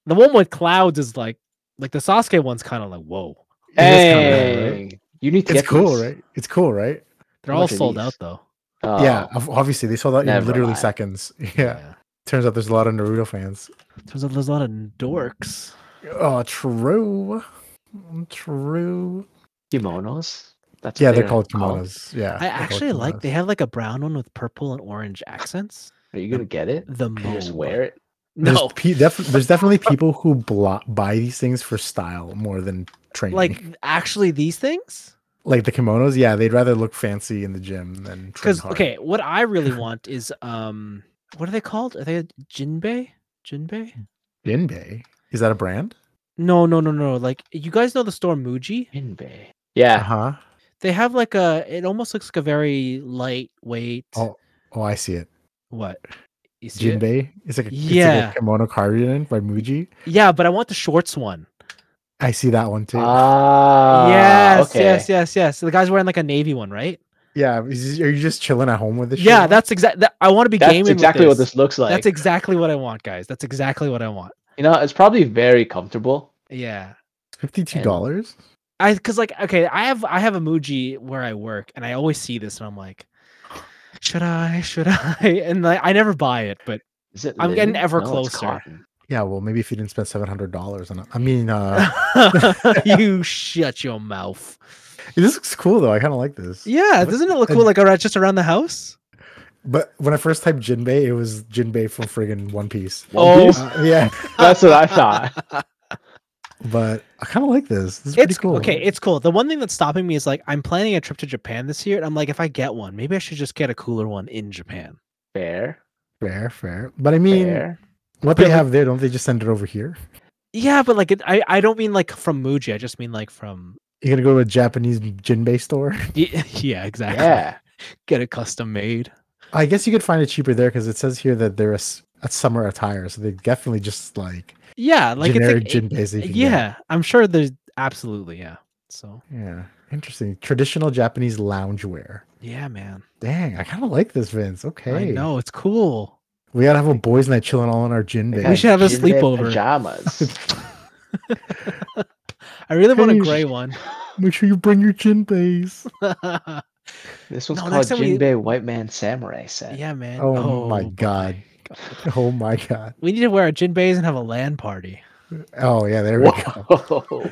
Speaker 3: The one with clouds is like, like the Sasuke one's kind of like, whoa.
Speaker 1: It is kinda right?
Speaker 2: Hey, you need to
Speaker 1: It's
Speaker 2: get
Speaker 1: cool,
Speaker 2: these.
Speaker 1: right? It's cool, right?
Speaker 3: They're
Speaker 2: How
Speaker 3: all
Speaker 2: much are
Speaker 3: sold
Speaker 2: these?
Speaker 3: out though.
Speaker 2: Oh,
Speaker 1: yeah, ob- obviously they sold out in
Speaker 2: never
Speaker 1: literally
Speaker 2: mind.
Speaker 1: seconds. Yeah. Turns out there's a lot of Naruto fans.
Speaker 3: Turns out there's a lot of dorks.
Speaker 1: Oh, true. True.
Speaker 2: kimonos. That's Oh, what
Speaker 1: Yeah, they're
Speaker 2: they're
Speaker 1: called kimonos. Yeah.
Speaker 3: I
Speaker 1: they're called
Speaker 3: actually like
Speaker 1: kimonos.
Speaker 3: they have like a brown one with purple and orange accents.
Speaker 2: Are you gonna get it?
Speaker 3: The
Speaker 2: Can you just
Speaker 3: mo-
Speaker 2: wear it?
Speaker 1: There's,
Speaker 3: No,
Speaker 1: pe- def- there's definitely people who blo- buy these things for style more than training.
Speaker 3: like actually these things.
Speaker 1: like the kimonos, yeah, they'd rather look fancy in the gym than train
Speaker 3: Because
Speaker 1: hard.
Speaker 3: okay, what I really want is um, what are they called? Are they jinbei? Jinbei?
Speaker 1: Jinbei. Is that a brand?
Speaker 3: No, no, no, no. Like you guys know the store Muji?
Speaker 2: Jinbei. Yeah,
Speaker 1: Uh-huh.
Speaker 3: They have like a. It almost looks like a very lightweight.
Speaker 1: Oh, Oh, I see it.
Speaker 3: What? You see it?
Speaker 1: Jinbei. It's like a, it's
Speaker 3: Yeah.
Speaker 1: like a kimono cardigan by Muji.
Speaker 3: Yeah, but I want the shorts one.
Speaker 1: I see that one too.
Speaker 2: Ah,
Speaker 3: yes,
Speaker 2: okay.
Speaker 3: yes, yes, yes. So the guy's wearing like a navy one, right?
Speaker 1: yeah, is- are you just chilling at home with this?
Speaker 3: Yeah,
Speaker 1: shit?
Speaker 3: that's exactly. That, I want to be
Speaker 2: That's
Speaker 3: gaming.
Speaker 2: exactly
Speaker 3: with
Speaker 2: what this looks like.
Speaker 3: That's exactly what I want, guys. That's exactly what I want.
Speaker 2: you know, it's probably very comfortable.
Speaker 3: Yeah.
Speaker 1: fifty-two dollars.
Speaker 3: I because like okay, I have I have a Muji where I work, and I always see this, and I'm like, should I? Should I? And like, I never buy it, but
Speaker 2: Is it?
Speaker 3: I'm getting
Speaker 2: linen?
Speaker 3: ever
Speaker 2: No, it's
Speaker 3: closer.
Speaker 2: cotton.
Speaker 1: Yeah, well, maybe if you didn't spend seven hundred dollars on it. I mean, uh,
Speaker 3: you shut your mouth.
Speaker 1: this looks cool though. I kind of like this.
Speaker 3: Yeah,
Speaker 1: What-
Speaker 3: doesn't it look
Speaker 1: and-
Speaker 3: cool? Like around just around the house.
Speaker 1: But when I first typed Jinbei, it was Jinbei from friggin' One Piece.
Speaker 2: One
Speaker 3: Oh.
Speaker 2: piece?
Speaker 1: Uh, yeah,
Speaker 2: that's what I thought.
Speaker 1: but I kind of like this. This is pretty
Speaker 3: It's
Speaker 1: cool.
Speaker 3: okay. It's cool. The one thing that's stopping me is like I'm planning a trip to Japan this year, and I'm like, if I get one, maybe I should just get a cooler one in Japan.
Speaker 2: Fair,
Speaker 1: fair, fair. But I mean,
Speaker 2: fair.
Speaker 1: what they
Speaker 3: But, like-
Speaker 1: have there, don't they just send it over here?
Speaker 3: Yeah, but like it, I I don't mean like from Muji. I just mean like from
Speaker 1: You're gonna go to a Japanese Jinbei store.
Speaker 3: Y- yeah, exactly.
Speaker 2: Yeah,
Speaker 3: Get it custom made.
Speaker 1: I guess you could find it cheaper there because it says here that they're a, s- a summer attire, so they definitely just like,
Speaker 3: Yeah, like
Speaker 1: generic
Speaker 3: it's like,
Speaker 1: Jinbei. that you can get.
Speaker 3: Yeah, I'm sure there's absolutely yeah. So
Speaker 1: yeah, interesting. Traditional Japanese loungewear.
Speaker 3: yeah, man.
Speaker 1: Dang, I kind of like this, Vince. Okay,
Speaker 3: I know it's cool.
Speaker 1: We gotta have a boys' night chilling all in our gin
Speaker 2: They
Speaker 1: bay.
Speaker 2: got
Speaker 3: We should have a
Speaker 2: Jinbei
Speaker 3: sleepover.
Speaker 2: Pajamas.
Speaker 3: I really want a
Speaker 1: Can you-
Speaker 3: gray one.
Speaker 1: Make sure you bring your gin bays.
Speaker 3: yeah,
Speaker 2: This one's
Speaker 3: No,
Speaker 2: called
Speaker 3: next time we-
Speaker 2: Jinbei White Man Samurai set.
Speaker 3: man.
Speaker 1: Oh my
Speaker 3: boy.
Speaker 1: God. Oh my god.
Speaker 3: We need to wear our jinbeis and have a land party.
Speaker 1: Oh yeah, there we go.
Speaker 2: Whoa.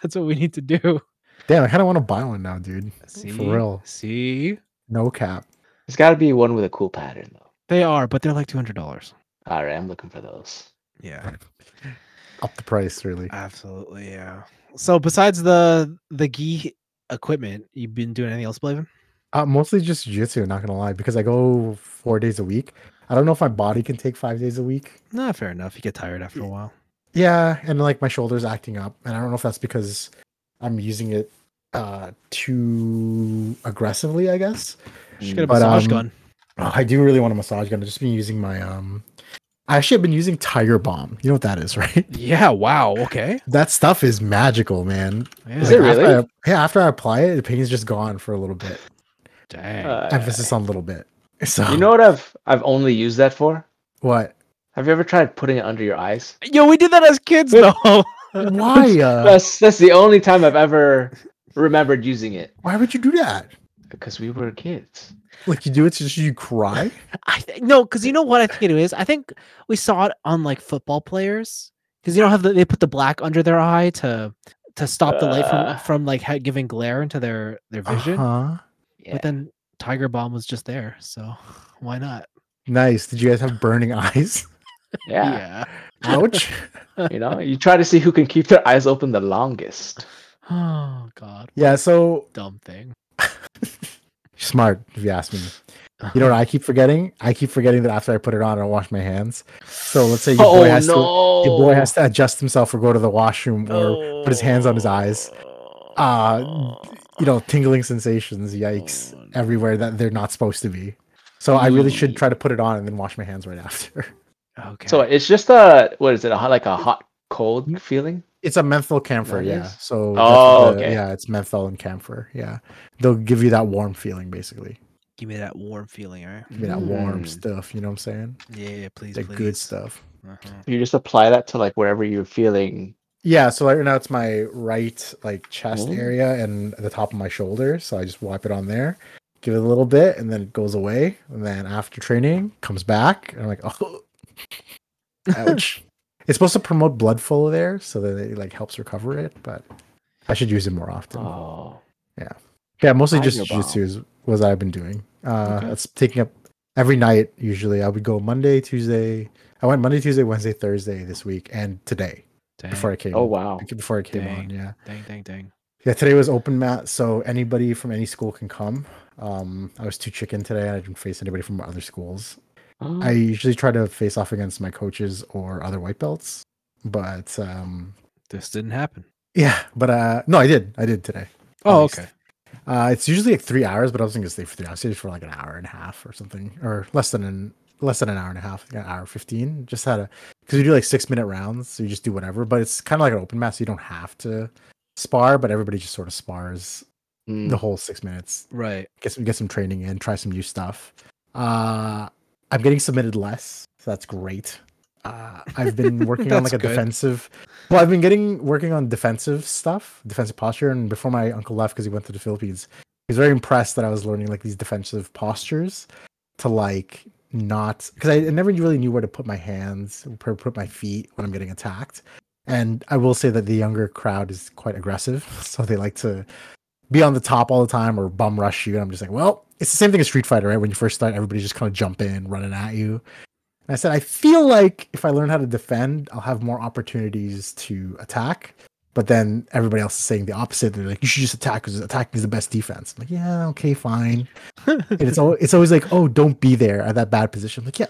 Speaker 3: That's what we need to do.
Speaker 1: Damn, I kind of want to buy one now, dude.
Speaker 3: See?
Speaker 1: real.
Speaker 3: See?
Speaker 1: No cap.
Speaker 2: There's got to be one with a cool pattern though.
Speaker 3: They are, but they're like two hundred dollars.
Speaker 2: All right, I'm looking for those.
Speaker 3: Yeah.
Speaker 1: Up the price, really.
Speaker 3: Absolutely, yeah. So besides the the gi equipment, you've been doing anything else, Blavin?
Speaker 1: Uh, mostly just jiu-jitsu, not gonna lie, because I go four days a week. I don't know if my body can take five days a week.
Speaker 3: Nah, fair enough. You get tired after a while.
Speaker 1: Yeah, and like my shoulders acting up, and I don't know if that's because I'm using it uh too aggressively, I guess.
Speaker 3: Just get a
Speaker 1: But,
Speaker 3: massage
Speaker 1: um,
Speaker 3: gun.
Speaker 1: Oh, I do really want a massage gun. I've just been using my um I actually have been using Tiger Bomb. You know what that is, right?
Speaker 3: Yeah. Wow. Okay.
Speaker 1: That stuff is magical, man.
Speaker 3: Yeah.
Speaker 2: Is it
Speaker 1: after
Speaker 2: really?
Speaker 1: I- yeah, after I apply it, the pain's just gone for a little bit.
Speaker 3: Dang.
Speaker 1: Emphasis on little bit. So
Speaker 2: You know what I've I've only used that for?
Speaker 1: what?
Speaker 2: Have you ever tried putting it under your eyes?
Speaker 3: Yo, we did that as kids though.
Speaker 1: Why? Uh,
Speaker 2: That's that's the only time I've ever remembered using it
Speaker 1: why would you do that?
Speaker 2: because we were kids.
Speaker 1: Like you do it so you cry?
Speaker 3: I th- no, because you know what I think it is. I think we saw it on like football players because you know how the, they put the black under their eye to to stop the light
Speaker 2: Uh.
Speaker 3: from from like ha- giving glare into their their vision.
Speaker 1: Uh-huh.
Speaker 2: Yeah.
Speaker 3: But then Tiger Bomb was just there, so why not?
Speaker 1: Nice. Did you guys have burning eyes?
Speaker 2: Yeah.
Speaker 1: Ouch.
Speaker 2: You know, you try to see who can keep their eyes open the longest.
Speaker 3: Oh God,
Speaker 1: yeah, so
Speaker 3: dumb thing.
Speaker 1: smart if you ask me. You know what I keep forgetting? I keep forgetting that after I put it on, I don't wash my hands. So let's say your
Speaker 2: Oh,
Speaker 1: boy has to your boy has to adjust himself or go to the washroom or
Speaker 3: Oh.
Speaker 1: put his hands on his eyes. Uh you know, tingling sensations, yikes, everywhere that they're not supposed to be. So I really should try to put it on and then wash my hands right after.
Speaker 3: Oh. Okay.
Speaker 2: So it's just a what is it? A hot, like a hot cold feeling?
Speaker 1: It's a menthol camphor,
Speaker 2: That
Speaker 1: yeah.
Speaker 2: is?
Speaker 1: So that's
Speaker 2: Oh,
Speaker 1: what
Speaker 2: okay.
Speaker 1: yeah, it's menthol and camphor. Yeah. They'll give you that warm feeling basically.
Speaker 3: give me that warm feeling, all right?
Speaker 1: Give me that warm
Speaker 3: Hmm.
Speaker 2: Mm.
Speaker 1: stuff, you know what I'm saying?
Speaker 3: Yeah, yeah please,
Speaker 1: The
Speaker 3: please.
Speaker 1: good stuff.
Speaker 3: Uh-huh.
Speaker 2: You just apply that to like wherever you're feeling.
Speaker 1: Yeah, so right now it's my right like chest
Speaker 2: Ooh.
Speaker 1: area and the top of my shoulder. So I just wipe it on there, give it a little bit, and then it goes away. And then after training, comes back, and I'm like, oh, ouch. it's supposed to promote blood flow there, so that it like helps recover it. But I should use it more often.
Speaker 2: Oh,
Speaker 1: Yeah, mostly just
Speaker 2: Tiger Bomb.
Speaker 1: jujitsu is was I've been doing. Uh,
Speaker 3: Okay.
Speaker 1: It's taking up every night. Usually, I would go Monday, Tuesday. I went Monday, Tuesday, Wednesday, Thursday this week, and today
Speaker 3: Dang,
Speaker 1: before I came.
Speaker 2: oh wow.
Speaker 1: Before I came on,
Speaker 3: Dang.
Speaker 1: yeah.
Speaker 3: dang, dang, dang.
Speaker 1: Yeah, today was open mat, so anybody from any school can come. Um, I was too chicken today, and I didn't face anybody from other schools.
Speaker 2: Oh,
Speaker 1: I usually try to face off against my coaches or other white belts, but um,
Speaker 3: This didn't happen.
Speaker 1: yeah, but uh, no, I did, I did today.
Speaker 3: Oh,
Speaker 1: least.
Speaker 3: okay.
Speaker 1: Uh, it's usually like three hours, but I was gonna stay for three hours. I stayed for like an hour and a half or something, or less than an less than an hour and a half, like an hour fifteen. Just had a because we do like six minute rounds, so you just do whatever. But it's kind of like an open mat, so you don't have to spar, but everybody just sort of spars
Speaker 2: mm.
Speaker 1: the whole six minutes.
Speaker 3: Right.
Speaker 1: Get some get some training in, try some new stuff. Uh, I'm getting submitted less, so that's great. Uh, I've been working on like
Speaker 3: That's
Speaker 1: a
Speaker 3: good.
Speaker 1: defensive. Well, I've been getting working on defensive stuff, defensive posture, and before my uncle left because he went to the Philippines, he was very impressed that I was learning like these defensive postures to like not because I, I never really knew where to put my hands, where to put my feet when I'm getting attacked. And I will say that the younger crowd is quite aggressive, so they like to be on the top all the time or bum rush you. And I'm just like, well, it's the same thing as Street Fighter, right? When you first start, everybody's just kind of jump in, running at you. And I said, I feel like if I learn how to defend, I'll have more opportunities to attack. But then everybody else is saying the opposite. They're like, you should just attack because attacking is the best defense. I'm like, yeah, okay, fine. and it's always, it's always like, oh, don't be there at that bad position. I'm like, yeah,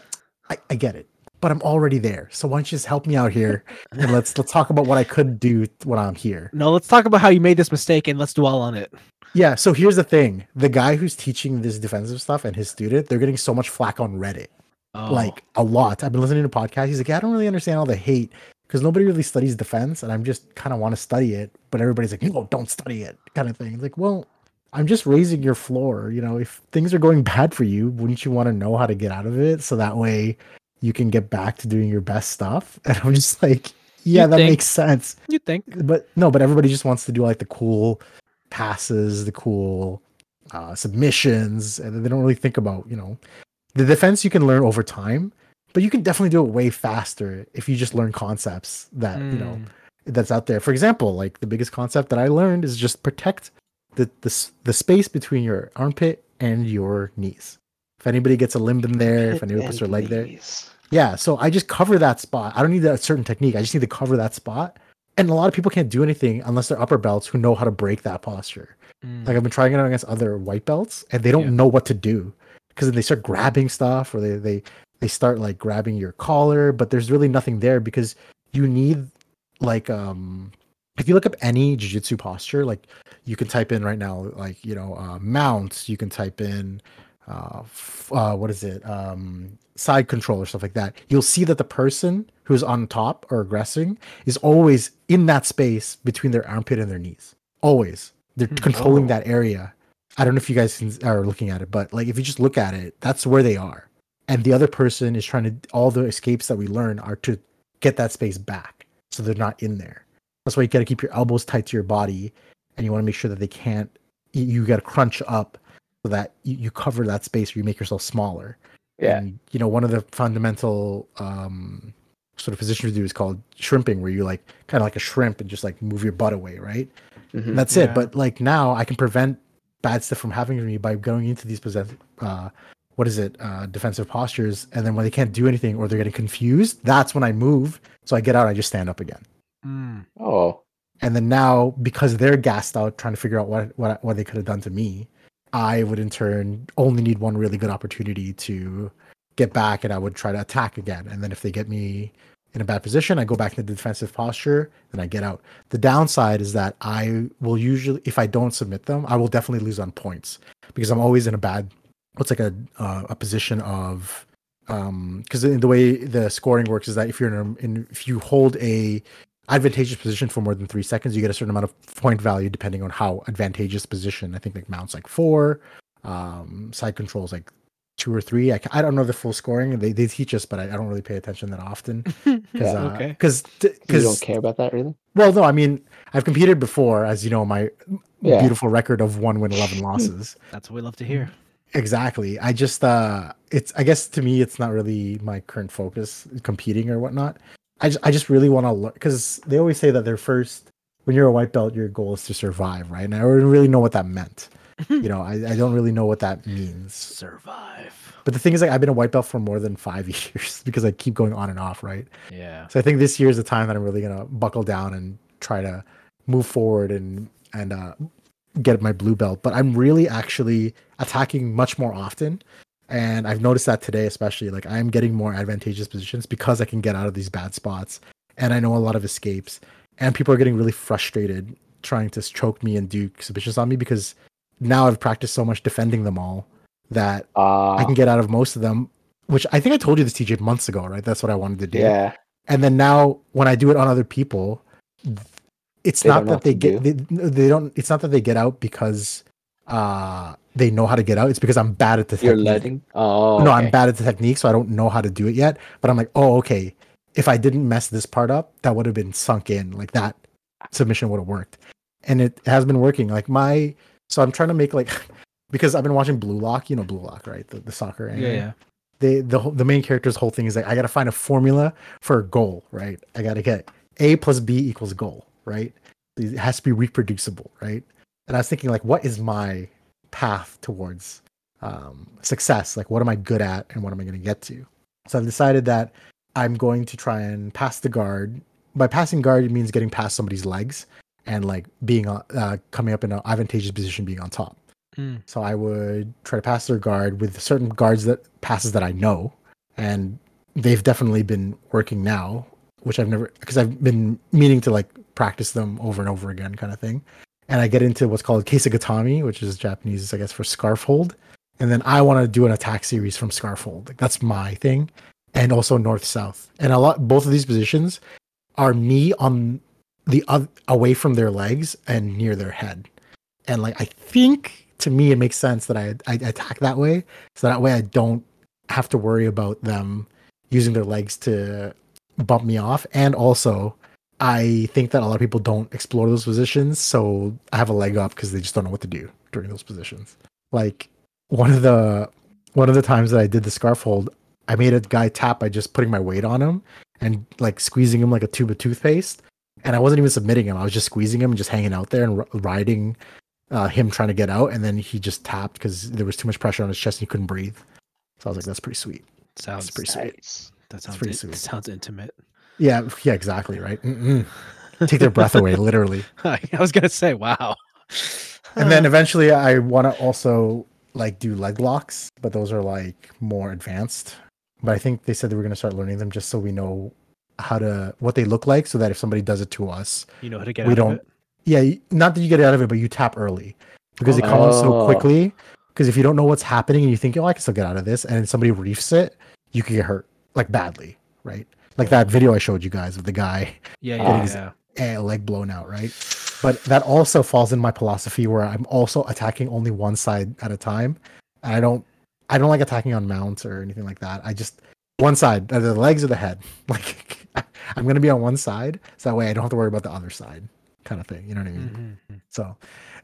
Speaker 1: I, I get it, but I'm already there. So why don't you just help me out here and let's let's talk about what I could do when I'm here.
Speaker 3: No, let's talk about how you made this mistake and let's dwell on it.
Speaker 1: Yeah. So here's the thing: the guy who's teaching this defensive stuff and his student, they're getting so much flack on Reddit.
Speaker 3: Oh,
Speaker 1: like a lot. I've been listening to podcasts. He's like, yeah, I don't really understand all the hate because nobody really studies defense, and I'm just kind of want to study it, but everybody's like, no, don't study it, kind of thing. It's like, well, I'm just raising your floor. You know, if things are going bad for you, wouldn't you want to know how to get out of it so that way you can get back to doing your best stuff? And I'm just like, yeah, that
Speaker 3: think.
Speaker 1: makes sense
Speaker 3: you think?
Speaker 1: but no, but everybody just wants to do like the cool passes, the cool uh, submissions, and they don't really think about you know the defense. You can learn over time, but you can definitely do it way faster if you just learn concepts that you know
Speaker 3: Mm.
Speaker 1: that's out there. For example, like the biggest concept that I learned is just protect the the s- the space between your armpit and your knees. If anybody gets a limb in there, if anybody puts their leg there, yeah, so I just cover that spot. I don't need a certain technique. I just need to cover that spot. And a lot of people can't do anything unless they're upper belts who know how to break that posture.
Speaker 3: Mm.
Speaker 1: Like I've been trying it out against other white belts and they don't
Speaker 3: Yeah.
Speaker 1: know what to do because then they start grabbing stuff or they, they they start like grabbing your collar, but there's really nothing there because you need like um if you look up any jiu-jitsu posture, like you can type in right now like, you know, uh mounts, you can type in uh, f- uh, what is it um, side control or stuff like that you'll see that the person who's on top or aggressing is always in that space between their armpit and their knees always they're
Speaker 3: Hmm,
Speaker 1: controlling
Speaker 3: oh.
Speaker 1: that area i don't know if you guys can, are looking at it but like if you just look at it that's where they are and the other person is trying to all the escapes that we learn are to get that space back so they're not in there that's why you got to keep your elbows tight to your body and you want to make sure that they can't you, you got to crunch up so that you, you cover that space where you make yourself smaller.
Speaker 2: Yeah.
Speaker 1: And, you know, one of the fundamental um, sort of positions to do is called shrimping, where you like kind of like a shrimp and just like move your butt away, right?
Speaker 2: Mhm.
Speaker 1: And that's
Speaker 3: Yeah.
Speaker 1: it. But like now I can prevent bad stuff from happening to me by going into these possess uh, what is it, uh, defensive postures. And then when they can't do anything or they're getting confused, that's when I move. So I get out, I just stand up again.
Speaker 3: Mm.
Speaker 2: Oh,
Speaker 1: And then now, because they're gassed out trying to figure out what what, what they could have done to me, I would in turn only need one really good opportunity to get back, and I would try to attack again. And then if they get me in a bad position, I go back into defensive posture, and I get out. The downside is that I will usually, if I don't submit them, I will definitely lose on points because I'm always in a bad, what's like a uh, a position of, um, because the way the scoring works is that if you're in, a, in if you hold a advantageous position for more than three seconds, you get a certain amount of point value depending on how advantageous position. I think like mounts like four, um, side controls like two or three. I, ca- I don't know the full scoring. They, they teach us, but I, I don't really pay attention that often uh, because
Speaker 3: Yeah, okay.
Speaker 1: because
Speaker 2: you don't care about that really?
Speaker 1: well no I mean I've competed before as you know my
Speaker 2: Yeah.
Speaker 1: beautiful record of one win eleven losses.
Speaker 3: That's what we love to hear.
Speaker 1: Exactly. I just uh it's I guess to me it's not really my current focus competing or whatnot. I just I just really want to learn because they always say that their first when you're a white belt your goal is to survive, right? And I don't really know what that meant. you know, I, I don't really know what that means.
Speaker 3: Survive.
Speaker 1: But the thing is like I've been a white belt for more than five years because I keep going on and off, right?
Speaker 3: Yeah.
Speaker 1: So I think this year is the time that I'm really gonna buckle down and try to move forward and and uh, get my blue belt. But I'm really actually attacking much more often, and I've noticed that today especially. Like I'm getting more advantageous positions because I can get out of these bad spots, and I know a lot of escapes. And people are getting really frustrated trying to choke me and do submissions on me because now I've practiced so much defending them all that
Speaker 2: Ah,
Speaker 1: I can get out of most of them. Which I think I told you this TJ months ago, right? That's what I wanted to do
Speaker 2: yeah.
Speaker 1: and then now when i do it on other people th- it's
Speaker 2: They
Speaker 1: not
Speaker 2: don't know
Speaker 1: that
Speaker 2: what
Speaker 1: they
Speaker 2: to
Speaker 1: get they, they don't it's not that they get out because uh they know how to get out it's because i'm bad at the
Speaker 2: You're
Speaker 1: technique.
Speaker 2: letting. Oh,
Speaker 1: no i'm
Speaker 2: okay.
Speaker 1: bad at the technique so i don't know how to do it yet but i'm like oh okay if i didn't mess this part up that would have been sunk in like that submission would have worked and it has been working like my so i'm trying to make like because i've been watching blue lock you know blue lock right the, the soccer
Speaker 3: Yeah.
Speaker 1: anime
Speaker 3: Yeah.
Speaker 1: they the whole- the main character's whole thing is like I got to find a formula for a goal, right? I got to get A plus B equals goal, right? It has to be reproducible, right? And I was thinking like, what is my path towards um, success? Like, what am I good at, and what am I going to get to? So I've decided that I'm going to try and pass the guard. By passing guard, it means getting past somebody's legs and like being on- uh, coming up in an advantageous position, being on top.
Speaker 3: Mm.
Speaker 1: So I would try to pass their guard with certain guards that passes that I know, and they've definitely been working now, which I've never because I've been meaning to like practice them over and over again, kind of thing. And I get into what's called Keisakatami, which is Japanese, I guess, for scarf hold. And then I want to do an attack series from scarf hold. Like, that's my thing, and also north south. And a lot both of these positions are me on the oth- away from their legs and near their head and like I think to me it makes sense that I, I attack that way, so that way I don't have to worry about them using their legs to bump me off, and also I think that a lot of people don't explore those positions, so I have a leg up because they just don't know what to do during those positions. Like one of the one of the times that I did the scarf hold, I made a guy tap by just putting my weight on him and like squeezing him like a tube of toothpaste. And I wasn't even submitting him. I was just squeezing him and just hanging out there and r- riding uh, him trying to get out, and then he just tapped because there was too much pressure on his chest and he couldn't breathe. So I was like, "That's pretty sweet."
Speaker 3: Sounds
Speaker 1: pretty sweet.
Speaker 2: Nice.
Speaker 3: That sounds
Speaker 1: pretty
Speaker 3: in-
Speaker 1: sweet.
Speaker 3: sounds intimate.
Speaker 1: Yeah, yeah, exactly, right. Mm-mm. Take their breath away, literally.
Speaker 3: I was gonna say, wow.
Speaker 1: And then eventually, I want to also like do leg locks, but those are like more advanced. But I think they said they were going to start learning them just so we know how to what they look like, so that if somebody does it to us,
Speaker 3: you know how to get
Speaker 1: we
Speaker 3: out
Speaker 1: don't-
Speaker 3: of it.
Speaker 1: yeah, y- not that you get out of it, but you tap early because they come on so
Speaker 2: Oh.
Speaker 1: quickly. Because if you don't know what's happening and you think, oh, I can still get out of this, and somebody reefs it, you could get hurt like badly, right? Like that video I showed you guys of the guy
Speaker 3: Yeah,
Speaker 2: Ah.
Speaker 3: yeah, yeah.
Speaker 1: eh, leg blown out, right? But that also falls in my philosophy where I'm also attacking only one side at a time. And I don't, I don't like attacking on mounts or anything like that. I just one side, either the legs or the head. Like I'm gonna be on one side, so that way I don't have to worry about the other side, kind of thing. You know what I mean?
Speaker 3: Mhm.
Speaker 1: So,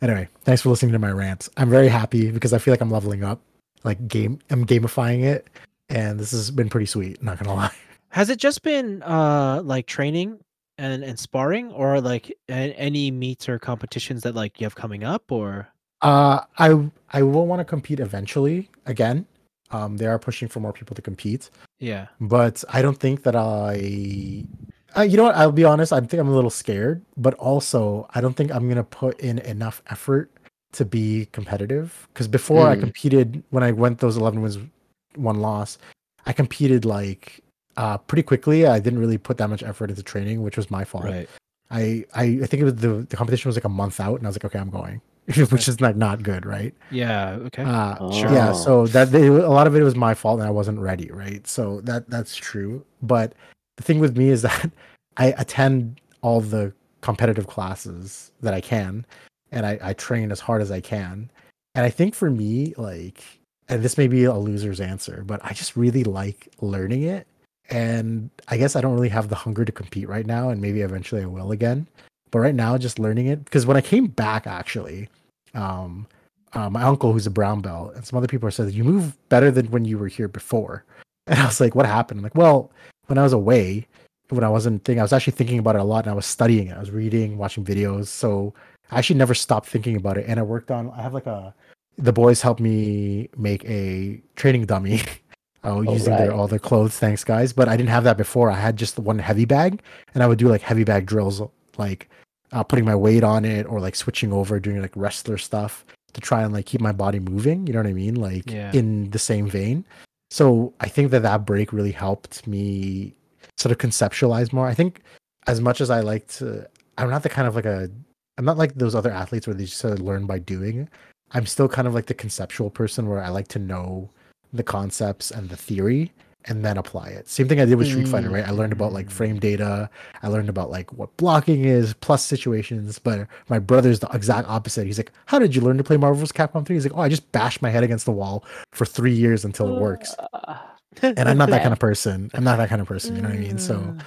Speaker 1: anyway, thanks for listening to my rant. I'm very happy because I feel like I'm leveling up, like game, I'm gamifying it, and this has been pretty sweet. Not gonna lie.
Speaker 3: Has it just been uh like training and and sparring, or like a- any meets or competitions that like you have coming up, or
Speaker 1: Uh, I I will want to compete eventually again. Um, they are pushing for more people to compete,
Speaker 3: yeah,
Speaker 1: but I don't think that I. Uh, you know what? I'll be honest. I think I'm a little scared, but also I don't think I'm gonna put in enough effort to be competitive. Because before I
Speaker 3: Hmm.
Speaker 2: Mm.
Speaker 1: competed, when I went those 11 wins, one loss, I competed like uh pretty quickly. I didn't really put that much effort into training, which was my fault.
Speaker 3: right?
Speaker 1: I, I I think it was the the competition was like a month out, and I was like, okay, I'm going, which is like not good, right?
Speaker 3: Yeah, okay.
Speaker 1: Uh,
Speaker 2: Sure.
Speaker 1: Yeah,
Speaker 2: Oh.
Speaker 1: so that they, a lot of it was my fault and I wasn't ready, right? So that that's true. But the thing with me is that I attend all the competitive classes that I can, and I, I train as hard as I can. And I think for me, like, and this may be a loser's answer, but I just really like learning it. And I guess I don't really have the hunger to compete right now, and maybe eventually I will again. But right now, just learning it because when I came back, actually, um, uh, my uncle who's a brown belt and some other people said you move better than when you were here before and i was like what happened i'm like well when i was away when i wasn't thinking i was actually thinking about it a lot and i was studying it i was reading watching videos so i actually never stopped thinking about it and i worked on i have like a the boys helped me make a training dummy uh, using their
Speaker 2: right.
Speaker 1: all their clothes thanks guys but i didn't have that before i had just the one heavy bag and i would do like heavy bag drills like uh, putting my weight on it or like switching over doing like wrestler stuff to try and like keep my body moving you know what i mean like
Speaker 3: Yeah.
Speaker 1: in the same vein so i think that that break really helped me sort of conceptualize more i think as much as i like to i'm not the kind of like a i'm not like those other athletes where they just sort of learn by doing i'm still kind of like the conceptual person where i like to know the concepts and the theory and then apply it same thing i did with street fighter
Speaker 2: Mm.
Speaker 1: right i learned about like
Speaker 3: Mm.
Speaker 1: frame data i learned about like what blocking is plus situations but my brother's the exact opposite he's like how did you learn to play marvel vs capcom 3 he's like oh i just bashed my head against the wall for three years until it works
Speaker 2: Uh,
Speaker 1: and I'm not that kind of person. I'm not that kind of person. You know what I mean? So
Speaker 3: Mm.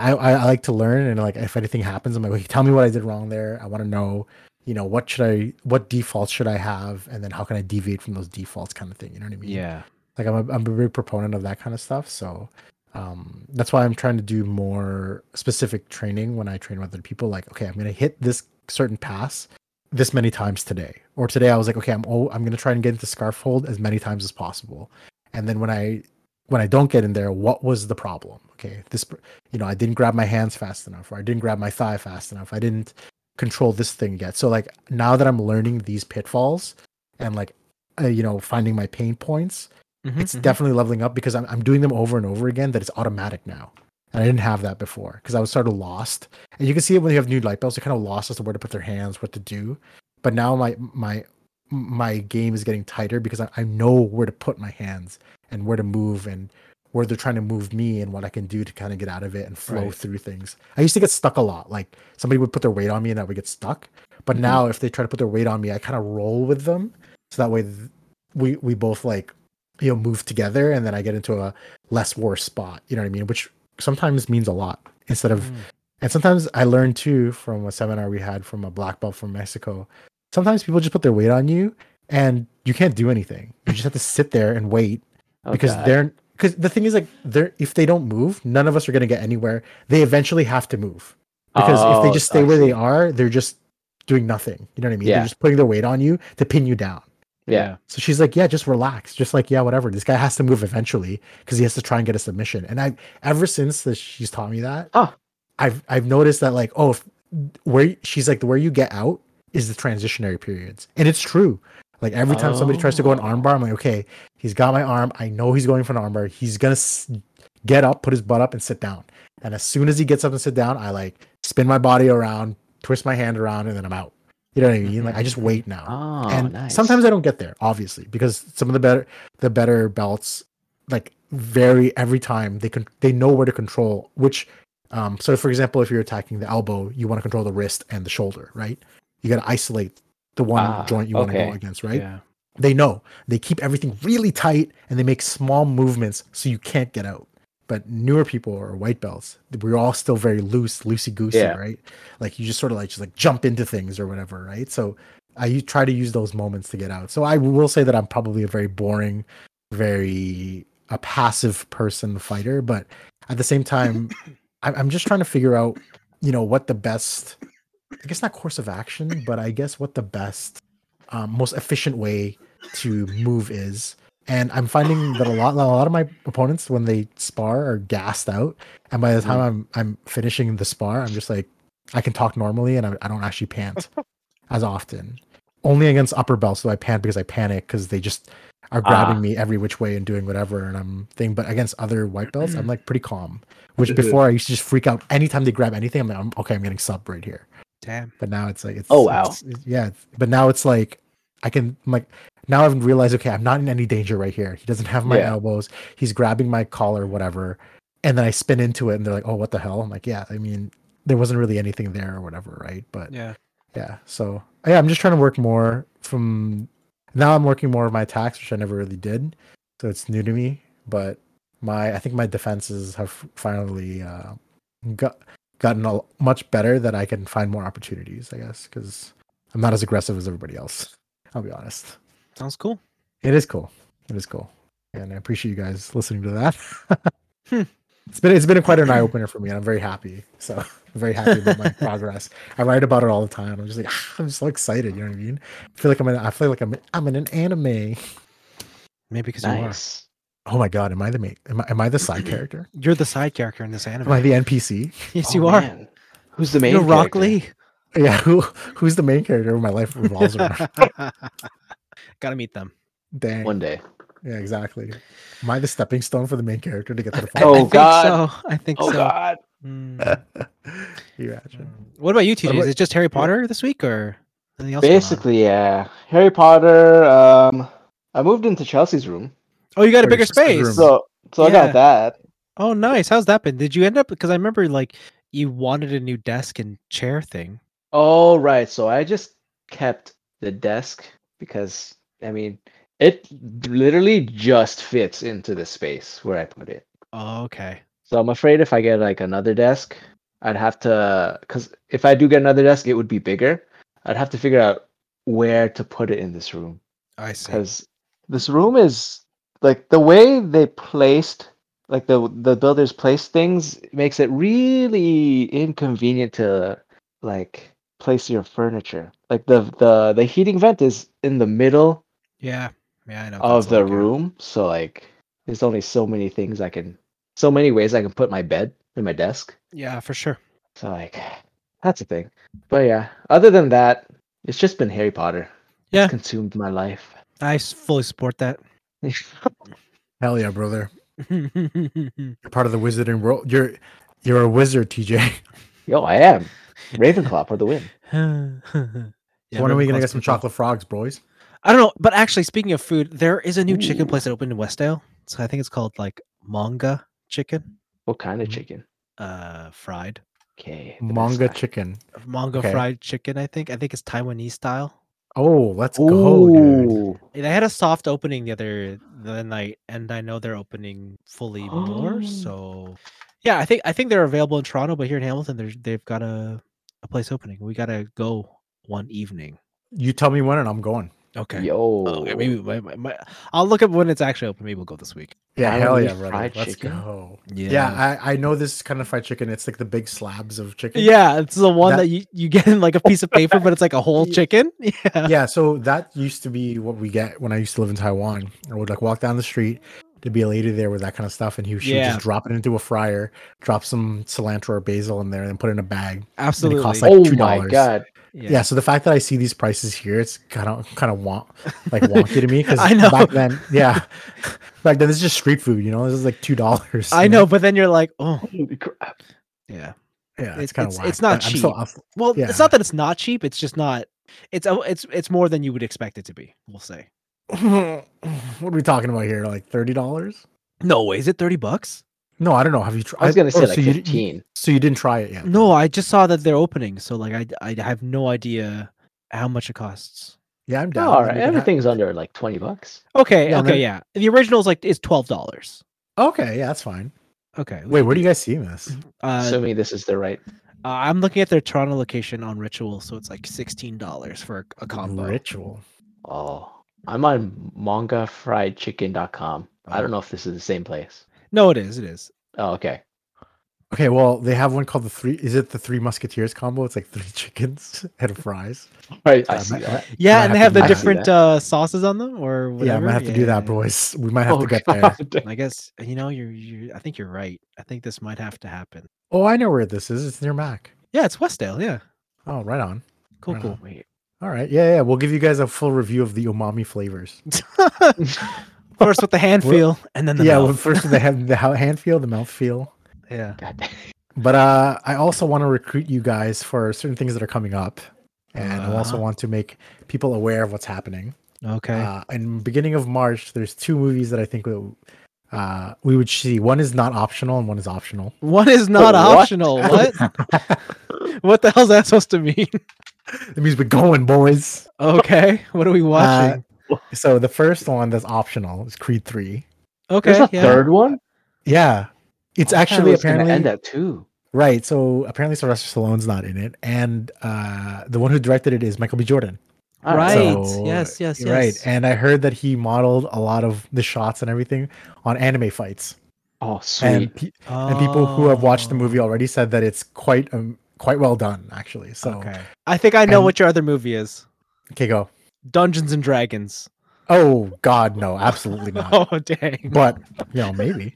Speaker 1: I, I, I like to learn and like if anything happens, I'm like, okay, tell me what I did wrong there. I want to know, you know, what should I, what defaults should I have, and then how can I deviate from those defaults, kind of thing. You know what I mean?
Speaker 3: yeah,
Speaker 1: Like I'm a, I'm a big proponent of that kind of stuff. So um, that's why I'm trying to do more specific training when I train with other people. Like, okay, I'm gonna hit this certain pass this many times today, or today I was like, okay, I'm oh, I'm gonna try and get into scarf hold as many times as possible, and then when I when I don't get in there, what was the problem? Okay, this pr- you know I didn't grab my hands fast enough, or I didn't grab my thigh fast enough, I didn't control this thing yet. So like now that I'm learning these pitfalls and like uh, you know finding my pain points
Speaker 3: Mhm,
Speaker 1: it's
Speaker 3: mhm.
Speaker 1: definitely leveling up because I'm, I'm doing them over and over again that it's automatic now and i didn't have that before because i was sort of lost and you can see it when you have new light belts they're kind of lost as to where to put their hands what to do but now my my my game is getting tighter because i, I know where to put my hands and where to move and where they're trying to move me and what i can do to kind of get out of it and flow
Speaker 3: Right.
Speaker 1: through things i used to get stuck a lot like somebody would put their weight on me and i would get stuck but
Speaker 2: Mhm.
Speaker 1: now if they try to put their weight on me i kind of roll with them so that way th- we we both like you know move together and then i get into a less worse spot you know what i mean which sometimes means a lot instead of
Speaker 2: Mm-hmm.
Speaker 3: Mm.
Speaker 1: and sometimes i learned too from a seminar we had from a black belt from mexico sometimes people just put their weight on you and you can't do anything you just have to sit there and wait because they're because the thing is like they're if they don't move none of us are going to get anywhere they eventually have to move because if
Speaker 2: Oh,
Speaker 1: they just stay where they are they're just doing nothing you know what i mean
Speaker 2: Yeah.
Speaker 1: they're just putting their weight on you to pin you down
Speaker 2: Yeah.
Speaker 1: so she's like, yeah, just relax. Just like, yeah, whatever. This guy has to move eventually because he has to try and get a submission. And I, ever since that she's taught me that,
Speaker 2: Ah.
Speaker 1: I've I've noticed that like, oh, if, where she's like, where you get out is the transitionary periods, and it's true. Like every time somebody tries to go an
Speaker 2: Oh.
Speaker 1: armbar, I'm like, okay, he's got my arm. I know he's going for an armbar. He's gonna s- get up, put his butt up, and sit down. And as soon as he gets up and sit down, I like spin my body around, twist my hand around, and then I'm out. You know what I mean? Like I just wait now.
Speaker 2: Oh,
Speaker 1: and
Speaker 2: nice.
Speaker 1: sometimes I don't get there, obviously, because some of the better the better belts like vary every time. They can they know where to control which. Um, so for example, if you're attacking the elbow, you want to control the wrist and the shoulder, right? You got to isolate the one
Speaker 2: Ah,
Speaker 1: joint you want to
Speaker 2: okay.
Speaker 1: go against, right?
Speaker 3: Yeah.
Speaker 1: They know. They keep everything really tight and they make small movements so you can't get out. But newer people or white belts, we're all still very loose, loosey goosey,
Speaker 2: Yeah.
Speaker 1: right? Like you just sort of like just like jump into things or whatever, right? So I u- try to use those moments to get out. So I will say that I'm probably a very boring, very a passive person fighter, but at the same time, I- I'm just trying to figure out, you know, what the best, I guess not course of action, but I guess what the best, um, most efficient way to move is. And I'm finding that a lot, a lot of my opponents when they spar are gassed out, and by the time I'm I'm finishing the spar, I'm just like, I can talk normally, and I, I don't actually pant as often. Only against upper belts do I pant because I panic because they just are grabbing
Speaker 2: Ah.
Speaker 1: me every which way and doing whatever, and I'm thing. But against other white belts, I'm like pretty calm. Which before I used to just freak out anytime they grab anything. I'm like, I'm, okay, I'm getting sub right here.
Speaker 3: Damn.
Speaker 1: But now it's like, it's
Speaker 2: Oh, wow.
Speaker 1: it's- it's- yeah. it's- But now it's like, I can I'm like now I've realized okay, I'm not in any danger right here. He doesn't have my
Speaker 2: Yeah.
Speaker 1: elbows. He's grabbing my collar, whatever. And then I spin into it, and they're like, oh, what the hell? I'm like, yeah. I mean, there wasn't really anything there or whatever, right? But
Speaker 3: Yeah.
Speaker 1: yeah so yeah i'm just trying to work more from now i'm working more of my attacks which i never really did so it's new to me but my i think my defenses have finally uh, got, gotten a, much better that i can find more opportunities i guess because i'm not as aggressive as everybody else i'll be honest
Speaker 3: Sounds cool.
Speaker 1: it is cool it is cool and i appreciate you guys listening to that
Speaker 3: Hmm.
Speaker 1: it's been it's been quite an eye-opener for me and i'm very happy so I'm very happy about my progress. I write about it all the time. I'm just like, I'm so excited. You know what I mean? I feel like I'm in. I feel like I'm. I'm in an anime.
Speaker 3: Maybe because
Speaker 2: nice.
Speaker 1: Oh my god, am I the mate? Am I, am I the side character?
Speaker 3: you are. You're the side character in this anime.
Speaker 1: Am I the NPC?
Speaker 3: yes,
Speaker 2: Oh,
Speaker 3: you are.
Speaker 2: man. Who's the main?
Speaker 3: You're Rock
Speaker 2: character?
Speaker 3: Lee.
Speaker 1: Yeah. Who Who's the main character? My life revolves around.
Speaker 3: Gotta meet them.
Speaker 1: Dang.
Speaker 2: One day.
Speaker 1: Yeah, exactly. Am I the stepping stone for the main character to get to the
Speaker 3: I- I,
Speaker 2: Oh,
Speaker 1: final?
Speaker 3: think
Speaker 2: God.
Speaker 3: so. I think
Speaker 2: Oh
Speaker 3: so.
Speaker 2: God.
Speaker 3: Mm.
Speaker 1: you imagine.
Speaker 3: What about you, TJ?
Speaker 1: about-
Speaker 3: Is it just Harry Potter this week or anything else? going on?
Speaker 2: Basically, yeah. Harry Potter. Um, I moved into Chelsea's room,
Speaker 3: Oh, you got a
Speaker 1: Or
Speaker 3: bigger
Speaker 1: just the
Speaker 3: space.
Speaker 1: room.
Speaker 2: so so I
Speaker 3: Yeah.
Speaker 2: got that.
Speaker 3: Oh, nice. How's that been? Did you end up because I remember like you wanted a new desk and chair thing.
Speaker 2: All right, so I just kept the desk because I mean it literally just fits into the space where I put it.
Speaker 3: Oh, okay.
Speaker 2: So I'm afraid if I get like another desk, I'd have to because if I do get another desk, it would be bigger. I'd have to figure out where to put it in this room
Speaker 3: I see.
Speaker 2: because this room is like the way they placed like the the builders placed things makes it really inconvenient to like place your furniture. Like the the the heating vent is in the middle
Speaker 3: Yeah. Yeah, I know. what
Speaker 2: of
Speaker 3: Oh, that's
Speaker 2: the
Speaker 3: like, yeah.
Speaker 2: room. So like there's only so many things I can so many ways I can put my bed and my desk.
Speaker 3: Yeah, for sure.
Speaker 2: So like that's a thing. But yeah, other than that, it's just been Harry Potter. It's
Speaker 3: Yeah.
Speaker 2: consumed my life.
Speaker 3: I s- fully support that.
Speaker 1: Hell yeah, brother!
Speaker 3: Ravenclaw.
Speaker 1: You're part of the wizarding world. You're you're a wizard, TJ.
Speaker 2: Yo, I am. Ravenclaw for the win.
Speaker 1: when are we gonna get
Speaker 3: Ravenclaw's
Speaker 1: some
Speaker 3: pretty cool.
Speaker 1: chocolate frogs, boys?
Speaker 3: I don't know, but actually, speaking of food, there is a new chicken
Speaker 2: Ooh.
Speaker 3: place that opened in Westdale. So I think it's called like Manga Chicken,
Speaker 2: What kind of
Speaker 1: Mhm.
Speaker 2: chicken?
Speaker 3: uh, fried
Speaker 2: Okay. the best
Speaker 1: Manga
Speaker 2: kind.
Speaker 1: chicken.
Speaker 3: Manga
Speaker 1: Okay.
Speaker 3: fried chicken. I think I think it's Taiwanese style.
Speaker 1: Oh, let's go, dude.
Speaker 2: Ooh.
Speaker 3: They had a soft opening the other the other night, and I know they're opening fully more.
Speaker 2: Oh.
Speaker 3: So, yeah, I think I think they're available in Toronto, but here in Hamilton, there's they've got a a place opening. We gotta go one evening.
Speaker 1: You tell me when, and I'm going.
Speaker 3: Okay.
Speaker 2: Yo.
Speaker 3: Oh, okay, maybe my, my, my, I'll look up when it's actually open. Maybe we'll go this week.
Speaker 1: Yeah,
Speaker 2: Island
Speaker 1: hell
Speaker 2: Leaf
Speaker 1: yeah, brother.
Speaker 2: fried
Speaker 1: Let's
Speaker 2: chicken?
Speaker 1: go. Yeah, I, I know this kind of fried chicken. It's like the big slabs of chicken.
Speaker 3: Yeah, it's the one
Speaker 1: That-
Speaker 3: that, you, you get in like a piece of paper, but it's like a whole
Speaker 1: Ye-
Speaker 3: chicken. Yeah.
Speaker 1: Yeah, so that used to be what we get when I used to live in Taiwan. I would like walk down the street. There'd be a lady there with that kind of stuff, and he she would
Speaker 3: Yeah.
Speaker 1: just drop it into a fryer, drop some cilantro or basil in there, and put it in a bag.
Speaker 3: Absolutely. Oh,
Speaker 1: costs, like,
Speaker 2: oh my
Speaker 1: $2.
Speaker 2: god.
Speaker 1: Yeah. so the fact that I see these prices here, it's kind of kind of wonk, like wonky to me because
Speaker 3: I know.
Speaker 1: back then, yeah, back then this is just street food, you know. This is like two dollars.
Speaker 3: I know, but then you're like, oh,
Speaker 2: Holy crap.
Speaker 3: yeah.
Speaker 1: yeah,
Speaker 3: It's-
Speaker 1: it's kind of
Speaker 3: it's- it's not
Speaker 1: I'm still
Speaker 3: cheap.
Speaker 1: off-
Speaker 3: Well,
Speaker 1: Yeah.
Speaker 3: it's not that it's not cheap. It's just not it's a- it's it's more than you would expect it to be. We'll say.
Speaker 1: what are we talking about here? Like thirty dollars?
Speaker 3: No way. Is it thirty bucks?
Speaker 1: No, I don't know. Have you tried?
Speaker 2: I was gonna say
Speaker 1: oh,
Speaker 2: like
Speaker 1: so you, you-
Speaker 2: fifteen.
Speaker 1: so you didn't try it yet?
Speaker 3: No, I just saw that they're opening, so like I I have no idea how much it costs.
Speaker 1: Yeah, I'm down.
Speaker 2: No,
Speaker 1: We
Speaker 2: all
Speaker 1: can
Speaker 2: right,
Speaker 1: make it happen.
Speaker 2: everything's under like twenty bucks.
Speaker 3: Okay,
Speaker 1: Yeah,
Speaker 3: okay,
Speaker 1: man.
Speaker 3: yeah. The original's like is twelve dollars.
Speaker 1: Okay, yeah, that's fine.
Speaker 3: Okay. we
Speaker 1: Wait,
Speaker 3: can
Speaker 1: where
Speaker 3: do-
Speaker 1: do you guys see this?
Speaker 3: Uh,
Speaker 2: Assuming this is the right.
Speaker 3: uh, I'm looking at their Toronto location on Ritual, so it's like sixteen dollars for a, a combo.
Speaker 1: Ritual.
Speaker 2: Oh, I'm on mangafriedchicken.com.
Speaker 1: Oh.
Speaker 2: I don't know if this is the same place.
Speaker 3: No, it is. It is.
Speaker 2: Oh, okay.
Speaker 1: Okay, well, they have one called the three. Is it the three musketeers combo? It's like three chickens and fries.
Speaker 2: All right, I
Speaker 1: Yeah,
Speaker 2: see
Speaker 1: I-
Speaker 2: that.
Speaker 3: Yeah,
Speaker 1: Uh, Might
Speaker 3: and they
Speaker 1: have
Speaker 3: have
Speaker 1: to
Speaker 3: the
Speaker 2: do that.
Speaker 3: different uh, sauces on them or whatever.
Speaker 1: Yeah, I might have to do that,
Speaker 3: Yeah.
Speaker 1: boys. We might have
Speaker 2: Oh,
Speaker 1: to get there.
Speaker 2: God.
Speaker 3: I guess you know you're. you I think you're right. I think this might have to happen.
Speaker 1: Oh, I know where this is. It's near Mac.
Speaker 3: Yeah, it's Westdale. Yeah,
Speaker 1: Oh, right on.
Speaker 3: cool,
Speaker 1: Right
Speaker 3: cool.
Speaker 2: Oh, Wait.
Speaker 1: All right. Yeah, yeah. We'll give you guys a full review of the umami flavors.
Speaker 3: First with the hand
Speaker 1: Well,
Speaker 3: feel, and then the
Speaker 1: yeah,
Speaker 3: mouth.
Speaker 1: well, first they have the ha- hand feel, the mouth feel.
Speaker 3: yeah.
Speaker 2: God damn.
Speaker 1: But uh, I also want to recruit you guys for certain things that are coming up. And I also
Speaker 3: Uh-huh.
Speaker 1: want to make people aware of what's happening.
Speaker 3: Okay.
Speaker 1: Uh, in beginning of March, there's two movies that I think we, uh, we would see. One is not optional and one is optional.
Speaker 3: One is not
Speaker 2: what?
Speaker 3: optional. What? what the hell's that supposed to mean?
Speaker 1: It means we're going, boys.
Speaker 3: Okay. What are
Speaker 1: Uh,
Speaker 3: we watching?
Speaker 1: So the first one that's optional is Creed 3.
Speaker 3: okay.
Speaker 2: There's a
Speaker 3: yeah.
Speaker 2: third one.
Speaker 1: Yeah. It's actually apparently
Speaker 2: end at two.
Speaker 1: Right. So apparently Sylvester Stallone's not in it, and uh, the one who directed it is Michael B. Jordan.
Speaker 2: All
Speaker 3: Right.
Speaker 1: So,
Speaker 3: yes. Yes. Yes.
Speaker 1: Right. And I heard that he modeled a lot of the shots and everything on anime fights,
Speaker 2: Oh, sweet.
Speaker 1: and pe- and people who have watched the
Speaker 3: Oh.
Speaker 1: movie already said that it's quite um, quite well done actually. So okay,
Speaker 3: Okay. I think I know
Speaker 1: And-
Speaker 3: what your other movie is.
Speaker 1: go.
Speaker 3: Dungeons and Dragons.
Speaker 1: Oh God, no, absolutely not.
Speaker 3: Oh dang.
Speaker 1: but you know, maybe.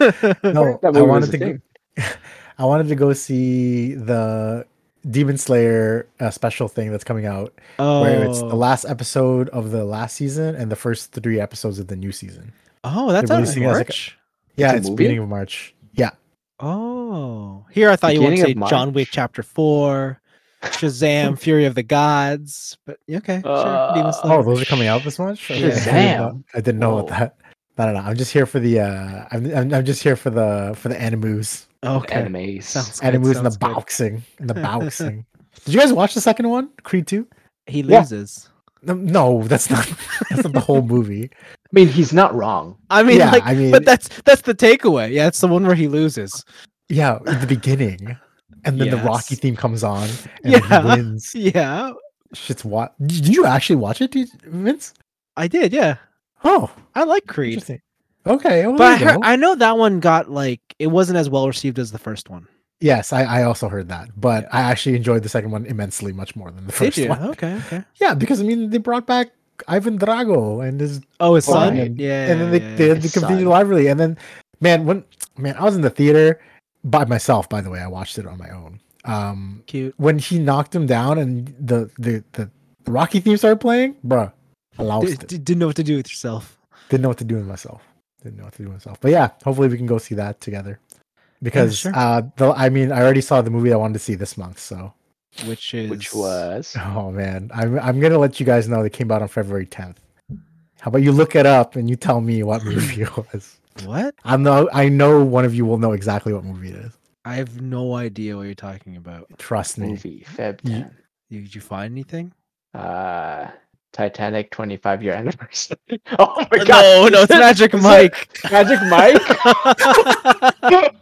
Speaker 1: no,
Speaker 2: That
Speaker 1: I
Speaker 2: movie was
Speaker 1: wanted to.
Speaker 2: a
Speaker 1: Go, I wanted to go see the Demon Slayer uh, special thing that's coming out
Speaker 3: oh.
Speaker 1: where it's the last episode of the last season and the first three episodes of the new season.
Speaker 3: oh, that's
Speaker 1: they're
Speaker 3: on
Speaker 1: releasing it as like a-
Speaker 3: March.
Speaker 1: Yeah,
Speaker 2: a
Speaker 1: it's
Speaker 2: movie?
Speaker 1: beginning of March. Yeah,
Speaker 3: Oh, here I thought you
Speaker 2: Beginning
Speaker 3: wanted to
Speaker 2: of
Speaker 3: say John Wick
Speaker 2: March.
Speaker 3: Chapter Four, Shazam: Fury of the Gods, but okay, sure. Demon
Speaker 2: Uh,
Speaker 1: oh,
Speaker 3: Slayer.
Speaker 1: those are coming out this much. Okay.
Speaker 3: Shazam.
Speaker 1: I didn't know- I didn't know what
Speaker 2: Whoa.
Speaker 1: that. No, no, no. I'm just here for the. uh I'm, I'm, I'm just here for the for the animus,
Speaker 3: okay,
Speaker 2: Animes.
Speaker 3: sounds good.
Speaker 1: animus oh, and the
Speaker 3: sounds good.
Speaker 1: boxing and the boxing. Did you guys watch the second one, Creed Two?
Speaker 3: He
Speaker 1: Yeah.
Speaker 3: loses.
Speaker 1: No, no, that's not. That's not the whole movie.
Speaker 2: I mean, he's not wrong.
Speaker 3: I mean,
Speaker 1: yeah,
Speaker 3: like,
Speaker 1: I mean,
Speaker 3: but that's that's the takeaway. Yeah, it's the one where he loses.
Speaker 1: yeah, at the beginning, and then the Rocky
Speaker 3: Yes.
Speaker 1: theme comes on, and yeah.
Speaker 3: Yeah.
Speaker 1: he wins.
Speaker 3: Yeah,
Speaker 1: Shit's what? Did you actually watch it, dude, Vince?
Speaker 3: I did. Yeah,
Speaker 1: Oh,
Speaker 3: I like Creed,
Speaker 1: interesting. Okay, well,
Speaker 3: but I,
Speaker 1: there you
Speaker 3: heard,
Speaker 1: go.
Speaker 3: I know that one got like it wasn't as well received as the first one.
Speaker 1: yes, I, I also heard that, but
Speaker 3: Yeah.
Speaker 1: I actually enjoyed the second one immensely, much more than the first
Speaker 3: Did you?
Speaker 1: one.
Speaker 3: Okay, okay.
Speaker 1: Yeah, because I mean, they brought back Ivan Drago and his,
Speaker 3: Oh, his son.
Speaker 1: Right.
Speaker 3: Yeah,
Speaker 1: and then they
Speaker 3: yeah,
Speaker 1: did the
Speaker 2: his
Speaker 1: continued
Speaker 2: son.
Speaker 1: lively, and then, man, when man, I was in the theater by myself. By the way, I watched it on my own. Um,
Speaker 3: Cute.
Speaker 1: when he knocked him down and the the the, the Rocky theme started playing, bruh, I lost
Speaker 3: D-
Speaker 1: it.
Speaker 3: d- didn't know what to do with yourself.
Speaker 1: didn't know what to do with myself. Didn't know what to do with myself. But yeah, hopefully we can go see that together. Because
Speaker 3: sure.
Speaker 1: uh the, I mean I already saw the movie I wanted to see this month, so
Speaker 3: Which is
Speaker 2: Which was
Speaker 1: oh man. I'm I'm gonna let you guys know that came out on February 10th. How about you look it up and you tell me what movie it was?
Speaker 3: what?
Speaker 1: I know I know one of you will know exactly what movie it is.
Speaker 3: I have no idea what you're talking about.
Speaker 1: Trust me.
Speaker 2: movie Feb.
Speaker 1: Ye-
Speaker 2: 10.
Speaker 3: You, did you find anything?
Speaker 2: Uh, Titanic 25 year anniversary. Oh my
Speaker 3: Uh,
Speaker 2: god.
Speaker 3: No, no, it's Magic
Speaker 2: Is
Speaker 3: Mike.
Speaker 2: that Magic Mike?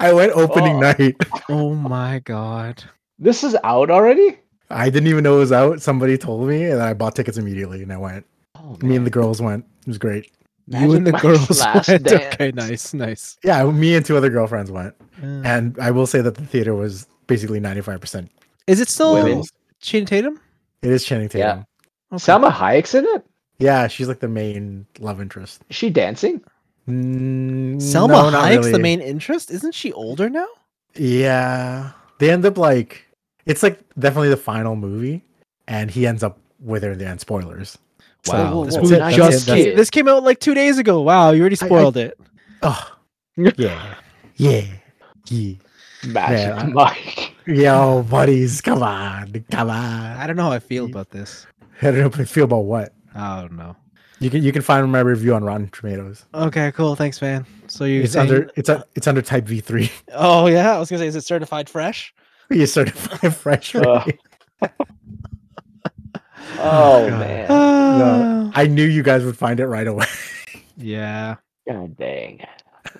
Speaker 1: I went opening
Speaker 2: Oh.
Speaker 1: night.
Speaker 3: oh my god.
Speaker 2: this is out already?
Speaker 1: I didn't even know it was out. Somebody told me and I bought tickets immediately and I went.
Speaker 2: Oh,
Speaker 1: Me and
Speaker 2: man.
Speaker 1: the girls went. It was great.
Speaker 3: you
Speaker 2: Magic
Speaker 3: and the
Speaker 2: Mike's
Speaker 3: girls.
Speaker 2: Last
Speaker 3: went.
Speaker 2: Dance.
Speaker 3: Okay, nice, nice.
Speaker 1: Yeah, me and two other girlfriends went.
Speaker 3: Uh,
Speaker 1: And I will say that the theater was basically 95%
Speaker 3: is it
Speaker 1: Oh.
Speaker 3: still
Speaker 2: Women.
Speaker 3: Channing Tatum?
Speaker 1: It is Channing
Speaker 2: Yeah.
Speaker 1: Tatum.
Speaker 3: Okay.
Speaker 2: Salma Hayek's in it?
Speaker 1: Yeah, she's like the main love interest.
Speaker 2: Is she dancing?
Speaker 1: Mm,
Speaker 3: Selma
Speaker 1: no, not
Speaker 3: Hayek's the
Speaker 1: really.
Speaker 3: main interest. Isn't she older now?
Speaker 1: Yeah, they end up like it's like definitely the final movie, and he ends up with her in the end. Spoilers. So,
Speaker 2: Wow,
Speaker 1: that's
Speaker 2: whoa,
Speaker 1: it,
Speaker 2: whoa,
Speaker 1: that's
Speaker 3: just
Speaker 1: it, that's-
Speaker 2: it.
Speaker 3: this came out like two days ago. Wow, you already
Speaker 1: I- I-
Speaker 3: spoiled it.
Speaker 1: oh, yeah, yeah, yeah.
Speaker 2: Magic
Speaker 1: Yeah, I-
Speaker 2: Mike.
Speaker 1: Yo, buddies, come on, come
Speaker 3: I
Speaker 1: on.
Speaker 3: don't know how I feel about this.
Speaker 1: I don't know how you feel about what
Speaker 3: I don't know.
Speaker 1: you can. You can find my review on Rotten Tomatoes.
Speaker 3: Okay, cool. Thanks, man. So you
Speaker 1: It's under. It's a, It's under Type V three.
Speaker 3: Oh yeah, I was gonna say, is it certified fresh?
Speaker 1: You certified fresh.
Speaker 2: Ugh.
Speaker 1: rate.
Speaker 2: Oh,
Speaker 1: God.
Speaker 2: man.
Speaker 1: No. I knew you guys would find it right away.
Speaker 3: Yeah.
Speaker 2: God dang.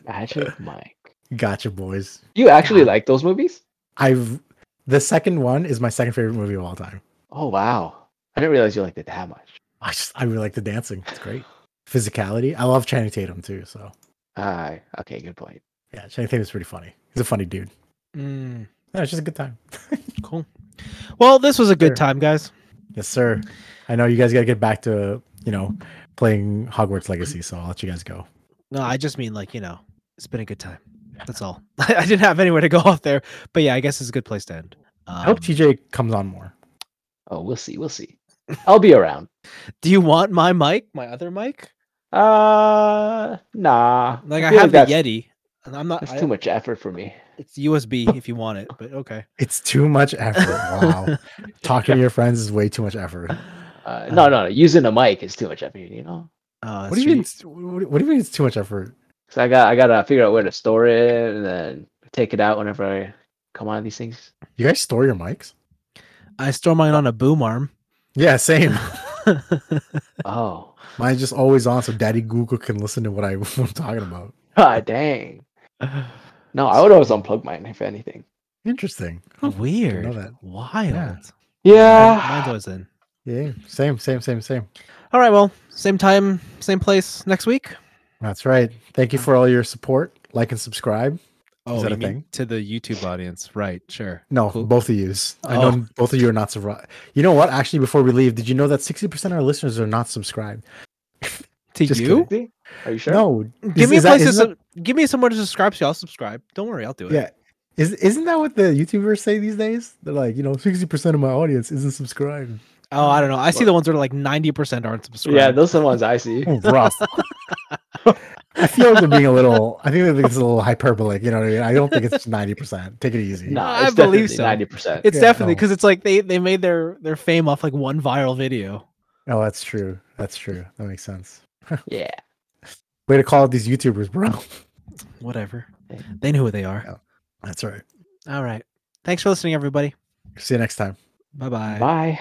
Speaker 2: Magic Mike.
Speaker 1: gotcha, boys.
Speaker 2: You actually like those movies?
Speaker 1: I've the second one is my second favorite movie of all time.
Speaker 2: Oh wow. I didn't realize you liked it that much.
Speaker 1: I just I really like the dancing. It's great. Physicality. I love Channing Tatum too. So
Speaker 2: Ah, okay, good point.
Speaker 1: yeah, Channing Tatum's pretty funny. He's a funny dude.
Speaker 3: Mm,
Speaker 1: No, it's just a good time.
Speaker 3: cool. Well, this was a good
Speaker 1: Sure.
Speaker 3: time, guys.
Speaker 1: Yes, sir. I know you guys gotta get back to you know playing Hogwarts Legacy. So I'll let you guys go.
Speaker 3: No, I just mean like you know, it's been a good time. That's all. I didn't have anywhere to go off there, but yeah, I guess it's a good place to end.
Speaker 1: I hope
Speaker 3: Um,
Speaker 1: TJ comes on more.
Speaker 2: Oh, we'll see, we'll see. I'll be around.
Speaker 3: do you want my mic, my other mic?
Speaker 2: Uh nah.
Speaker 3: Like
Speaker 2: I
Speaker 3: I,
Speaker 2: feel
Speaker 3: have
Speaker 2: like
Speaker 3: the
Speaker 2: that's-
Speaker 3: Yeti, and I'm not.
Speaker 2: That's
Speaker 3: I-
Speaker 2: too much effort for me.
Speaker 3: it's USB if you want it, but okay.
Speaker 1: It's too much effort. Wow. Talking to your friends is way too much effort.
Speaker 2: Uh,
Speaker 3: Uh-huh.
Speaker 2: no, no, no. Using a mic is too much effort, you know.
Speaker 3: Uh,
Speaker 1: What do you mean? it's- What what do you mean? It's too much effort.
Speaker 2: So I got I gotta figure out where to store it and then take it out whenever I come on these things.
Speaker 1: You guys store your mics?
Speaker 3: I store mine on a boom arm.
Speaker 1: Yeah, same.
Speaker 2: Oh,
Speaker 1: Mine's just always on, so Daddy Google can listen to what I, what I'm talking about.
Speaker 2: god Ah, dang. No, I would always unplug mine if anything.
Speaker 1: Interesting.
Speaker 3: Weird.
Speaker 1: that.
Speaker 3: Wild. Mine- Mine's
Speaker 2: Yeah.
Speaker 3: always in.
Speaker 1: Yeah, same, same, same, same.
Speaker 3: All right. Well, same time, same place next week.
Speaker 1: That's right. Thank you for all your support. Like and subscribe.
Speaker 3: Oh,
Speaker 1: that
Speaker 3: you
Speaker 1: a
Speaker 3: mean
Speaker 1: thing?
Speaker 3: to the YouTube audience, right? Sure.
Speaker 1: No,
Speaker 3: Cool.
Speaker 1: both of yous. I
Speaker 3: Oh.
Speaker 1: know both of you are not subscribed. You know what? Actually, before we leave, did you know that 60% of our listeners are not subscribed?
Speaker 3: To
Speaker 1: Just
Speaker 3: you?
Speaker 2: See? Are you sure?
Speaker 1: No. Is-
Speaker 3: Give me
Speaker 1: is that-
Speaker 3: a place to
Speaker 1: isn't
Speaker 3: sub- give me somewhere to subscribe to. I'll subscribe. Don't worry, I'll do it.
Speaker 1: Yeah. Is, isn't that what the YouTubers say these days? They're like, you know, 60% of my audience isn't subscribed.
Speaker 3: Oh, I don't know. I see the ones that are like ninety percent aren't subscribed.
Speaker 2: Yeah, those are the ones I see.
Speaker 1: Oh, rough. I feel like they're being a little, I think that it's a little hyperbolic. You know what I mean? I don't think it's 90%. Take it easy.
Speaker 2: No,
Speaker 3: I believe so.
Speaker 2: Ninety percent.
Speaker 3: it's
Speaker 1: Yeah,
Speaker 3: definitely
Speaker 1: no.
Speaker 3: because it's like they they made their their fame off like one viral video.
Speaker 1: Oh, that's true. That's true. That makes sense.
Speaker 2: Yeah.
Speaker 1: Way to call out these YouTubers, bro.
Speaker 3: Whatever.
Speaker 2: Yeah.
Speaker 3: They knew who they are.
Speaker 1: That's right.
Speaker 3: All right. Thanks for listening, everybody.
Speaker 1: See you next time.
Speaker 3: Bye bye.
Speaker 2: Bye.